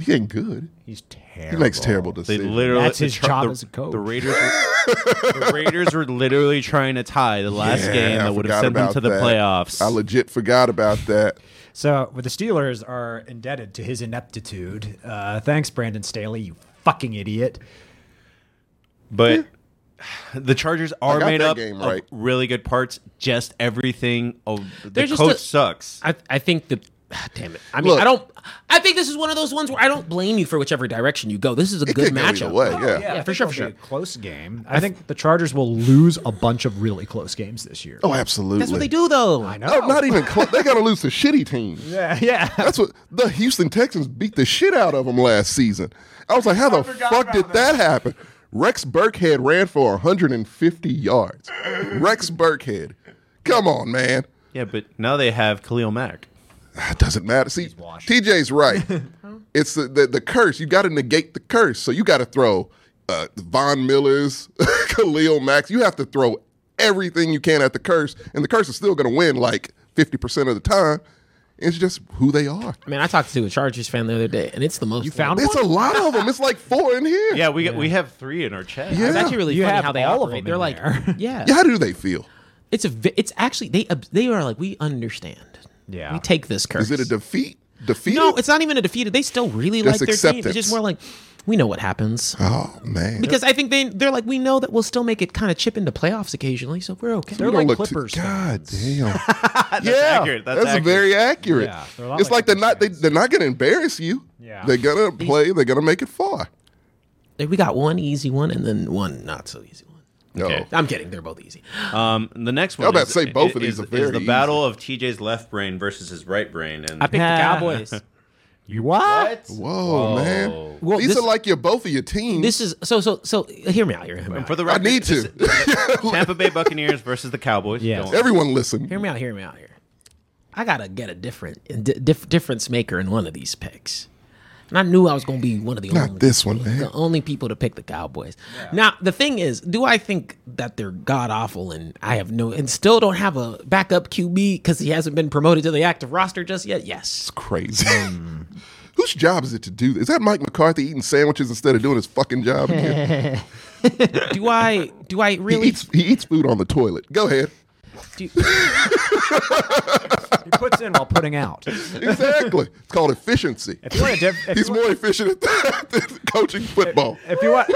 Speaker 4: He ain't good.
Speaker 5: He's
Speaker 4: He
Speaker 5: terrible.
Speaker 4: makes terrible
Speaker 1: They
Speaker 4: decisions.
Speaker 1: literally
Speaker 5: That's
Speaker 1: the
Speaker 5: his
Speaker 1: Char-
Speaker 5: job
Speaker 1: the-
Speaker 5: as a coach.
Speaker 1: The Raiders. Were, the Raiders were literally trying to tie the last
Speaker 4: Yeah,
Speaker 1: game
Speaker 4: I
Speaker 1: that would have
Speaker 4: forgot
Speaker 1: sent them
Speaker 4: about
Speaker 1: to the
Speaker 4: that.
Speaker 1: playoffs.
Speaker 4: I legit forgot about that.
Speaker 5: So well, the Steelers are indebted to his ineptitude. Uh, thanks, Brandon Staley, you fucking idiot.
Speaker 1: But the Chargers are
Speaker 4: got
Speaker 1: made
Speaker 4: that
Speaker 1: up
Speaker 4: game
Speaker 1: of
Speaker 4: right.
Speaker 1: really good parts. Just everything. Oh, the
Speaker 3: They're just
Speaker 1: coach
Speaker 3: a-
Speaker 1: sucks.
Speaker 3: I, I think the ah, damn it. I mean,
Speaker 4: Look.
Speaker 3: I don't. I think this is one of those ones where I don't blame you for whichever direction you go. This is a good
Speaker 4: could go either
Speaker 3: matchup. Oh,
Speaker 4: way, yeah.
Speaker 5: I
Speaker 3: yeah, for
Speaker 5: think
Speaker 3: sure,
Speaker 5: it'll
Speaker 3: for sure.
Speaker 5: be a close game. I think the Chargers will lose a bunch of really close games this year.
Speaker 4: Oh, absolutely.
Speaker 3: That's what they do, though.
Speaker 5: I
Speaker 4: No,
Speaker 5: know.
Speaker 4: not even close. they gotta lose to shitty teams.
Speaker 5: yeah, yeah.
Speaker 4: That's what the Houston Texans beat the shit out of them last season. I was like, how the fuck did that happen? Rex Burkhead ran for 150 yards. Rex Burkhead. Come on, man.
Speaker 1: Yeah, but now they have Khalil Mack.
Speaker 4: It doesn't matter. See,
Speaker 5: washed.
Speaker 4: TJ's right. it's the, the the curse. You got to negate the curse. So you got to throw uh, Von Miller's, Khalil Max. You have to throw everything you can at the curse, and the curse is still going to win like fifty percent of the time. It's just who they are.
Speaker 3: I mean, I talked to a Chargers fan the other day, and it's the most.
Speaker 5: You found
Speaker 4: It's
Speaker 5: one?
Speaker 4: a lot of them. It's like four in here.
Speaker 1: Yeah, we got we have three in our chat.
Speaker 4: Yeah.
Speaker 3: It's actually really
Speaker 5: You
Speaker 3: funny
Speaker 5: have
Speaker 3: how they
Speaker 5: all of
Speaker 3: operate.
Speaker 5: them
Speaker 3: They're
Speaker 5: in
Speaker 3: like,
Speaker 5: there.
Speaker 3: yeah,
Speaker 4: Yeah, How do they feel?
Speaker 3: It's a. vi- It's actually they. ab- They are like we understand.
Speaker 5: Yeah.
Speaker 3: we take this
Speaker 4: Is
Speaker 3: curse.
Speaker 4: it a defeat? Defeat?
Speaker 3: no, it's not even a defeated. They still really
Speaker 4: That's
Speaker 3: like their team. It's
Speaker 4: acceptance.
Speaker 3: just more like we know what happens
Speaker 4: Oh man.
Speaker 3: because I think they they're like we know that we'll still make it kind of chip into playoffs occasionally, so we're okay.
Speaker 5: They're
Speaker 4: You don't
Speaker 5: like
Speaker 4: look too-
Speaker 5: Clippers.
Speaker 4: God damn.
Speaker 1: that's
Speaker 4: yeah,
Speaker 1: accurate. That's,
Speaker 4: That's,
Speaker 1: accurate.
Speaker 4: very accurate.
Speaker 5: Yeah, they're a lot
Speaker 4: it's
Speaker 5: like
Speaker 4: like they're not they,
Speaker 5: Clippers
Speaker 4: they're not going to embarrass you.
Speaker 5: Yeah.
Speaker 4: they're going to play. They're going to make it far.
Speaker 3: Like, we got one easy one and then one not so easy one.
Speaker 1: Okay.
Speaker 4: No.
Speaker 3: I'm kidding. They're both easy.
Speaker 1: Um, the next one.
Speaker 4: I was about
Speaker 1: is-
Speaker 4: to say both of
Speaker 1: is-
Speaker 4: these are
Speaker 1: is
Speaker 4: very
Speaker 1: the
Speaker 4: easy.
Speaker 1: battle of TJ's left brain versus his right brain, and
Speaker 3: I picked the Cowboys.
Speaker 5: You what?
Speaker 4: Whoa, man.
Speaker 3: Well,
Speaker 4: These
Speaker 3: this-
Speaker 4: are like your both of your teams.
Speaker 3: This is so so so. Hear me out. Hear me out.
Speaker 1: for the
Speaker 4: I
Speaker 1: record,
Speaker 4: need
Speaker 1: this
Speaker 4: to.
Speaker 1: is Tampa Bay Buccaneers versus the Cowboys.
Speaker 5: Yes.
Speaker 1: Don't-
Speaker 4: Everyone listen.
Speaker 3: Hear me out. Hear me out. Here, I gotta get a different di diff, difference maker in one of these picks, and I knew I was gonna be one of the only
Speaker 4: Not this one,
Speaker 3: the
Speaker 4: man.
Speaker 3: only people to pick the Cowboys. Now the thing is, do I think that they're god awful and I have no and still don't have a backup QB because he hasn't been promoted to the active roster just yet? Yes.
Speaker 4: Crazy.
Speaker 3: Hmm.
Speaker 4: Whose job is it to do this? Is that Mike McCarthy eating sandwiches instead of doing his fucking job? again?
Speaker 3: Do I? Do I
Speaker 4: he
Speaker 3: really?
Speaker 4: eats he eats food on the toilet. Go ahead.
Speaker 3: Do,
Speaker 5: He puts in while putting out. If
Speaker 4: Exactly. it's called efficiency.
Speaker 5: you want a diff- if
Speaker 4: He's
Speaker 5: you want-
Speaker 4: more efficient at that than coaching football.
Speaker 5: if you want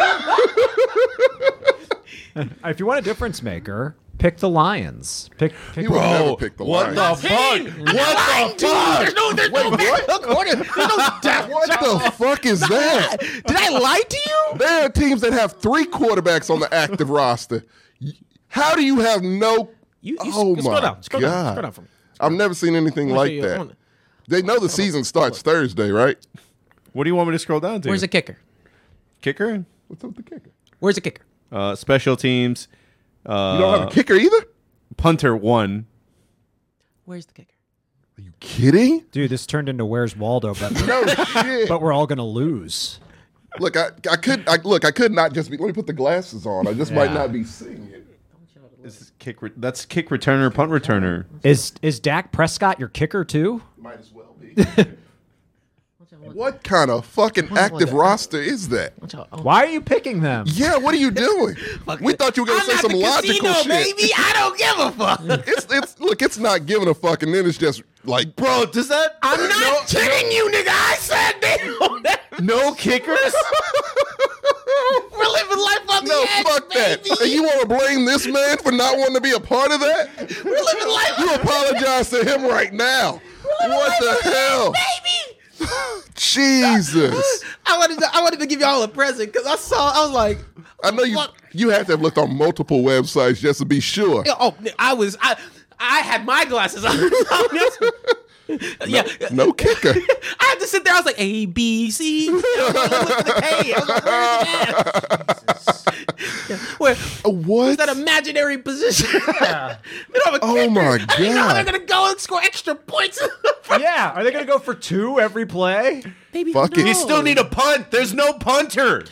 Speaker 5: if you want a difference maker, pick the Lions. Pick, pick
Speaker 4: He would never
Speaker 1: Oh,
Speaker 4: pick the
Speaker 1: what
Speaker 4: Lions.
Speaker 1: the fuck? What the fuck?
Speaker 3: there's no. There's no backup quarterback. There's no depth.
Speaker 4: What the fuck is that?
Speaker 3: Did I lie to you?
Speaker 4: There are teams that have three quarterbacks on the active roster. Y- How do you have no?
Speaker 3: You- you-
Speaker 4: oh
Speaker 3: scroll
Speaker 4: my
Speaker 3: down, scroll
Speaker 4: god!
Speaker 3: down, scroll down for me.
Speaker 4: I've never seen anything
Speaker 3: wanna show
Speaker 4: like
Speaker 3: you- I
Speaker 4: that.
Speaker 3: wanna-
Speaker 4: They know the season starts Thursday, right?
Speaker 1: What do you want me to scroll down to?
Speaker 3: Where's the kicker?
Speaker 1: kicker?
Speaker 4: What's up with the kicker?
Speaker 3: Where's the kicker?
Speaker 1: Uh, special teams. Uh,
Speaker 4: You don't have a kicker either?
Speaker 1: punter one.
Speaker 3: Where's the kicker?
Speaker 4: Are you kidding?
Speaker 5: Dude, this turned into Where's Waldo, but
Speaker 4: No shit.
Speaker 5: but we're all gonna lose.
Speaker 4: look, I, I could I, look. I could not just be. Let me put the glasses on. I just might
Speaker 5: Yeah.
Speaker 4: not be seeing it.
Speaker 1: This is kick. Re- that's kick returner, punt returner.
Speaker 5: Is is Dak Prescott your kicker too?
Speaker 4: Might as well be. what kind of fucking active roster is that?
Speaker 5: Why are you picking them?
Speaker 4: Yeah, what are you doing? we thought you were gonna
Speaker 3: I'm
Speaker 4: say
Speaker 3: at
Speaker 4: some
Speaker 3: the
Speaker 4: logical
Speaker 3: casino,
Speaker 4: shit.
Speaker 3: baby. I don't give a fuck.
Speaker 4: It's it's look, it's not giving a fuck, and then it's just like, bro,
Speaker 1: Oh, Does that
Speaker 3: I'm not kidding you, nigga. I said they don't have
Speaker 1: no kickers?
Speaker 3: We're living living life on the
Speaker 4: No,
Speaker 3: edge,
Speaker 4: fuck that.
Speaker 3: baby.
Speaker 4: And you want to blame this man for not wanting to be a part of that?
Speaker 3: We're living life
Speaker 4: You
Speaker 3: on
Speaker 4: apologize to him right now.
Speaker 3: living
Speaker 4: What
Speaker 3: life
Speaker 4: the hell?
Speaker 3: baby.
Speaker 4: Jesus.
Speaker 3: I wanted to, I wanted to give y'all a present because I saw I was like,
Speaker 4: I know you
Speaker 3: Fuck.
Speaker 4: you have to have looked on multiple websites just to be sure.
Speaker 3: oh, I was I I had my glasses on. yeah,
Speaker 4: No kicker.
Speaker 3: I had to sit there. I was like A B C. You know, I looked at the K. I was like, where is it at? Where
Speaker 4: What?
Speaker 3: that imaginary position? they don't have a
Speaker 4: Oh
Speaker 3: kicker.
Speaker 4: my
Speaker 3: I don't even know how
Speaker 4: God.
Speaker 3: they're gonna go and score extra points.
Speaker 5: yeah, are they going to go for two every play?
Speaker 3: Baby,
Speaker 4: Fuck it.
Speaker 1: You still need a punt. There's no punter.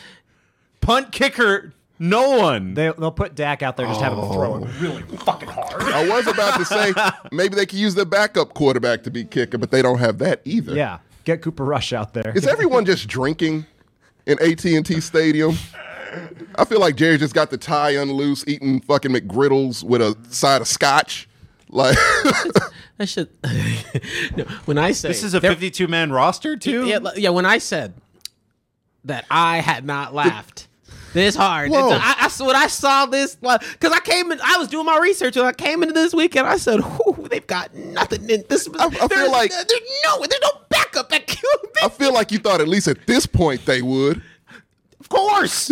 Speaker 1: Punt kicker, no one.
Speaker 5: They, they'll put Dak out there, just have him throw
Speaker 4: Oh.
Speaker 5: it really fucking hard.
Speaker 4: I was about to say maybe they could use their backup quarterback to be kicker, but they don't have that either.
Speaker 5: Yeah, get Cooper Rush out there.
Speaker 4: Is everyone just drinking in AT&T Stadium? I feel like Jerry just got the tie unloose, eating fucking McGriddles with a side of scotch. Like,
Speaker 3: That shit. no, when I say
Speaker 1: this is a 52 man roster, too?
Speaker 3: yeah, yeah, when I said that I had not laughed this hard,
Speaker 4: Whoa.
Speaker 3: it's- I, I saw- when I saw this because I came in, I was doing my research and I came into this weekend. I said, "Whew, they've got nothing in this."
Speaker 4: I feel
Speaker 3: there's-
Speaker 4: like-
Speaker 3: there's no, there's no backup at QB.
Speaker 4: I feel like you thought at least at this point they would.
Speaker 3: Of course.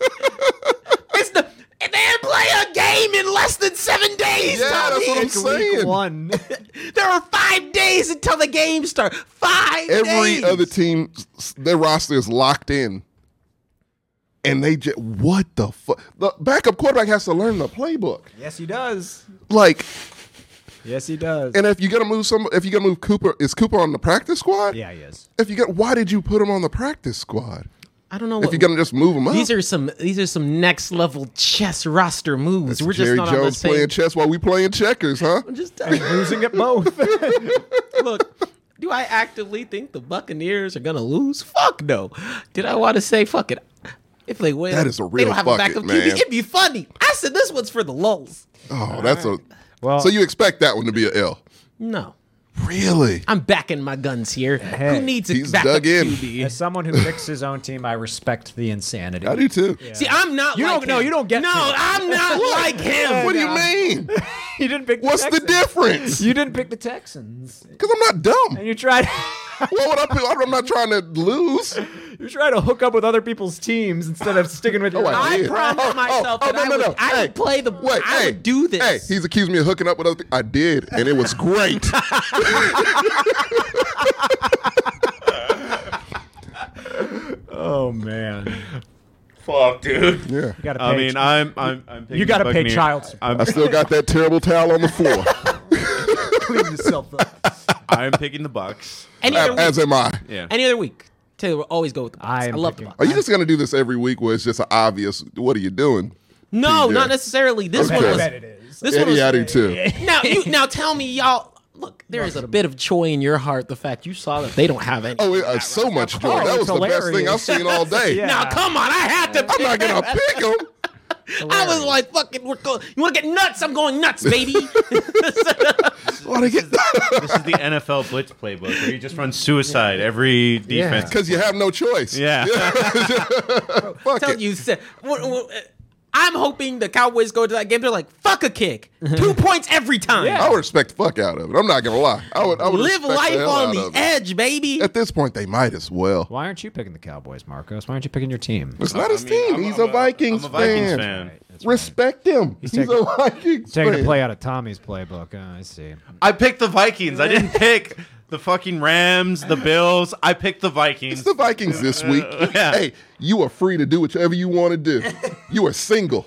Speaker 3: it's the they didn't play a game in less than seven days.
Speaker 4: Yeah, that's what I'm
Speaker 3: Tommy.
Speaker 4: saying.
Speaker 5: one?
Speaker 3: There are five days until the game starts. Five
Speaker 4: Every
Speaker 3: days.
Speaker 4: other team, s- their roster is locked in, and they just what the fuck? The backup quarterback has to learn the playbook.
Speaker 5: yes, he does.
Speaker 4: Like,
Speaker 5: Yes, he does.
Speaker 4: and if you're gonna move some, if you're gonna move Cooper, is Cooper on the practice squad?
Speaker 5: yeah, he is.
Speaker 4: If you got, why did you put him on the practice squad?
Speaker 3: I don't know.
Speaker 4: If you're gonna just move him up,
Speaker 3: These are some these are some next level chess roster moves. We're just
Speaker 4: Jerry
Speaker 3: not on the
Speaker 4: Jones
Speaker 3: same.
Speaker 4: playing chess while we playing checkers, huh?
Speaker 3: I'm just telling you.
Speaker 5: Losing at both.
Speaker 3: look. Do I actively think the Buccaneers are gonna lose? Fuck no. Did I want to say fuck it? If they win,
Speaker 4: That is a
Speaker 3: they
Speaker 4: real
Speaker 3: don't have
Speaker 4: fuck
Speaker 3: a backup
Speaker 4: it, man.
Speaker 3: QB. It'd be funny. I said this one's for the lulz.
Speaker 4: Oh, that's a.
Speaker 5: Well-
Speaker 4: so you expect that one to be a L?
Speaker 3: No,
Speaker 4: Really?
Speaker 3: I'm backing my guns here. Who needs a
Speaker 4: He's
Speaker 3: backup
Speaker 4: dug in.
Speaker 3: QB?
Speaker 5: As someone who picks his own team, I respect the insanity.
Speaker 4: I do too.
Speaker 3: See, I'm not.
Speaker 5: You
Speaker 3: like
Speaker 5: don't- no,
Speaker 3: him.
Speaker 5: you don't get
Speaker 3: No,
Speaker 5: to.
Speaker 3: I'm not like him.
Speaker 4: What do you mean?
Speaker 5: You didn't pick.
Speaker 4: What's the
Speaker 5: Texans.
Speaker 4: difference?
Speaker 5: You didn't pick the Texans,
Speaker 4: Because I'm not dumb.
Speaker 5: and you tried.
Speaker 4: What would I? Put? I'm not trying to lose.
Speaker 5: you tried to hook up with other people's teams instead of sticking with your.
Speaker 4: I
Speaker 5: own.
Speaker 3: I
Speaker 4: Yeah.
Speaker 3: promised
Speaker 4: Oh, oh,
Speaker 3: myself
Speaker 4: oh,
Speaker 3: that
Speaker 4: no,
Speaker 3: I,
Speaker 4: no,
Speaker 3: would,
Speaker 4: no.
Speaker 3: I
Speaker 4: Hey,
Speaker 3: would play the.
Speaker 4: Wait,
Speaker 3: I
Speaker 4: hey,
Speaker 3: would do
Speaker 4: Hey,
Speaker 3: this.
Speaker 4: he's accused me of hooking up with other. Th- I did, and it was great.
Speaker 5: Oh man,
Speaker 1: Fuck, dude.
Speaker 4: yeah,
Speaker 5: you gotta pay.
Speaker 1: I mean, I'm. I'm, I'm picking
Speaker 5: you gotta
Speaker 1: the
Speaker 5: pay
Speaker 1: Buccaneers.
Speaker 5: child support.
Speaker 4: I
Speaker 1: I'm,
Speaker 4: still got that terrible towel on the floor.
Speaker 5: clean yourself up.
Speaker 1: I'm picking the Bucks.
Speaker 3: any, other
Speaker 4: as,
Speaker 3: week,
Speaker 4: as am I.
Speaker 1: Yeah.
Speaker 3: any other week, Taylor will always go with the Bucs.
Speaker 5: I
Speaker 3: I,
Speaker 5: am
Speaker 3: love the
Speaker 5: picking-
Speaker 4: Are
Speaker 3: Bucs.
Speaker 4: you just gonna do this every week, where it's just an obvious? What are you doing?
Speaker 3: No,
Speaker 4: TJ?
Speaker 3: not necessarily. This
Speaker 4: Okay.
Speaker 3: one
Speaker 5: I
Speaker 3: was.
Speaker 5: bet it is.
Speaker 3: This
Speaker 4: Yeah,
Speaker 3: one was.
Speaker 4: yeah, I do too.
Speaker 3: Now, you, now tell me, y'all. Look, there is a bit of joy in your heart. The fact you saw that they don't have any.
Speaker 4: Oh, it, uh, so much joy. That was the
Speaker 5: it's
Speaker 4: best thing I've
Speaker 5: hilarious.
Speaker 4: seen all day.
Speaker 5: Yeah.
Speaker 3: Now, come on, I had to.
Speaker 4: I'm not gonna pick him.
Speaker 3: I was like, fucking, we're going. You want to get nuts? I'm going nuts, baby.
Speaker 4: Wanna get
Speaker 1: This is the NFL blitz playbook where you just run suicide every defense.
Speaker 4: because you have no choice.
Speaker 1: Yeah.
Speaker 4: Fuck
Speaker 3: tell
Speaker 4: it.
Speaker 3: you, sa- what- what- I'm hoping the Cowboys go to that game. They're like, fuck a kick, two points every time.
Speaker 4: I would respect the fuck out of it. I'm not gonna lie. I would. I would
Speaker 3: Live
Speaker 4: respect
Speaker 3: life
Speaker 4: the hell
Speaker 3: on
Speaker 4: out
Speaker 3: the
Speaker 4: of it.
Speaker 3: edge, baby.
Speaker 4: At this point, they might as well.
Speaker 5: Why aren't you picking the Cowboys, Marcos? Why aren't you picking your team?
Speaker 4: It's not his
Speaker 1: I mean,
Speaker 4: team.
Speaker 1: I'm-
Speaker 4: He's
Speaker 1: I'm
Speaker 4: a Vikings,
Speaker 1: I'm a Vikings
Speaker 4: fan.
Speaker 1: fan.
Speaker 4: Respect him. He's,
Speaker 5: taking-
Speaker 4: a Vikings
Speaker 5: Taking
Speaker 4: fan.
Speaker 5: a play out of Tommy's playbook. Oh, I see.
Speaker 1: I picked the Vikings. I didn't pick the fucking Rams, the Bills. I picked the Vikings.
Speaker 4: It's the Vikings this week.
Speaker 1: Yeah.
Speaker 4: Hey, you are free to do whatever you want to do. You are single.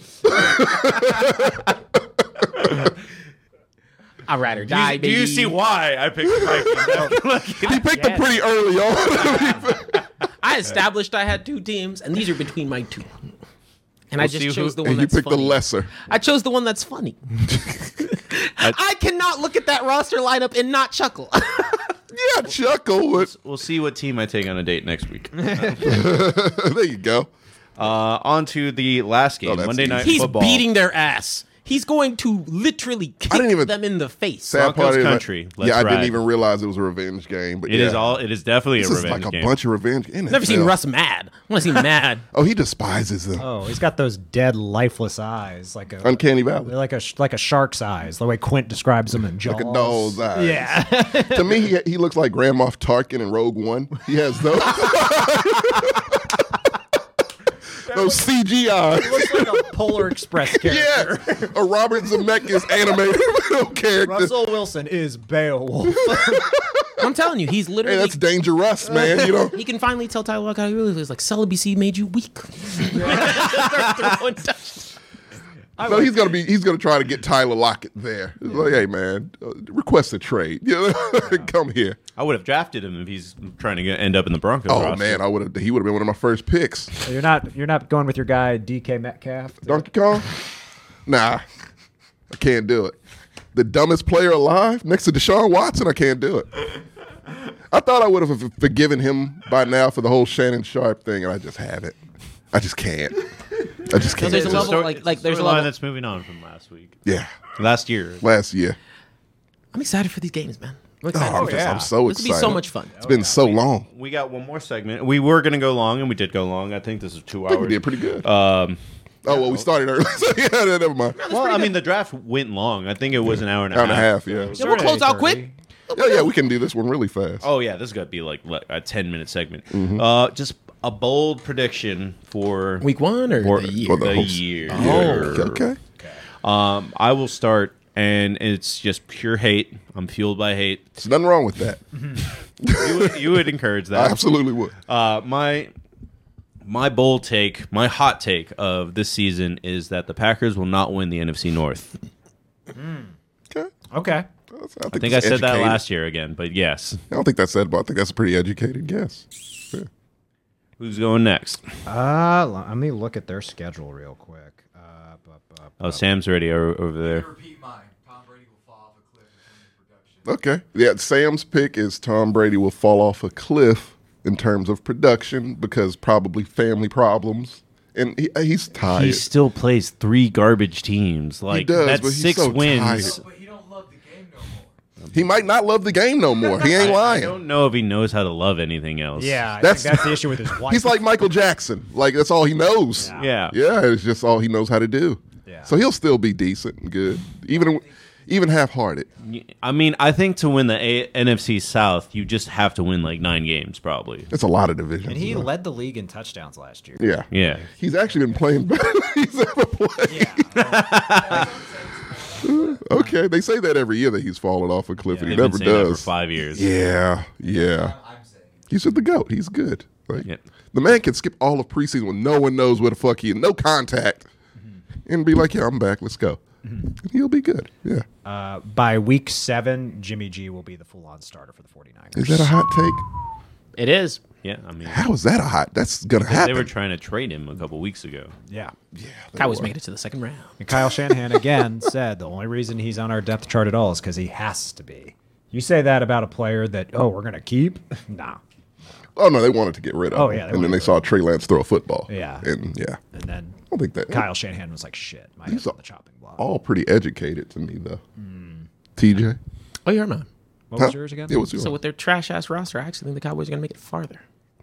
Speaker 3: I'd rather
Speaker 1: Do
Speaker 3: die,
Speaker 1: you, do
Speaker 3: baby.
Speaker 1: you see why I picked the Vikings?
Speaker 4: He picked them pretty early on.
Speaker 3: I established I had two teams, and these are between my two. And I
Speaker 1: We'll see
Speaker 3: just
Speaker 1: who-
Speaker 3: chose the one
Speaker 4: and you
Speaker 3: that's
Speaker 4: picked
Speaker 3: funny.
Speaker 4: the lesser.
Speaker 3: I chose the one that's funny. I, cannot look at that roster lineup and not chuckle.
Speaker 4: Yeah, chuckle. But,
Speaker 1: we'll see what team I take on a date next week.
Speaker 4: there you go.
Speaker 1: Uh, on to the last game,
Speaker 4: Oh, that's
Speaker 1: Monday
Speaker 4: easy.
Speaker 1: Night
Speaker 3: He's
Speaker 1: Football.
Speaker 3: beating their ass. He's going to literally kick
Speaker 4: didn't even-
Speaker 3: them in the face.
Speaker 4: Sad
Speaker 1: Broncos
Speaker 4: part is I-
Speaker 1: country. Let's
Speaker 4: yeah, I didn't
Speaker 1: ride.
Speaker 4: even realize it was a revenge game. But
Speaker 1: It is
Speaker 4: yeah.
Speaker 1: all. It is definitely
Speaker 4: This
Speaker 1: a
Speaker 4: is
Speaker 1: revenge
Speaker 4: like a
Speaker 1: game.
Speaker 4: bunch of revenge. NFL.
Speaker 3: Never seen Russ mad. want to see him mad.
Speaker 4: Oh, he despises them.
Speaker 5: Oh, he's got those dead, lifeless eyes, like a
Speaker 4: Uncanny Valley.
Speaker 5: they're like a sh- like a shark's eyes, the way Quint describes them in Jaws.
Speaker 4: Like a doll's eyes.
Speaker 5: Yeah,
Speaker 4: to me, he, he looks like Grand Moff Tarkin in Rogue One. He has those. those CGI.
Speaker 5: looks like a Polar Express character.
Speaker 4: Yeah, a Robert Zemeckis animated little character.
Speaker 5: Russell Wilson is Beowulf.
Speaker 3: I'm telling you, he's
Speaker 4: Hey,
Speaker 3: literally.
Speaker 4: that's dangerous, man. You know,
Speaker 3: he can finally tell Tyler Lockett how he really feels. Like celibacy made you weak. Start throwing touchdowns.
Speaker 4: so he's gonna be he's gonna try to get Tyler Lockett there. It's Like, hey, man, uh, request a trade. You know, come here.
Speaker 1: I would have drafted him if he's trying to get, end up in the Broncos.
Speaker 4: Oh
Speaker 1: roster.
Speaker 4: man, I would have. He would have been one of my first picks.
Speaker 5: you're not you're not going with your guy DK Metcalf.
Speaker 4: Donkey Kong? Nah, I can't do it. The dumbest player alive next to Deshaun Watson, I can't do it. I thought I would have forgiven him by now for the whole Shannon Sharp thing, and I just haven't. I just can't. I just can't.
Speaker 3: There's a
Speaker 1: It's
Speaker 3: level,
Speaker 1: stor-
Speaker 3: like-
Speaker 1: it's
Speaker 3: like,
Speaker 1: a
Speaker 3: there's a
Speaker 1: storyline
Speaker 3: level-
Speaker 1: that's moving on from last week,
Speaker 4: yeah,
Speaker 1: last year.
Speaker 4: last year.
Speaker 3: I'm excited for these games, man. I'm
Speaker 4: Oh,
Speaker 3: excited.
Speaker 4: I'm,
Speaker 3: for
Speaker 4: just,
Speaker 3: it.
Speaker 4: I'm so
Speaker 3: This
Speaker 4: excited.
Speaker 3: will be so much fun.
Speaker 4: It's been so long.
Speaker 1: We got one more segment. We were going to go long, and we did go long. I think this is two
Speaker 4: I think we
Speaker 1: hours.
Speaker 4: did pretty good. Um, oh well, we started early. so yeah, never mind.
Speaker 1: well, I mean, the draft went long. I think it was an hour and a
Speaker 4: Hour
Speaker 1: half.
Speaker 4: and a half. Yeah.
Speaker 3: Yeah, we'll close out quick.
Speaker 5: 8:30.
Speaker 4: Yeah, yeah, we can do this one really fast.
Speaker 1: Oh yeah, this is going to be like le- a ten minute segment.
Speaker 4: Mm-hmm.
Speaker 1: Uh, just a bold prediction for
Speaker 3: Week one or
Speaker 1: for
Speaker 3: the year?
Speaker 4: For the
Speaker 1: the
Speaker 4: whole-
Speaker 1: year.
Speaker 4: Yeah, Okay.
Speaker 1: Um, I will start, and it's just pure hate. I'm fueled by hate.
Speaker 4: There's nothing wrong with that.
Speaker 1: You would, you would encourage
Speaker 4: I
Speaker 1: that.
Speaker 4: absolutely would.
Speaker 1: Uh, my my bold take, my hot take of this season is that the Packers will not win the NFC North.
Speaker 4: Okay.
Speaker 5: Okay.
Speaker 1: I think I said that last yeid again, but yes.
Speaker 4: I don't think that's said, but I think that's a pretty educated guess. Yeah.
Speaker 1: Who's going next?
Speaker 5: Uh, let me look at their schedule real quick. Uh, bu- bu-
Speaker 1: Oh, Sam's already o- over there.
Speaker 7: Repeat mine. Tom Brady will fall off a cliff in terms of production.
Speaker 4: Okay. Yeah, Sam's pick is Tom Brady will fall off a cliff in terms of production because probably family problems, and he, uh, he's tired.
Speaker 1: He still plays three garbage teams. Like
Speaker 4: does,
Speaker 1: that's
Speaker 4: but he's
Speaker 1: six
Speaker 4: so
Speaker 1: wins.
Speaker 4: tired.
Speaker 7: But he don't love the game no more.
Speaker 4: he might not love the game no more. He ain't
Speaker 1: I
Speaker 4: lying.
Speaker 1: don't know if he knows how to love anything else.
Speaker 5: yeah, I
Speaker 4: That's-
Speaker 5: that's think that's the issue with his wife.
Speaker 4: He's like Michael Jackson. Like that's all he knows.
Speaker 1: Yeah.
Speaker 4: Yeah, it's just all he knows how to do.
Speaker 5: Yeah.
Speaker 4: So he'll still be decent and good, even even half-hearted.
Speaker 1: I mean, I think to win the a- NFC South, you just have to win like nine games, probably.
Speaker 4: It's a lot of divisions.
Speaker 5: and he
Speaker 4: though.
Speaker 5: led the league in touchdowns last year.
Speaker 4: yeah.
Speaker 1: Yeah.
Speaker 4: He's actually been playing better than he's ever played. okay, they say that every year that he's fallen off a cliff, and he
Speaker 1: They've been
Speaker 4: never
Speaker 1: saying that
Speaker 4: does.
Speaker 1: for five years.
Speaker 4: Yeah, yeah.
Speaker 7: I'm saying.
Speaker 4: He's just the goat. He's good. Like,
Speaker 1: Yep.
Speaker 4: The man can skip all of preseason when no one knows where the fuck he is, no contact,
Speaker 1: Mm-hmm.
Speaker 4: and be like, "Yeah, I'm back. Let's go." And he'll be good. Yeah.
Speaker 5: Uh, by week seven, Jimmy G will be the full-on starter for the 49ers.
Speaker 4: Is that a hot take?
Speaker 3: It is.
Speaker 1: Yeah. I mean,
Speaker 4: How is that a hot? That's gonna happen.
Speaker 1: they were trying to trade him a couple weeks ago.
Speaker 5: yeah.
Speaker 3: Cowboys made it to the second round.
Speaker 5: And Kyle Shanahan again said the only reason he's on our depth chart at all is because he has to be. You say that about a player that oh we're gonna keep? Nah.
Speaker 4: oh no, they wanted to get rid of.
Speaker 5: Oh,
Speaker 4: him.
Speaker 5: yeah, they
Speaker 4: and
Speaker 5: wanted
Speaker 4: then they
Speaker 5: to-
Speaker 4: saw Trey Lance throw a football.
Speaker 5: Yeah.
Speaker 4: And yeah, I
Speaker 5: And then
Speaker 4: don't think that
Speaker 5: Kyle Shanahan was like, "Shit, my head's
Speaker 4: These
Speaker 5: on
Speaker 4: are
Speaker 5: the chopping block."
Speaker 4: all pretty educated to me though. TJ,
Speaker 3: Oh, you're not.
Speaker 5: What Hmm. was yours again?
Speaker 4: It was yours.
Speaker 3: So with their trash ass roster, I actually think the Cowboys are going to make it farther.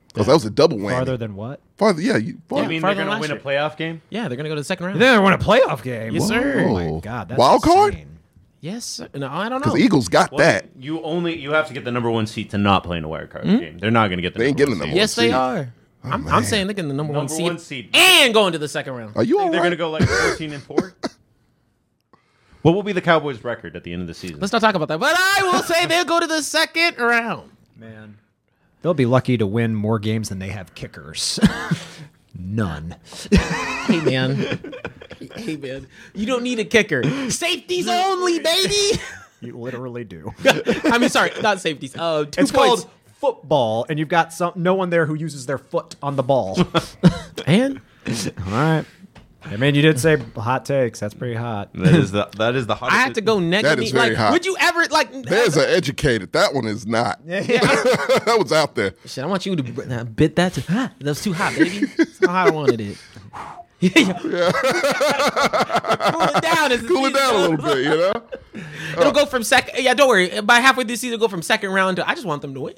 Speaker 4: Because that was a double whammy.
Speaker 5: farther than what?
Speaker 4: Farther, yeah. You, farther.
Speaker 1: I mean,
Speaker 3: farther
Speaker 1: they're
Speaker 3: than
Speaker 1: going to win
Speaker 3: last
Speaker 1: a playoff game?
Speaker 3: Yeah, they're going to go to the second round.
Speaker 5: They won a playoff game.
Speaker 3: Yes, sir.
Speaker 5: Oh my god, that's
Speaker 4: Wild card?
Speaker 5: insane.
Speaker 3: Yes. sir. No, I don't know.
Speaker 4: Because the Eagles got
Speaker 1: Well,
Speaker 4: that.
Speaker 1: You only you have to get the number one seat to not play in a wild card game. They're not going to get the.
Speaker 4: They ain't
Speaker 1: number
Speaker 4: getting
Speaker 1: one
Speaker 4: the
Speaker 1: seed.
Speaker 3: yes, they
Speaker 4: seed. Oh,
Speaker 3: are. I'm, I'm saying they're getting the number,
Speaker 1: Number
Speaker 3: one, seed
Speaker 1: one seed.
Speaker 3: and going to the second round.
Speaker 4: Are you all
Speaker 1: They're
Speaker 4: right?
Speaker 1: going to go like fourteen and four. What will be the Cowboys' record at the end of the season?
Speaker 3: Let's not talk about that. But I will say they'll go to the second round.
Speaker 5: Man. They'll be lucky to win more games than they have kickers. None.
Speaker 3: Hey man. Hey man, you don't need a kicker. Safeties only, baby.
Speaker 5: You literally do.
Speaker 3: I mean, sorry, not safeties. Uh, two points.
Speaker 5: It's called football, and you've got some no one there who uses their foot on the ball. All
Speaker 3: and
Speaker 5: right. I mean, you did say hot takes. That's pretty hot.
Speaker 1: that is the that is the hottest.
Speaker 3: I have to go neck
Speaker 4: That
Speaker 3: and
Speaker 4: is
Speaker 3: knee.
Speaker 4: very
Speaker 3: like,
Speaker 4: hot.
Speaker 3: would you ever like?
Speaker 4: There's an educated. That one is not. that was out there.
Speaker 3: Shit, I want you to br- nah, bit that. To, ah, that was too hot, baby. That's how hot I wanted it. Yeah. cool it down. as the
Speaker 4: Cool it
Speaker 3: season
Speaker 4: down a little
Speaker 3: goes on.
Speaker 4: bit, you know?
Speaker 3: It'll go from second. Yeah, don't worry. By halfway through the season, it'll go from second round to. I just want them to win.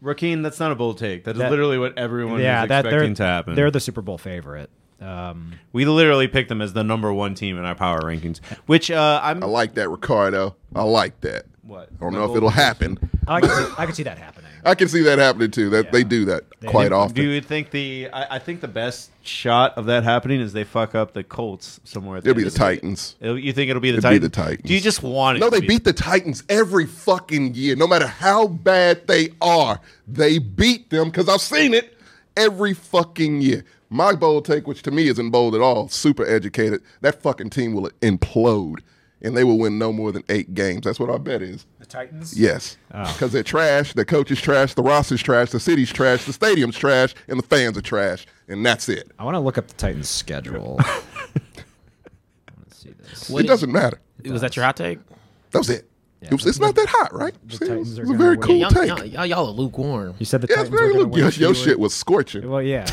Speaker 1: Raheem, that's not a bold take. That is
Speaker 5: That-
Speaker 1: literally what everyone
Speaker 5: yeah,
Speaker 1: was
Speaker 5: that they're
Speaker 1: expecting to happen.
Speaker 5: they're the Super Bowl favorite. Um,
Speaker 1: we literally picked them as the number one team in our power rankings, which uh, I'm.
Speaker 4: I like that, Ricardo. I like that.
Speaker 1: What?
Speaker 4: I don't know if it'll happen.
Speaker 5: I could see, I could see that happening.
Speaker 4: I can see that happening too. That they do that quite often.
Speaker 1: Do you think the? I, I think the best shot of that happening is they fuck up the Colts somewhere. At
Speaker 4: It'll be
Speaker 1: end
Speaker 4: the
Speaker 1: of year.
Speaker 4: Titans.
Speaker 1: It'll- you think it'll be the
Speaker 4: It'd
Speaker 1: Titans?
Speaker 4: be the Titans.
Speaker 1: Do you just want it?
Speaker 4: No,
Speaker 1: to
Speaker 4: they
Speaker 1: be-
Speaker 4: beat the Titans every fucking year, no matter how bad they are. They beat them because I've seen it every fucking year. My bold take, which to me isn't bold at all, super educated. That fucking team will implode, and they will win no more than eight games. That's what our bet is.
Speaker 5: The Titans.
Speaker 4: Yes,
Speaker 5: Oh.
Speaker 4: because they're trash. The coach is trash. The roster's trash. The city's trash. The stadium's trash, and the fans are trash. And that's it.
Speaker 5: I want to look up the Titans' schedule. I wanna see this.
Speaker 4: it doesn't matter.
Speaker 3: Was that your hot take?
Speaker 4: That was it. it was, it's not that hot, right? See, it was,
Speaker 5: Titans are
Speaker 4: it was a
Speaker 5: gonna
Speaker 4: very
Speaker 5: win.
Speaker 4: cool
Speaker 3: y'all,
Speaker 4: take.
Speaker 3: y'all, y'all, y'all are lukewarm.
Speaker 5: You said the
Speaker 4: Yeah, it's
Speaker 5: Titans were
Speaker 4: very
Speaker 5: gonna
Speaker 4: look.
Speaker 5: win
Speaker 4: Your, your
Speaker 5: fewer-
Speaker 4: shit was scorching.
Speaker 5: Well, yeah.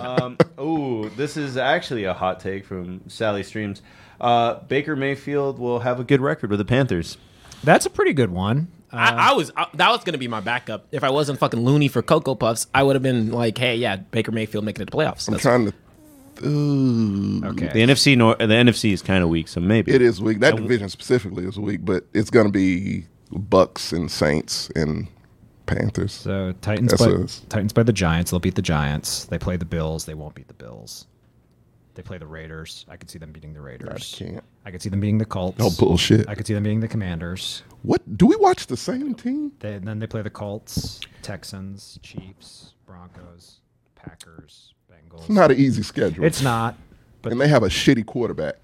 Speaker 1: Um, ooh, this is actually a hot take from Sally Streams. Uh, Baker Mayfield will have a good record with the Panthers.
Speaker 5: That's a pretty good one. Uh,
Speaker 3: I, I was I, that was gonna be my backup. If I wasn't fucking loony for Cocoa Puffs, I would have been like, hey, yeah, Baker Mayfield making it to the playoffs.
Speaker 4: I'm
Speaker 3: That's-
Speaker 4: trying to. Ooh.
Speaker 5: okay.
Speaker 1: The NFC nor- the NFC is kind of weak, so maybe
Speaker 4: It is weak. That division specifically is weak, but it's going to be Bucks and Saints and Panthers.
Speaker 5: So uh, Titans
Speaker 4: That's
Speaker 5: by,
Speaker 4: what it is.
Speaker 5: Titans by the Giants. They'll beat the Giants. They play the Bills. They won't beat the Bills. They play the Raiders. I could see them beating the Raiders.
Speaker 4: can't.
Speaker 5: I could see them beating the Colts.
Speaker 4: Oh bullshit!
Speaker 5: I could see them beating the Commanders.
Speaker 4: What do we watch the same team?
Speaker 5: They, and then they play the Colts, Texans, Chiefs, Broncos, Packers, Bengals.
Speaker 4: It's not an easy schedule,
Speaker 5: It's not. But
Speaker 4: and they have a shitty quarterback.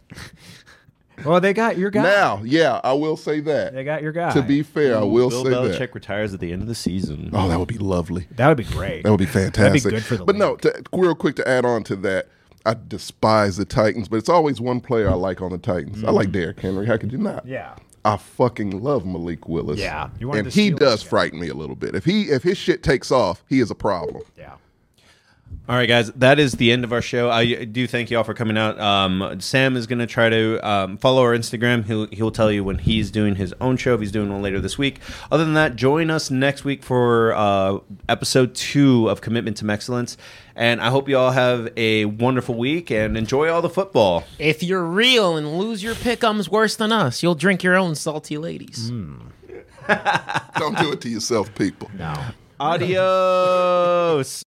Speaker 5: well, they got your guy.
Speaker 4: Now, yeah, I will say that.
Speaker 5: they got your guy.
Speaker 4: To be fair, I will
Speaker 1: Bill
Speaker 4: say
Speaker 1: Belichick
Speaker 4: that.
Speaker 1: retires at the end of the season.
Speaker 4: Oh, that would be lovely.
Speaker 5: that would be great.
Speaker 4: That would be fantastic.
Speaker 5: good for the
Speaker 4: but no, to, real quick to add on to that, I despise the Titans, but it's always one player I like on the Titans. I like Derrick Henry. How could you not?
Speaker 5: Mm-hmm. yeah.
Speaker 4: I fucking love Malik Willis.
Speaker 5: Yeah. You wanted
Speaker 4: and
Speaker 5: to
Speaker 4: he
Speaker 5: steal
Speaker 4: does
Speaker 5: him, yeah.
Speaker 4: frighten me a little bit. If he if his shit takes off, he is a problem.
Speaker 5: Yeah.
Speaker 1: All right, guys, that is the end of our show. I do thank you all for coming out. Um, Sam is going to try to um, follow our Instagram. He'll he'll tell you when he's doing his own show if he's doing one later this week. Other than that, join us next week for uh, episode two of Commitment to Excellence. And I hope you all have a wonderful week and enjoy all the football.
Speaker 3: If you're real and lose your pickums worse than us, you'll drink your own salty ladies.
Speaker 4: Don't do it to yourself, people.
Speaker 5: No.
Speaker 1: Adios.